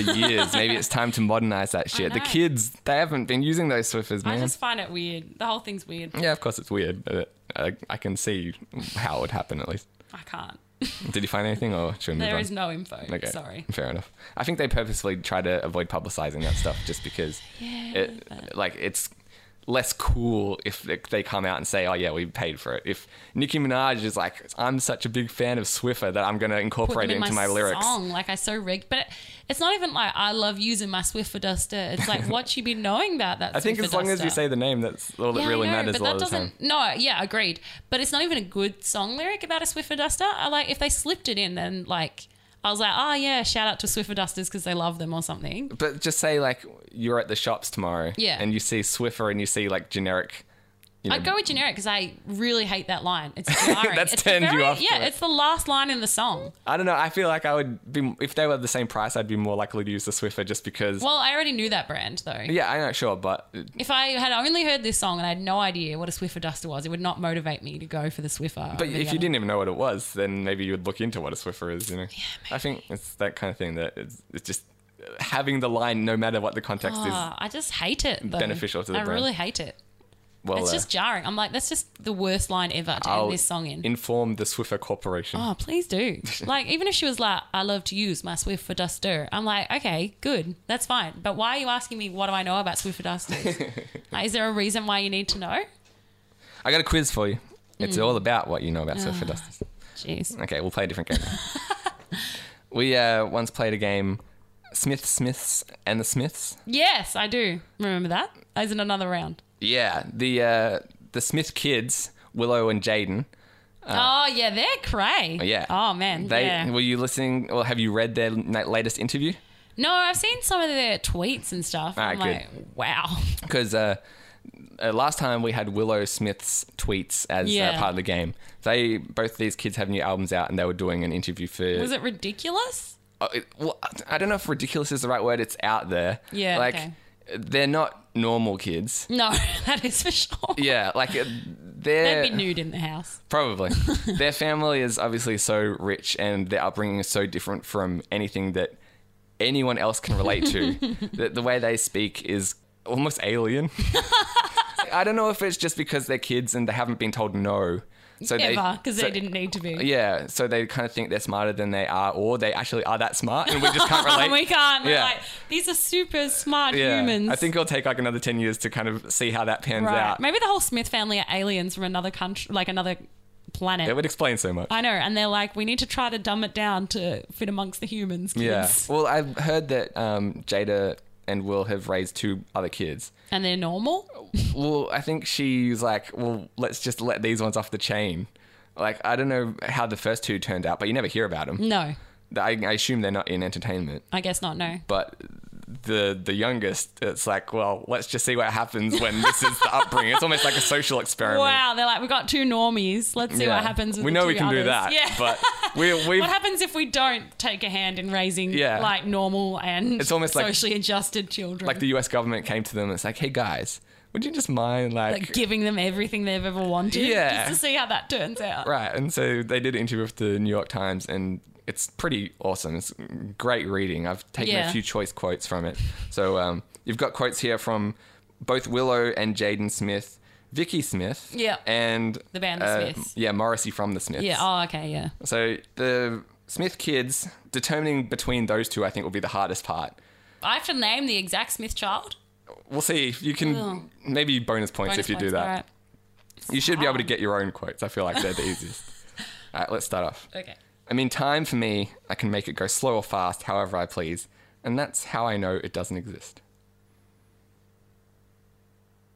Speaker 1: years. Maybe it's time to modernize that shit. The
Speaker 2: know.
Speaker 1: kids, they haven't been using those Swiffers,
Speaker 2: I
Speaker 1: man.
Speaker 2: just find it weird. The whole thing's weird.
Speaker 1: Yeah, of course it's weird, but I, I can see how it would happen at least.
Speaker 2: I can't.
Speaker 1: Did you find anything, or should we move
Speaker 2: There
Speaker 1: on?
Speaker 2: is no info.
Speaker 1: Okay.
Speaker 2: Sorry.
Speaker 1: Fair enough. I think they purposefully try to avoid publicizing that stuff just because it like it's less cool if they- they come out and say, "Oh yeah, we paid for it." If Nicki Minaj is like, "I'm such a big fan of Swiffer that I'm going to
Speaker 2: Put
Speaker 1: incorporate
Speaker 2: them
Speaker 1: it
Speaker 2: in
Speaker 1: into my, lyrics."
Speaker 2: song, like I so rigged, but it, it's not even like I love using my Swiffer duster. It's like what you be knowing about that.
Speaker 1: I think as long as you say the name, that's all that really matters a lot of the time.
Speaker 2: No, yeah, agreed. But it's not even a good song lyric about a Swiffer Duster. I like if they slipped it in, then like I was like, oh yeah, shout out to Swiffer Dusters because they love them or something.
Speaker 1: But just say like you're at the shops tomorrow,
Speaker 2: Yeah.
Speaker 1: and you see Swiffer and you see like generic. You know,
Speaker 2: I'd go with generic because I really hate that line. It's jarring.
Speaker 1: That's
Speaker 2: it's the
Speaker 1: turned you
Speaker 2: very-
Speaker 1: off to
Speaker 2: Yeah,
Speaker 1: it.
Speaker 2: it's the last line in the song.
Speaker 1: I don't know. I feel like I would be if they were the same price, I'd be more likely to use the Swiffer just because.
Speaker 2: Well, I already knew that brand though.
Speaker 1: yeah, I know, sure, but
Speaker 2: If I had only heard this song and I had no idea what a Swiffer Duster was, it would not motivate me to go for the Swiffer.
Speaker 1: But
Speaker 2: over the
Speaker 1: if you
Speaker 2: other.
Speaker 1: didn't even know what it was, then maybe you would look into what a Swiffer is, you know? I think it's that kind of thing that it's, it's just having the line, no matter what the context is.
Speaker 2: Ah, I just hate it. Though.
Speaker 1: beneficial to the
Speaker 2: I
Speaker 1: brand.
Speaker 2: really hate it.
Speaker 1: Well,
Speaker 2: It's
Speaker 1: uh,
Speaker 2: just jarring. I'm like, that's just the worst line ever to
Speaker 1: I'll
Speaker 2: end this song in.
Speaker 1: inform the Swiffer Corporation.
Speaker 2: Oh, please do. like, even if she was like, I love to use my Swift for Duster, I'm like, okay, good. That's fine. But why are you asking me what do I know about Swift for Dusters? like, is there a reason why you need to know?
Speaker 1: I got a quiz for you. It's
Speaker 2: Mm.
Speaker 1: all about what you know about
Speaker 2: Ah.
Speaker 1: Swiffer Dusters.
Speaker 2: Jeez.
Speaker 1: Okay, we'll play a different game. now. we uh, once played a game, Smith, Smiths, and the Smiths.
Speaker 2: Yes, I do. Remember that? As in another round.
Speaker 1: Yeah, the, uh, the Smith kids, Willow and Jaden.
Speaker 2: oh, yeah, they're cray.
Speaker 1: Uh, Yeah.
Speaker 2: Oh, man.
Speaker 1: They
Speaker 2: yeah.
Speaker 1: were you listening or have you read their na- latest interview?
Speaker 2: no, I've seen some of their tweets and stuff.
Speaker 1: Ah,
Speaker 2: I'm
Speaker 1: good.
Speaker 2: like, wow.
Speaker 1: because uh, uh, last time we had Willow Smith's tweets as uh,
Speaker 2: Yeah.
Speaker 1: part of the game. They both these kids have new albums out, and they were doing an interview for.
Speaker 2: Was it ridiculous?
Speaker 1: Uh, it- well, I don't know if ridiculous is the right word. It's out there.
Speaker 2: Yeah,
Speaker 1: like
Speaker 2: okay.
Speaker 1: they're not normal kids.
Speaker 2: No, that is for sure.
Speaker 1: Yeah, like uh, they're
Speaker 2: They'd be nude in the house.
Speaker 1: probably their family is obviously so rich, and their upbringing is so different from anything that anyone else can relate to. the, the way they speak is almost alien. I don't know if it's just because they're kids and they haven't been told no. So
Speaker 2: Ever, because
Speaker 1: so-
Speaker 2: they didn't need to be.
Speaker 1: Yeah, so they kind of think they're smarter than they are, or they actually are that smart, and we just can't relate.
Speaker 2: Oh, we can't. We're
Speaker 1: Yeah.
Speaker 2: Like, these are super smart
Speaker 1: yeah.
Speaker 2: humans.
Speaker 1: I think it'll take like another ten years to kind of see how that pans
Speaker 2: right.
Speaker 1: out.
Speaker 2: Maybe the whole Smith family are aliens from another country, like another planet.
Speaker 1: It would explain so much.
Speaker 2: I know, and they're like, we need to try to dumb it down to fit amongst the humans.
Speaker 1: yeah.
Speaker 2: Kids.
Speaker 1: Well, I've heard that um, Jada and Will have raised two other kids.
Speaker 2: and they're normal.
Speaker 1: Well, I think she's like, well, let's just let these ones off the chain. Like, I don't know how the first two turned out, but you never hear about them.
Speaker 2: No,
Speaker 1: I, I assume they're not in entertainment.
Speaker 2: I guess not. No,
Speaker 1: But the the youngest, it's like, well, let's just see what happens when this is the upbringing. It's almost like a social experiment.
Speaker 2: wow, they're like, we got two normies. Let's see
Speaker 1: Yeah.
Speaker 2: what happens. With
Speaker 1: we
Speaker 2: the
Speaker 1: know we
Speaker 2: two
Speaker 1: can do
Speaker 2: others."
Speaker 1: that.
Speaker 2: Yeah.
Speaker 1: But we we
Speaker 2: what happens if we don't take a hand in raising
Speaker 1: Yeah.
Speaker 2: like normal and
Speaker 1: It's almost like-
Speaker 2: socially adjusted children?
Speaker 1: like the U.S. government came to them. and It's like, hey guys, would you just mind
Speaker 2: like giving them everything they've ever wanted,
Speaker 1: Yeah.
Speaker 2: just to see how that turns out.
Speaker 1: Right, and so they did an interview with the New York Times, and it's pretty awesome. It's great reading. I've taken a
Speaker 2: Yeah.
Speaker 1: few choice quotes from it. So um, you've got quotes here from both Willow and Jaden Smith, Vicky Smith,
Speaker 2: Yeah.
Speaker 1: and uh,
Speaker 2: The band The Smiths.
Speaker 1: yeah, Morrissey from the Smiths.
Speaker 2: Yeah. Oh, okay. Yeah.
Speaker 1: So the Smith kids determining between those two, I think, will be the hardest part.
Speaker 2: I have to name the exact Smith child.
Speaker 1: We'll see. if You can
Speaker 2: Ugh.
Speaker 1: maybe bonus points
Speaker 2: Bonus
Speaker 1: if you do
Speaker 2: points, Um,
Speaker 1: that.
Speaker 2: alright.
Speaker 1: You should be able to get your own quotes. I feel like they're the easiest. All right, let's start off.
Speaker 2: Okay.
Speaker 1: I mean, time for me, I can make it go slow or fast, however I please, and that's how I know it doesn't exist.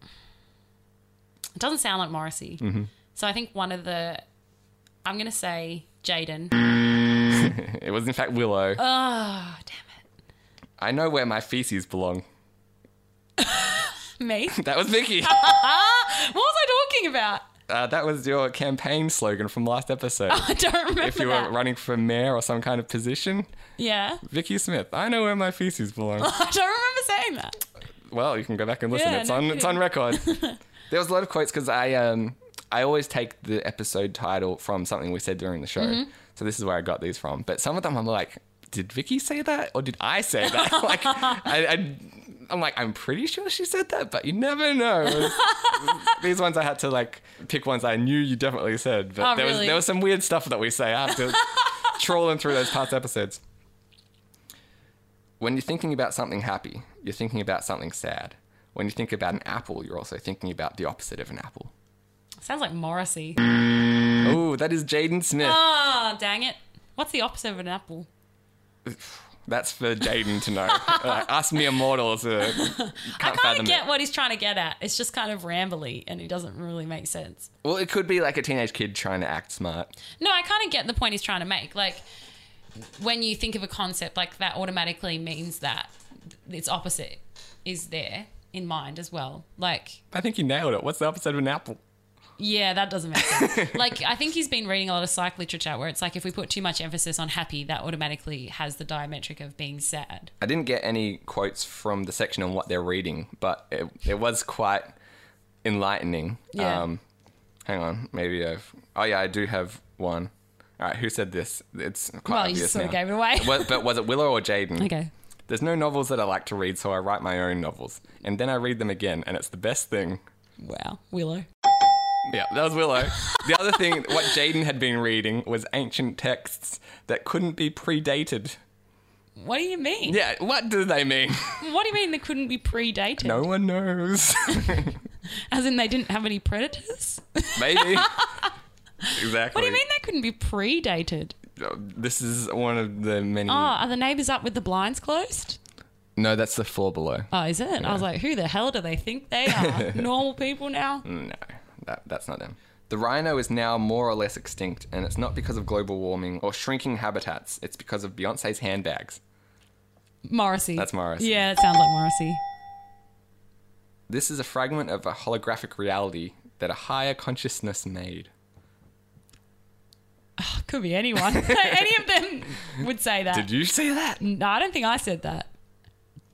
Speaker 2: It doesn't sound like Morrissey.
Speaker 1: Mm-hmm.
Speaker 2: So I think one of the, I'm gonna say Jaden.
Speaker 1: It was, in fact, Willow.
Speaker 2: Oh damn
Speaker 1: I know where my feces belong.
Speaker 2: it, me.
Speaker 1: That was Vicky.
Speaker 2: what was I talking about?
Speaker 1: uh, that was your campaign slogan from last episode.
Speaker 2: I don't remember.
Speaker 1: if you were
Speaker 2: that.
Speaker 1: running for mayor or some kind of position,
Speaker 2: yeah,
Speaker 1: Vicky Smith, I know where my feces belong.
Speaker 2: I don't remember saying that.
Speaker 1: well, you can go back and listen.
Speaker 2: Yeah,
Speaker 1: it's
Speaker 2: no
Speaker 1: on it's
Speaker 2: kidding.
Speaker 1: on record. there was a lot of quotes because I um I always take the episode title from something we said during the show.
Speaker 2: Mm-hmm.
Speaker 1: So this is where I got these from. But some of them I'm like, did Vicky say that or did I say that? like I, I I'm like I'm pretty sure she said that, but you never know. It was- these ones I had to like pick ones I knew you definitely said, but
Speaker 2: Oh,
Speaker 1: there was
Speaker 2: really?
Speaker 1: there was some weird stuff that we say. I have to trawling through those past episodes. When you're thinking about something happy, you're thinking about something sad. When you think about an apple, you're also thinking about the opposite of an apple.
Speaker 2: Sounds like Morrissey.
Speaker 1: Oh, that is Jaden Smith.
Speaker 2: Mm. Ah, dang it. What's the opposite of an apple?
Speaker 1: That's for Jaden to know. Uh, us mere mortals uh, can't
Speaker 2: I kind
Speaker 1: fathom
Speaker 2: of
Speaker 1: it.
Speaker 2: get what he's trying to get at. It's just kind of rambly and it doesn't really make sense.
Speaker 1: Well, it could be like a teenage kid trying to act smart.
Speaker 2: No, I kind of get the point he's trying to make. Like, when you think of a concept, like that automatically means that its opposite is there in mind as well. Like,
Speaker 1: I think you nailed it. What's the opposite of an apple?
Speaker 2: yeah, that doesn't make sense. like, I think he's been reading a lot of psych literature where it's like if we put too much emphasis on happy, that automatically has the diametric of being sad.
Speaker 1: I didn't get any quotes from the section on what they're reading, but it, it was quite enlightening. Um,
Speaker 2: Yeah.
Speaker 1: hang on, maybe I've. Oh yeah, I do have one. All right, who said this? It's quite
Speaker 2: Well, you
Speaker 1: obvious
Speaker 2: sort
Speaker 1: now.
Speaker 2: of gave it away.
Speaker 1: Wa- but was it Willow or Jaden?
Speaker 2: Okay.
Speaker 1: There's no novels that I like to read, so I write my own novels, and then I read them again, and it's the best thing.
Speaker 2: Wow. Willow.
Speaker 1: Yeah, that was Willow. The other thing, what Jaden had been reading was ancient texts that couldn't be predated.
Speaker 2: What do you mean?
Speaker 1: Yeah, what do they mean?
Speaker 2: What do you mean they couldn't be predated?
Speaker 1: No one knows.
Speaker 2: As in they didn't have any predators?
Speaker 1: Maybe.
Speaker 2: What
Speaker 1: exactly.
Speaker 2: do you mean they couldn't be
Speaker 1: Mm.
Speaker 2: predated?
Speaker 1: This is one of the many.
Speaker 2: Oh, are the neighbours up with the blinds closed?
Speaker 1: No, that's the floor below.
Speaker 2: Oh, is it? I was like, who the hell do they think they are? Normal people now?
Speaker 1: No, that, that's not them. The rhino is now more or less extinct, and it's not because of global warming or shrinking habitats. It's because of Beyonce's handbags.
Speaker 2: Morrissey.
Speaker 1: That's Morrissey.
Speaker 2: Yeah, it sounds like Morrissey.
Speaker 1: This is a fragment of a holographic reality that a higher consciousness made.
Speaker 2: Oh, Could be anyone. Any of them would say that. Mm.
Speaker 1: Did you see that?
Speaker 2: No, I don't think I said that.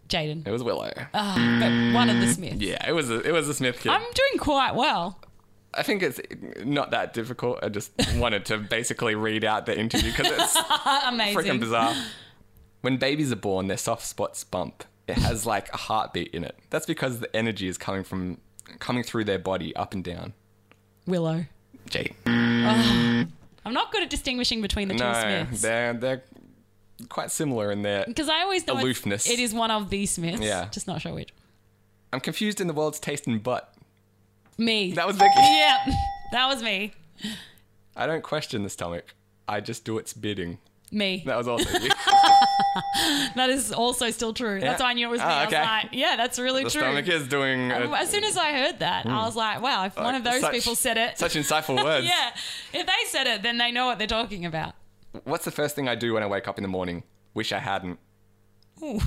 Speaker 2: Jaden.
Speaker 1: It was Willow.
Speaker 2: Oh, but one of the Smiths.
Speaker 1: yeah, it was a, it was a Smith kid.
Speaker 2: I'm doing quite well.
Speaker 1: I think it's not that difficult. I just wanted to basically read out the interview because it's freaking
Speaker 2: Amazing.
Speaker 1: bizarre. When babies are born, their soft spots bump. It has like a heartbeat in it. That's because the energy is coming from coming through their body up and down.
Speaker 2: Willow.
Speaker 1: Jake.
Speaker 2: I'm not good at distinguishing between the two
Speaker 1: No,
Speaker 2: Smiths.
Speaker 1: they're they're quite similar in their
Speaker 2: Because I always know it's-
Speaker 1: Aloofness.
Speaker 2: It is one of the Smiths.
Speaker 1: Yeah.
Speaker 2: Just not sure which.
Speaker 1: I'm confused in the world's taste and butt.
Speaker 2: Me.
Speaker 1: That was Vicky.
Speaker 2: yeah, that was me.
Speaker 1: I don't question the stomach. I just do its bidding.
Speaker 2: Me.
Speaker 1: That was also Vicky.
Speaker 2: That is also still true. That's
Speaker 1: Yeah.
Speaker 2: why I knew it was me.
Speaker 1: Ah,
Speaker 2: I
Speaker 1: okay.
Speaker 2: was like, yeah, that's really
Speaker 1: the
Speaker 2: true.
Speaker 1: stomach is doing uh,
Speaker 2: as soon as I heard that, I was like, wow, if one of those
Speaker 1: such-
Speaker 2: people said it.
Speaker 1: such insightful words.
Speaker 2: yeah. If they said it, then they know what they're talking about.
Speaker 1: What's the first thing I do when I wake up in the morning? Wish I hadn't.
Speaker 2: Ooh,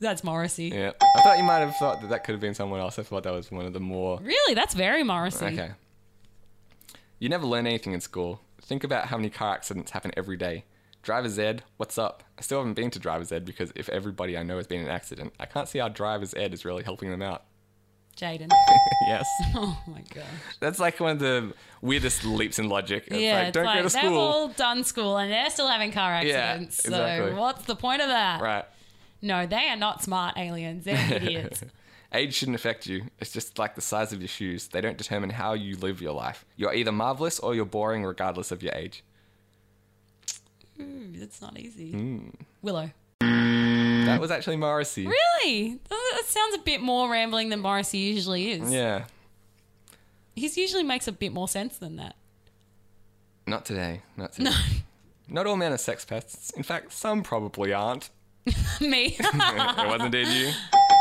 Speaker 2: that's Morrissey.
Speaker 1: Yeah. I thought you might have thought that that could have been someone else. I thought that was one of the more.
Speaker 2: Really? That's very Morrissey.
Speaker 1: Okay. You never learn anything in school. Think about how many car accidents happen every day. Driver's Ed, what's up? I still haven't been to Driver's Ed because if everybody I know has been in an accident, I can't see how Driver's Ed is really helping them out.
Speaker 2: Jaden.
Speaker 1: yes.
Speaker 2: Oh my gosh.
Speaker 1: That's like one of the weirdest leaps in logic. It's
Speaker 2: yeah,
Speaker 1: like,
Speaker 2: it's
Speaker 1: don't
Speaker 2: like
Speaker 1: go to
Speaker 2: they've
Speaker 1: school.
Speaker 2: all done school and they're still having car accidents.
Speaker 1: exactly.
Speaker 2: So what's the point of that?
Speaker 1: Right.
Speaker 2: No, they are not smart aliens. They're idiots.
Speaker 1: Age shouldn't affect you. It's just like the size of your shoes. They don't determine how you live your life. You're either marvelous or you're boring regardless of your age.
Speaker 2: Ooh, It's not easy.
Speaker 1: Hmm.
Speaker 2: Willow.
Speaker 1: That was actually Morrissey.
Speaker 2: Really? That that sounds a bit more rambling than Morrissey usually is.
Speaker 1: Yeah.
Speaker 2: He's usually makes a bit more sense than that.
Speaker 1: Not today. Not today. Not all men are sex pests. In fact, some probably aren't.
Speaker 2: Me.
Speaker 1: it wasn't did you?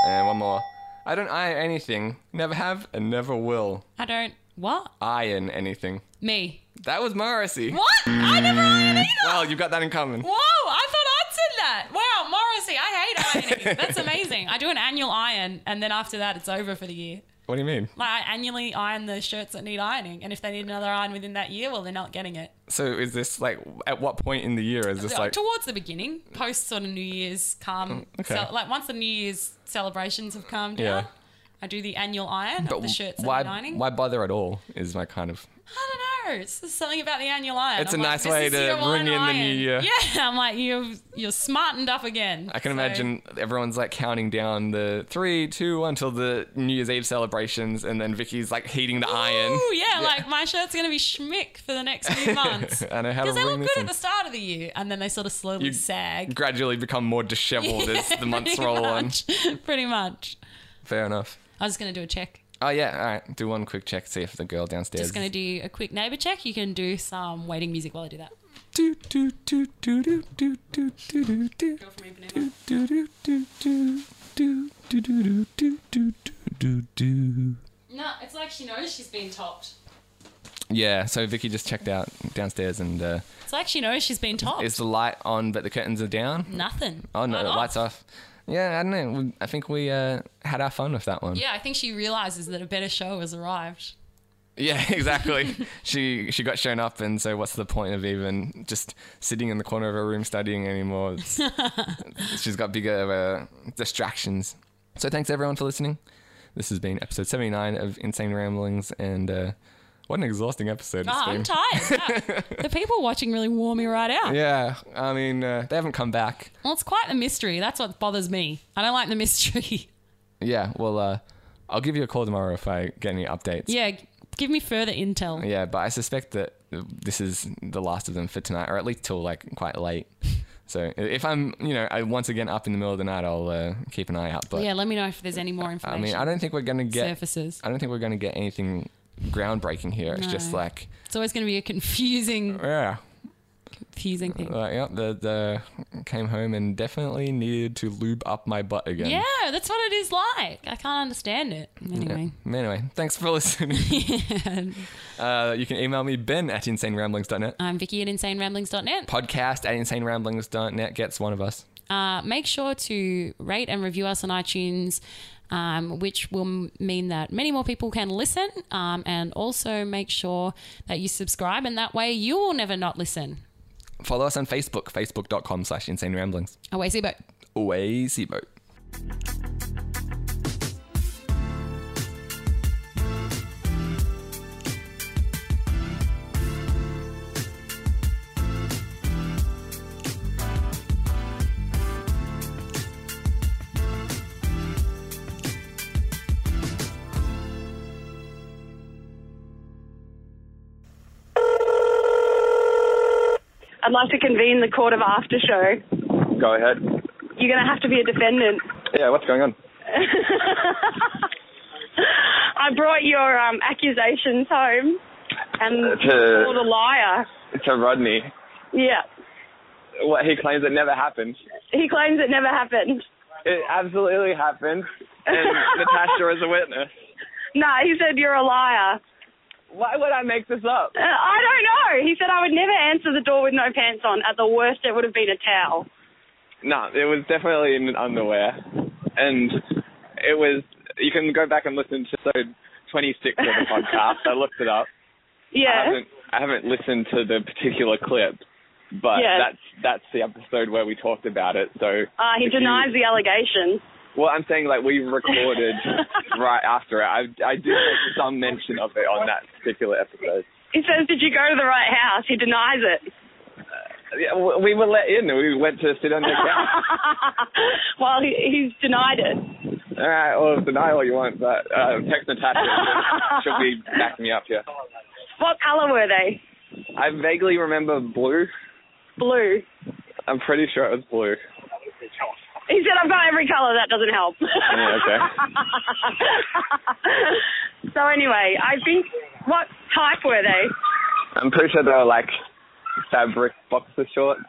Speaker 1: And one more. I don't iron anything. Never have and never will
Speaker 2: I don't. What?
Speaker 1: iron anything.
Speaker 2: Me.
Speaker 1: That was Morrissey.
Speaker 2: What? I never ironed either.
Speaker 1: Well, you got that in common.
Speaker 2: Whoa, I thought I'd said that. Wow, Morrissey, I hate ironing. That's amazing. I do an annual iron, and then after that, it's over for the year.
Speaker 1: What do you mean?
Speaker 2: Like, I annually iron the shirts that need ironing, and if they need another iron within that year, well, they're not getting it.
Speaker 1: So is this like at what point in the year is this like Oh,
Speaker 2: Towards the beginning, post sort of New Year's come,
Speaker 1: okay.
Speaker 2: so, like once the New Year's celebrations have calmed down,
Speaker 1: Yeah.
Speaker 2: I do the annual iron of the shirts that need
Speaker 1: why
Speaker 2: ironing.
Speaker 1: why bother at all is my kind of
Speaker 2: I knows? There's something about the annual iron.
Speaker 1: It's a
Speaker 2: like,
Speaker 1: nice
Speaker 2: this
Speaker 1: way
Speaker 2: is
Speaker 1: to
Speaker 2: your
Speaker 1: bring
Speaker 2: one
Speaker 1: in the
Speaker 2: iron.
Speaker 1: new year.
Speaker 2: Yeah, I'm like you've you're smartened up again.
Speaker 1: I can
Speaker 2: So-
Speaker 1: imagine everyone's like counting down the three, two, one till the New Year's Eve celebrations, and then Vicky's like heating the iron.
Speaker 2: Ooh, yeah, like my shirt's gonna be schmick for the next few months.
Speaker 1: I know how to
Speaker 2: Because they
Speaker 1: ring
Speaker 2: look
Speaker 1: this
Speaker 2: good
Speaker 1: in.
Speaker 2: at the start of the year, and then they sort of slowly
Speaker 1: You-
Speaker 2: sag.
Speaker 1: Gradually become more disheveled as the months
Speaker 2: Pretty
Speaker 1: roll on.
Speaker 2: much. Pretty much.
Speaker 1: Fair enough.
Speaker 2: I was gonna do a check.
Speaker 1: Oh yeah, all right. Do one quick check, see if the girl downstairs.
Speaker 2: Just gonna do a quick neighbor check. You can do some waiting music while I do that.
Speaker 1: do do do do do do do do do do do do do do do do do do do do do.
Speaker 2: No, it's like she knows she's been topped.
Speaker 1: Yeah, so Vicky just checked out downstairs and uh,
Speaker 2: It's like she knows she's been topped.
Speaker 1: is the light on but the curtains are down?
Speaker 2: Nothing.
Speaker 1: Oh no,
Speaker 2: Right
Speaker 1: the
Speaker 2: off.
Speaker 1: lights off. Yeah, I don't know. We- I think we uh, had our fun with that one.
Speaker 2: Yeah, I think she realizes that a better show has arrived.
Speaker 1: Yeah, exactly. she she got shown up, and so what's the point of even just sitting in the corner of her room studying anymore? It's, she's got bigger uh, distractions. So thanks everyone for listening. This has been episode seventy nine of Insane Ramblings, and uh, what an exhausting episode
Speaker 2: Ah,
Speaker 1: it's
Speaker 2: I'm
Speaker 1: been.
Speaker 2: tired. Yeah. the people watching really wore me right out.
Speaker 1: yeah, I mean uh, they haven't come back.
Speaker 2: Well, it's quite the mystery. That's what bothers me. I don't like the mystery.
Speaker 1: Yeah, well, uh, I'll give you a call tomorrow if I get any updates.
Speaker 2: yeah, g- give me further intel.
Speaker 1: Yeah, but I suspect that this is the last of them for tonight, or at least till like quite late. So if I'm, you know, I, once again up in the middle of the night, I'll uh, keep an eye out. But
Speaker 2: Yeah, let me know if there's any more
Speaker 1: I
Speaker 2: information.
Speaker 1: mean, I don't think we're gonna get.
Speaker 2: surfaces.
Speaker 1: I don't think we're gonna get anything groundbreaking here. It's just
Speaker 2: No.
Speaker 1: like,
Speaker 2: It's always going to be a confusing,
Speaker 1: yeah,
Speaker 2: confusing thing.
Speaker 1: like, yeah, the the came home and definitely needed to lube up my butt again.
Speaker 2: yeah, that's what it is like. I can't understand it. Anyway,
Speaker 1: Anyway, thanks for listening. uh, you can email me ben at insaneramblings.net.
Speaker 2: I'm Vicky at InsaneRamblings.net.
Speaker 1: Podcast at insaneramblings.net gets one of us.
Speaker 2: Uh, make sure to rate and review us on iTunes, um, which will m- mean that many more people can listen. Um, and also make sure that you subscribe, and that way you will never not listen.
Speaker 1: Follow us on Facebook, facebook.com slash insane ramblings.
Speaker 2: Away, Sebo.
Speaker 1: Always emote.
Speaker 6: I'd like to convene the court of after show.
Speaker 7: Go ahead.
Speaker 6: You're going to have to be a defendant.
Speaker 7: Yeah, what's going on?
Speaker 6: I brought your um, accusations home and
Speaker 7: Uh, To-
Speaker 6: called a liar.
Speaker 7: To Rodney.
Speaker 6: Yeah.
Speaker 7: What he claims it never happened.
Speaker 6: He claims it never happened.
Speaker 7: It absolutely happened. And Natasha is a witness.
Speaker 6: No, he said you're a liar.
Speaker 7: Why would I make this up?
Speaker 6: Uh, I don't know. He said I would never answer the door with no pants on. At the worst, it would have been a towel.
Speaker 7: No, it was definitely in underwear. And it was, you can go back and listen to episode 26 of the podcast. I looked it up. I
Speaker 6: Yeah.
Speaker 7: haven't, I haven't listened to the particular clip, but
Speaker 6: Yeah.
Speaker 7: that's that's the episode where we talked about it. So
Speaker 6: Uh, he
Speaker 7: if you-
Speaker 6: denies the allegations.
Speaker 7: Well, I'm saying like we recorded right after it. I I did make some mention of it on that particular episode.
Speaker 6: He says, Did you go to the right house? He denies it.
Speaker 7: Yeah, w- we were let in. We went to sit on the couch.
Speaker 6: well, he, he's denied it.
Speaker 7: all right, well, deny all you want, but uh, text Natasha. She'll be backing me up here.
Speaker 6: What colour were they?
Speaker 7: I vaguely remember blue.
Speaker 6: Blue.
Speaker 7: I'm pretty sure it was blue.
Speaker 6: He said, I've got every colour, that doesn't help.
Speaker 7: Yeah, okay.
Speaker 6: so, anyway, I think, what type were they?
Speaker 7: I'm pretty sure they were like fabric boxer shorts.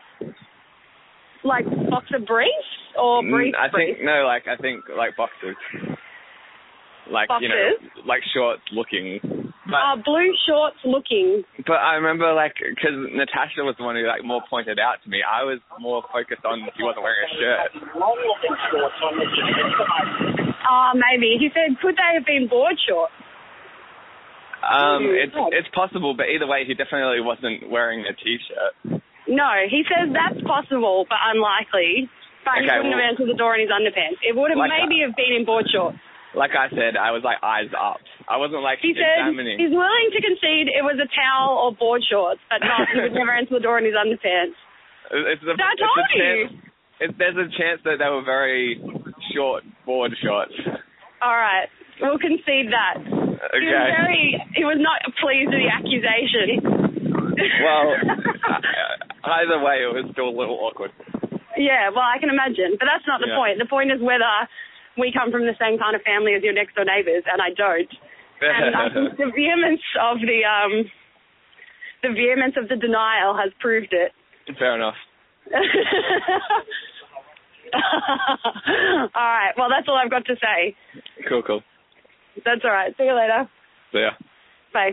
Speaker 6: Like boxer briefs or brief?
Speaker 7: Mm, I think no, like I think like boxers. Like you know,
Speaker 6: Boxers?
Speaker 7: like shorts looking. But
Speaker 6: Uh, blue shorts looking.
Speaker 7: But I remember, like, because Natasha was the one who, like, more pointed out to me. I was more focused on he wasn't wearing a shirt.
Speaker 6: Oh, maybe. He said, could they have been Mm-hmm. board shorts?
Speaker 7: Um, it's it's possible, but either way, he definitely wasn't wearing a t-shirt.
Speaker 6: No, he says that's possible, but unlikely. But he
Speaker 7: Okay,
Speaker 6: wouldn't
Speaker 7: well-
Speaker 6: have answered the door in his underpants. It would have
Speaker 7: Like
Speaker 6: maybe have been in board shorts.
Speaker 7: like I said, I was like eyes up. I wasn't like
Speaker 6: He said
Speaker 7: examining.
Speaker 6: he's willing to concede it was a towel or board shorts, but not he would never answer the door in his underpants.
Speaker 7: It's a,
Speaker 6: That's
Speaker 7: it's a
Speaker 6: all
Speaker 7: chance, it, there's a chance that they were very short board shots.
Speaker 6: All right, we'll concede that. He was
Speaker 7: Okay.
Speaker 6: very. He was not pleased with the accusation.
Speaker 7: Well, uh, either way, it was still a little awkward.
Speaker 6: yeah. Well, I can imagine, but that's not the
Speaker 7: Yeah.
Speaker 6: point. The point is whether we come from the same kind of family as your next door neighbours, and I don't. and um, I think the vehemence of the um, the vehemence of the denial has proved it.
Speaker 7: Fair enough.
Speaker 6: all right. Well, that's all I've got to say.
Speaker 7: Cool, cool.
Speaker 6: That's all right. See you later.
Speaker 7: So yeah.
Speaker 6: Bye.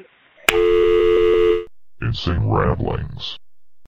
Speaker 8: It's in ramblings.